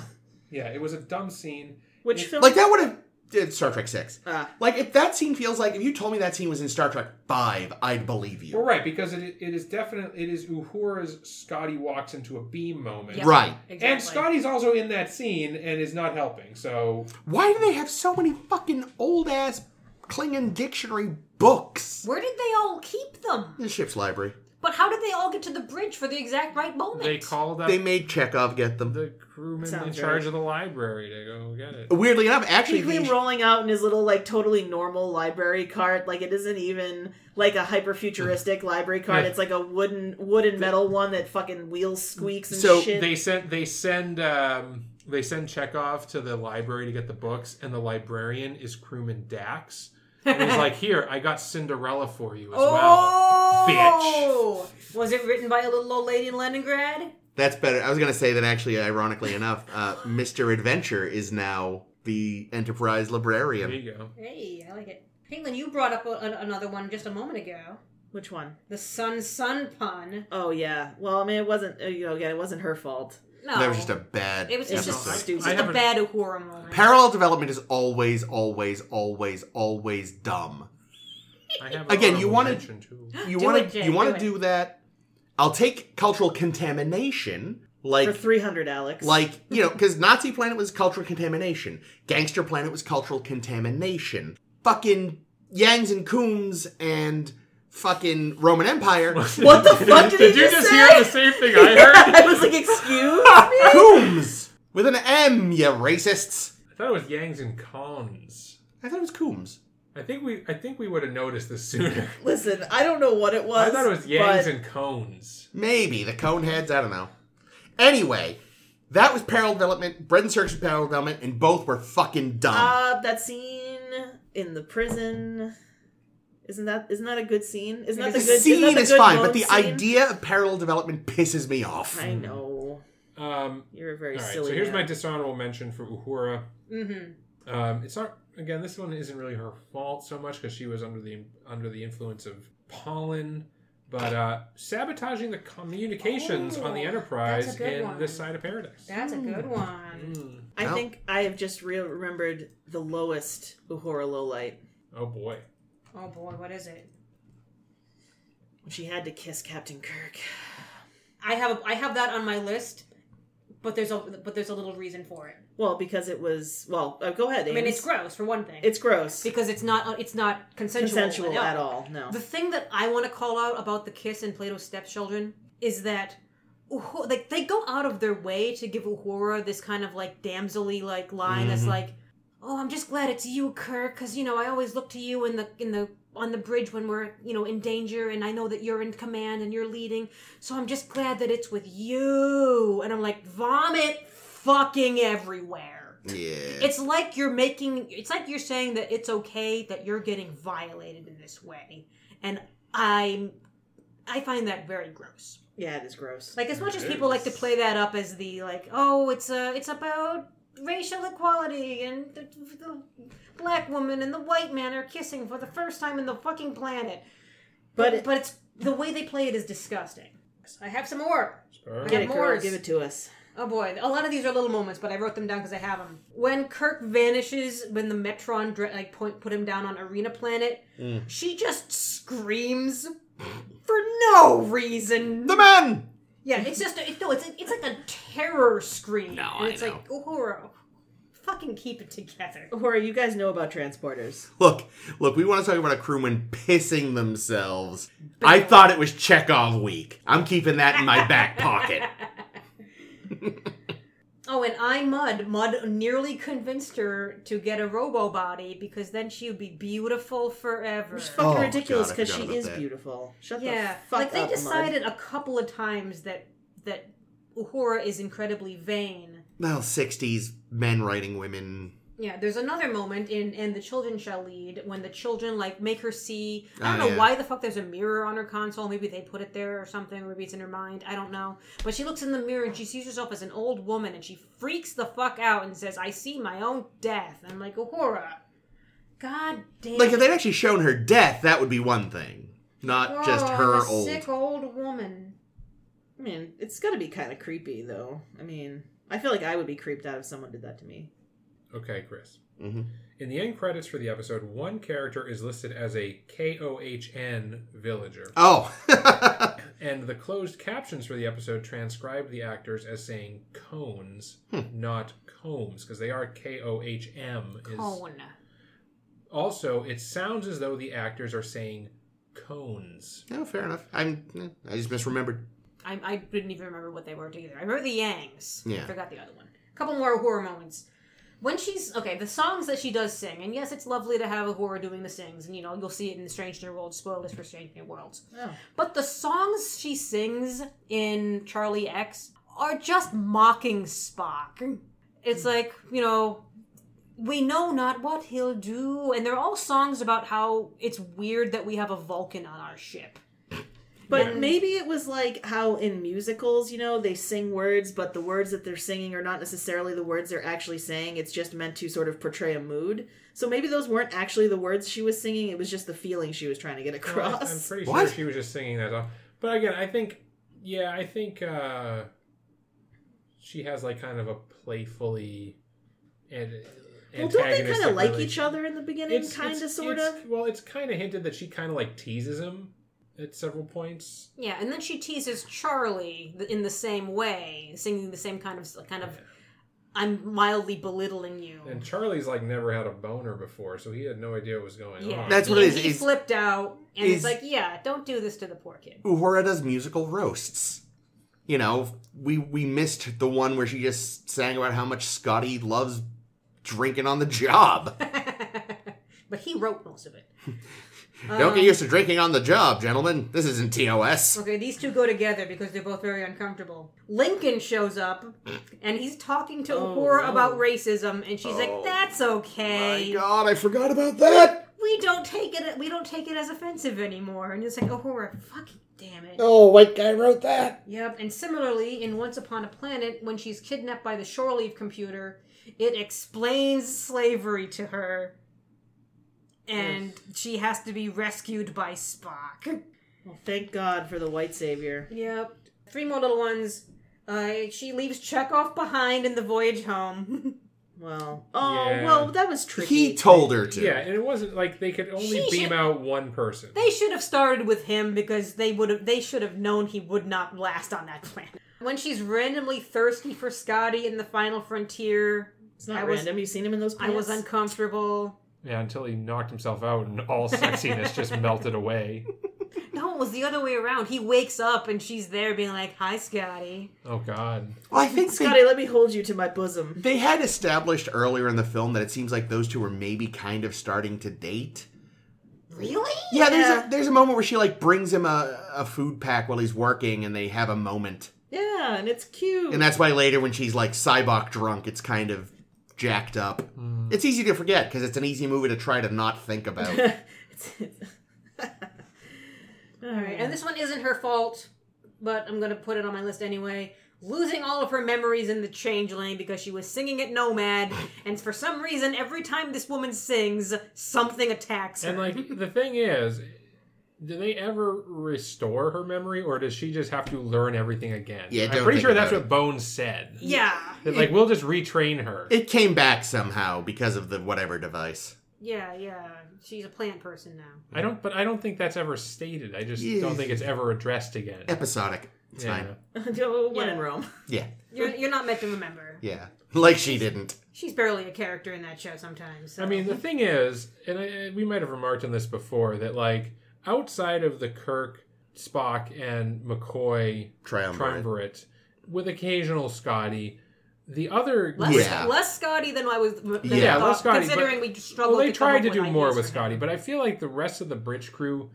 S6: Yeah, it was a dumb scene.
S3: Which film?
S4: Like that would have did Star Trek Six.
S2: Uh.
S3: Ah.
S4: Like if that scene feels like if you told me that scene was in Star Trek Five, I'd believe
S6: Well,
S4: you.
S6: right, because it, it is definitely it is Uhura's Scotty walks into a beam moment.
S2: Yep.
S4: Right.
S2: Exactly.
S6: And Scotty's also in that scene and is not helping. So
S4: Why do they have so many fucking old ass Klingon dictionary books?
S2: Where did they all keep them?
S4: The ship's library.
S2: But how did they all get to the bridge for the exact right moment?
S1: They called up
S4: They made Chekhov get them.
S1: the crewman
S3: Sounds
S1: in
S3: right.
S1: charge of the library to go get it.
S4: Weirdly enough, actually,
S3: He came
S4: the-
S3: rolling out in his little like totally normal library cart. Like it isn't even like a hyper
S4: <laughs>
S3: futuristic library cart.
S1: Yeah.
S3: It's like a wooden wood and metal one that fucking wheels squeaks and
S4: So
S3: shit.
S1: They sent they send um, they send Chekhov to the library to get the books, and the librarian is crewman Dax, and he's
S3: <laughs>
S1: like, "Here, I got Cinderella for you as
S3: Oh.
S1: well, bitch."
S2: Oh, was it written by a little old lady in Leningrad?
S4: that's better. I was gonna say that actually, ironically enough, uh, Mr. Adventure is now the Enterprise
S1: There
S4: librarian.
S1: you go.
S2: Hey, I like it. England, you brought up a, an- another one just a moment ago.
S3: Which one?
S2: The sun sun pun.
S3: Oh yeah. Well, I mean, it wasn't. uh, You know, again, it wasn't her fault.
S2: No,
S4: That was just a bad.
S2: It was
S3: It's
S2: just,
S4: episode.
S2: just,
S3: stupid.
S2: just
S1: I
S2: a
S1: haven't-
S2: bad Uhura moment.
S4: Parallel development is always, always, always, always dumb.
S1: I have an
S4: Again,
S1: honorable
S4: you wanted-
S1: mention, too.
S4: You
S2: Do
S4: want
S2: it,
S4: to
S2: Jay,
S4: you want
S2: do
S4: to
S2: it.
S4: do that. I'll take cultural contamination,
S3: For
S4: like
S3: three hundred, Alex.
S4: like you know, because Nazi planet was cultural contamination, gangster planet was cultural contamination, fucking Yangs and Coombs and fucking Roman Empire.
S1: <laughs>
S3: <laughs> what the fuck did,
S1: Did
S3: he
S1: you
S3: just
S1: just
S3: say?
S1: hear the same thing
S3: <laughs>
S1: I heard?
S3: <laughs> I was like,
S4: <laughs>
S3: excuse.
S4: Coombs with an M, you racists.
S1: I thought it was Yangs and Cons.
S4: I thought it was Coombs.
S1: I think we I think we would have noticed this sooner.
S3: Listen, I don't know what it was.
S1: <laughs> I thought it was Yangs
S3: but-
S1: and Cones.
S4: Maybe the Coneheads. I don't know. Anyway, that was parallel development. Bread and Circus was parallel development, and both were fucking dumb.
S3: Uh, that scene in the prison. Isn't that isn't that a good scene? Isn't that
S2: It
S3: the
S4: the
S2: is.
S3: good
S4: scene
S3: that the
S4: is
S3: good
S4: fine,
S3: moan
S4: but the
S3: scene?
S4: idea of parallel development pisses me off.
S3: I know
S1: Um,
S3: you're a very
S1: all right, so
S3: silly.
S1: here's my
S3: man.
S1: dishonorable mention for Uhura.
S2: Mm-hmm.
S1: Um, it's not again. This one isn't really her fault so much because she was under the under the influence of pollen, but uh, sabotaging the communications
S2: Oh,
S1: on the Enterprise
S2: that's a good
S1: in
S2: one.
S1: this side of paradise.
S2: That's a good one.
S1: Mm.
S3: I
S4: No.
S3: think I have just re- remembered the lowest Uhura lowlight.
S1: Oh boy,
S2: Oh boy, what is it?
S3: She had to kiss Captain Kirk.
S2: I have I have that on my list, but there's a but there's a little reason for it.
S3: Well, because it was well. Uh, go ahead.
S2: I mean,
S3: Ames.
S2: it's gross for one thing.
S3: it's gross.
S2: because it's not it's not consensual,
S3: consensual at all. No.
S2: The thing that I want to call out about the kiss in Plato's Stepchildren is that Uhu- like they go out of their way to give Uhura this kind of like damselly like line that's like, "Oh, I'm just glad it's you, Kirk, because you know I always look to you in the in the on the bridge when we're you know in danger, and I know that you're in command and you're leading, so I'm just glad that it's with you." And I'm like, vomit fucking everywhere.
S4: Yeah.
S2: It's like you're making. It's like you're saying that it's okay that you're getting violated in this way, and I'm. I find that very gross.
S3: yeah, it is gross.
S2: Like as much as
S1: It
S2: people like to
S1: is.
S2: play that up as the like, oh, it's a, it's about racial equality and the, the black woman and the white man are kissing for the first time in the fucking planet.
S3: But it-
S2: but it's the way they play it is disgusting. I have some more.
S1: Spur.
S3: Get it, girl.
S2: Morris.
S3: Give it to us.
S2: Oh boy, a lot of these are little moments, but I wrote them down because I have them. When Kirk vanishes, when the Metron dra- like point put him down on Arena Planet,
S4: Mm.
S2: she just screams for no reason.
S4: The men!
S2: yeah, it's just it's no, it's it's like a terror scream.
S4: No,
S2: and
S4: I
S2: it's like Uhura, fucking keep it together.
S3: Uhura, you guys know about transporters.
S4: Look, look, we want to talk about a crewman pissing themselves. I thought it
S2: <laughs>
S4: was Chekhov week. I'm keeping that in my back pocket.
S2: Oh, and I Mud. Mud nearly convinced her to get a robo body because then she would be beautiful forever.
S3: Which is fucking
S4: Oh,
S3: ridiculous
S4: God, I
S3: because
S4: forgot
S3: she
S4: about
S3: is
S4: that.
S3: beautiful. Shut
S2: yeah,
S3: the fuck
S2: like they
S3: up, Mud.
S2: decided a couple of times that that Uhura is incredibly vain.
S4: Well, 60s men writing women.
S2: Yeah, there's another moment in and the children shall lead when the children like make her see. I
S4: Ah,
S2: don't know
S4: yeah.
S2: why the fuck there's a mirror on her console. Maybe they put it there or something. Maybe it's in her mind. I don't know. But she looks in the mirror and she sees herself as an old woman and she freaks the fuck out and says, "I see my own death." I'm like, "Uhura, god damn!"
S4: Like, if they'd actually shown her death, that would be one thing. Not
S2: Whoa,
S4: just
S2: I'm
S4: her
S2: a
S4: old.
S2: sick old woman.
S3: I mean, it's gotta be kind of creepy though. I mean, I feel like I would be creeped out if someone did that to me.
S1: Okay, Chris.
S4: Mhm.
S1: In the end credits for the episode, one character is listed as a K O H N villager,
S4: Oh. <laughs>
S1: and the closed captions for the episode transcribed the actors as saying cones, not combs, because they are K O H M. is-
S2: Cone.
S1: Also, it sounds as though the actors are saying cones.
S4: no, fair enough. I'm. eh, I just misremembered.
S2: I, I didn't even remember what they were either. I remember the Yangs.
S4: Yeah.
S2: I forgot the other one. A couple more horror moments. When she's okay, the songs that she does sing, and yes, it's lovely to have a horror doing the sings, and you know you'll see it in Strange New Worlds. Spoilers for Strange New Worlds.
S3: Oh.
S2: But the songs she sings in Charlie X are just mocking Spock. It's like you know, we know not what he'll do, and they're all songs about how it's weird that we have a Vulcan on our ship.
S3: But
S1: Yeah.
S3: maybe it was like how in musicals, you know, they sing words, but the words that they're singing are not necessarily the words they're actually saying. It's just meant to sort of portray a mood. So maybe those weren't actually the words she was singing. It was just the feeling she was trying to get
S1: No, I-
S3: across.
S1: I'm pretty
S4: What?
S1: sure she was just singing that song. But again, I think, yeah, I think uh, she has like kind of a playfully and
S3: <laughs> well, don't they kind of like each other in the beginning, kind of, sort of?
S1: Well, it's kind of hinted that she kind of like teases him at several points.
S2: Yeah, and then she teases Charlie th- in the same way, singing the same kind of kind of I'm mildly belittling you.
S1: And Charlie's like never had a boner before, so he had no idea what was going
S2: yeah,
S3: oh,
S1: on.
S4: That's what it
S2: he,
S4: is,
S2: he
S4: it's-
S2: flipped out, and it's
S4: is-
S2: like, yeah, don't do this to the poor kid. <laughs>
S4: Uhura does musical roasts. You know, we we missed the one where she just sang about how much Scotty loves drinking on the job.
S2: but he wrote most of it.
S4: Don't get used to drinking on the job, gentlemen. This isn't TOS.
S2: Okay, these two go together because they're both very uncomfortable. Lincoln shows up, and he's talking to
S3: Oh,
S2: Uhura
S3: no.
S2: about racism, and she's like, "That's okay."
S4: Oh My God, I forgot about that.
S2: we don't take it we don't take it as offensive anymore and it's like oh horror fucking damn it
S4: Oh, white guy wrote that.
S2: yep and similarly in once upon a planet when she's kidnapped by the shore leave computer it explains slavery to her and she has to be rescued by spock <laughs>
S3: Well, thank God for the white savior.
S2: yep three more little ones uh, she leaves chekhov behind in the voyage home <laughs>
S3: Well, oh,
S1: Yeah.
S3: well, that was tricky.
S4: He told her to.
S1: Yeah, and it wasn't like they could only
S2: She
S1: beam
S2: should-
S1: out one person.
S2: They should have started with him because they would have they should have known he would not last on that planet. <laughs> When she's randomly thirsty for Scotty in the final frontier,
S3: it's not
S2: I was-
S3: random. You've seen him in those
S2: I
S3: pants?
S2: was uncomfortable.
S1: Yeah, until he knocked himself out and all sexiness
S4: <laughs>
S1: just melted away.
S2: No, it was the other way around. He wakes up and she's there being like, "Hi, Scotty."
S1: Oh God.
S4: Well, I think
S3: Scotty,
S4: they,
S3: let me hold you to my bosom.
S4: they had established earlier in the film that it seems like those two were maybe kind of starting to date.
S2: Really?
S4: Yeah, there's
S3: Yeah.
S4: a there's a moment where she like brings him a, a food pack while he's working, and they have a moment.
S3: Yeah, and it's cute.
S4: And that's why later when she's like Cybok drunk, it's kind of jacked up.
S1: Mm.
S4: It's easy to forget because it's an easy movie to try to not think about.
S3: <laughs> All
S2: All right, and this one isn't her fault, but I'm gonna put it on my list anyway. Losing all of her memories in the changeling because she was singing at Nomad, and for some reason, every time this woman sings, something attacks her.
S1: And like the thing is, do they ever restore her memory, or does she just have to learn everything again?
S4: Yeah, don't
S1: I'm pretty
S4: think
S1: sure that's
S4: about
S1: what Bones said.
S2: yeah.
S1: That, like we'll just retrain her.
S4: it came back somehow because of the whatever device.
S2: Yeah, yeah. She's a plant person now.
S1: I don't, but I don't think that's ever stated. I just
S4: Yeah.
S1: don't think it's ever addressed again.
S4: Episodic. It's fine.
S3: <laughs> one in
S2: Yeah.
S3: Rome.
S4: Yeah.
S2: You're, you're not meant to remember.
S4: Yeah. Like she didn't.
S2: She's barely a character in that show sometimes. so-
S1: I mean, the thing is, and I, we might have remarked on this before, that like outside of the Kirk, Spock, and McCoy
S4: Triumvirate.
S1: triumvirate, with occasional Scotty, The other
S2: Less,
S4: Yeah.
S2: less Scotty than I was than
S4: Yeah,
S2: I thought,
S1: less Scotty,
S2: considering we struggled.
S1: Well, they
S2: to come
S1: tried
S2: up
S1: to
S2: with
S1: do
S2: ideas
S1: more
S2: for
S1: with
S2: him.
S1: Scotty, but I feel like the rest of the bridge crew,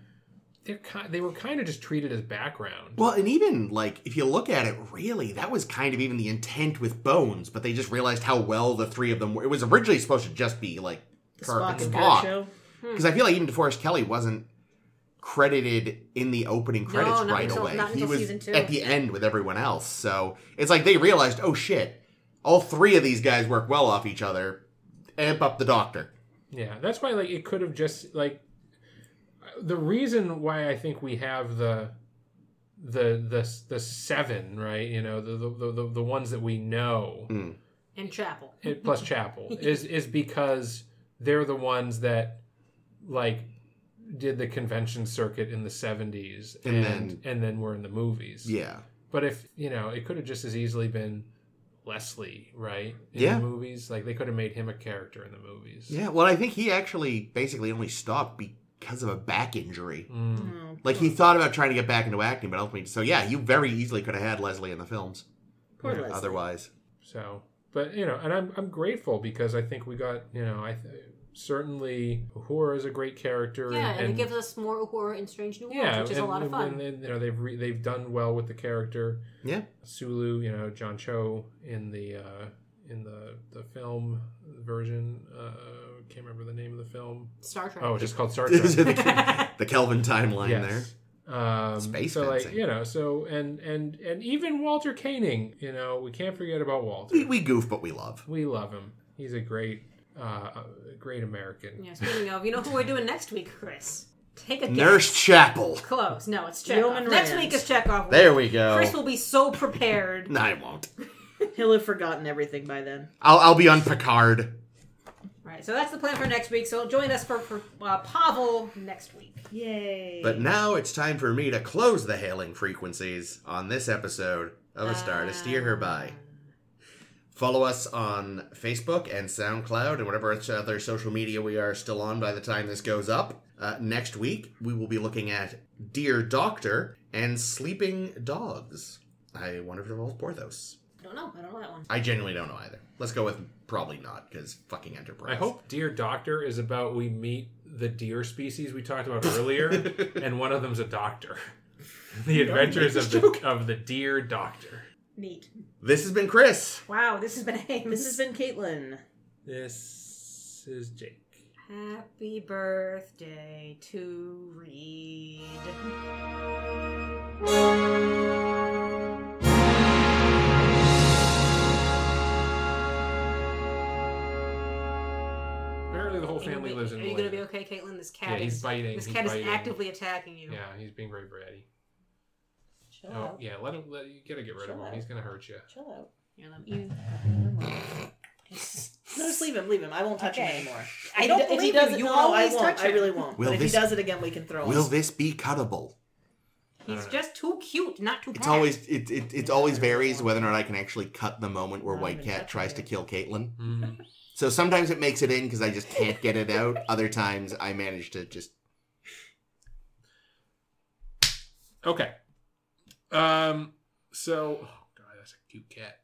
S1: they're ki- they were kind of just treated as background.
S4: Well, and even like if you look at it, really, that was kind of even the intent with Bones, but they just realized how well the three of them were. It was originally supposed to just be like
S3: The
S4: Kirk
S3: Spock
S4: and
S3: and Kirk
S4: Spock,
S3: show.
S4: because I feel like even DeForest Kelly wasn't credited in the opening credits
S2: not
S4: right
S2: until-
S4: away.
S2: not
S4: he
S2: until
S4: was
S2: season two.
S4: at the end with everyone else, so it's like they realized, oh shit, all three of these guys work well off each other. Amp up the Doctor.
S1: Yeah, that's why like it could have just like the reason why I think we have the the the the seven right you know the the the, the ones that we know
S2: and Chapel.
S1: it- plus
S2: <laughs>
S1: Chapel is is because they're the ones that like did the convention circuit in the 70s and
S4: And
S1: and then,
S4: then-
S1: were in the movies
S4: Yeah.
S1: But if you know, it could have just as easily been Leslie, right? In
S4: Yeah.
S1: the movies, like they could have made him a character in the movies.
S4: Yeah, well, I think he actually basically only stopped because of a back injury.
S1: Mm.
S4: Like
S2: Hmm.
S4: he thought about trying to get back into acting, but ultimately, so yeah, you very easily could have had Leslie in the films.
S3: Poor Leslie.
S4: <laughs> Otherwise,
S1: So, but you know, and I'm I'm grateful because I think we got you know I th- certainly Uhura is a great character.
S2: Yeah, and, it gives us more horror and strange new worlds,
S1: yeah,
S2: which is
S1: and,
S2: a lot of fun.
S1: And, and, you know, they've re- they've done well with the character
S4: yeah,
S1: Sulu. You know, John Cho in the uh, in the the film version. Uh, can't remember the name of the film.
S2: Star Trek.
S1: Oh, it's just called Star Trek.
S4: the, <laughs> the Kelvin timeline there.
S1: there. Um,
S4: Space
S1: so like
S4: fencing.
S1: you know, so and and and even Walter Koenig, you know, we can't forget about Walter.
S4: We, we goof, but we love.
S1: We love him. He's a great, uh, a great American.
S2: <laughs> Yeah, speaking of, you know who we're doing next week, Chris? Take a guess.
S4: Nurse Chapel.
S2: Close. No, it's Chekhov.
S3: Yeoman
S2: Next
S3: Rand.
S2: week is Chekhov.
S4: There we go.
S2: Chris will be so prepared. <laughs>
S4: no, I won't.
S3: He'll have forgotten everything by then.
S4: I'll, I'll be on Picard.
S2: right, so that's the plan for next week. So join us for, for uh, Pavel next week.
S3: Yay.
S4: But now it's time for me to close the hailing frequencies on this episode of A Star to Steer Her By. Follow us on Facebook and SoundCloud and whatever other social media we are still on by the time this goes up. Uh, next week, we will be looking at Dear Doctor and Sleeping Dogs. I wonder if it involves Porthos.
S2: I don't know. I don't know that one.
S4: I genuinely don't know either. Let's go with probably not, because fucking Enterprise.
S1: I hope Dear Doctor is about we meet the deer species we talked about <laughs> earlier, and one of them's a doctor. <laughs> The adventures of the of the deer doctor.
S2: Neat.
S4: This has been Chris.
S2: Wow, this has been <laughs> a
S3: this has been Caitlin.
S1: This is Jake.
S2: Happy birthday to Reed.
S1: Apparently, the whole
S2: Are you
S1: family
S2: gonna
S1: lives in.
S2: be- Are you
S1: Malaysia.
S2: gonna be okay, Caitlin? This cat
S1: Yeah,
S2: is
S1: he's biting,
S2: This
S1: he's
S2: cat
S1: biting.
S2: is actively attacking you.
S1: Yeah, he's being very bratty.
S3: Chill
S1: Oh, yeah, let him. Let, you gotta get rid of him. He's gonna hurt you.
S3: Chill out.
S2: You know, <laughs> you-
S3: No, just leave him. Leave him. I won't touch
S2: Okay.
S3: him anymore.
S2: I
S3: If he
S2: don't
S3: do- if he
S2: believe you.
S3: does it-
S2: You
S3: no,
S2: always
S3: I won't.
S2: touch
S3: I
S2: him.
S3: really won't.
S4: Will
S3: but if
S4: this-
S3: he does it again, we can throw
S4: Will
S3: him.
S4: this be cuttable?
S2: he's
S1: know.
S2: just too cute not to.
S4: It's
S2: pass.
S4: always it it, it always varies whether or not I can actually cut the moment where
S3: Not
S4: White
S3: even
S4: Cat
S3: touching
S4: tries
S3: it.
S4: to kill Caitlin.
S1: Mm.
S4: So sometimes it makes it in because I just can't get it out. Other times I manage to just
S1: Okay. Um. So, oh god, that's a cute cat.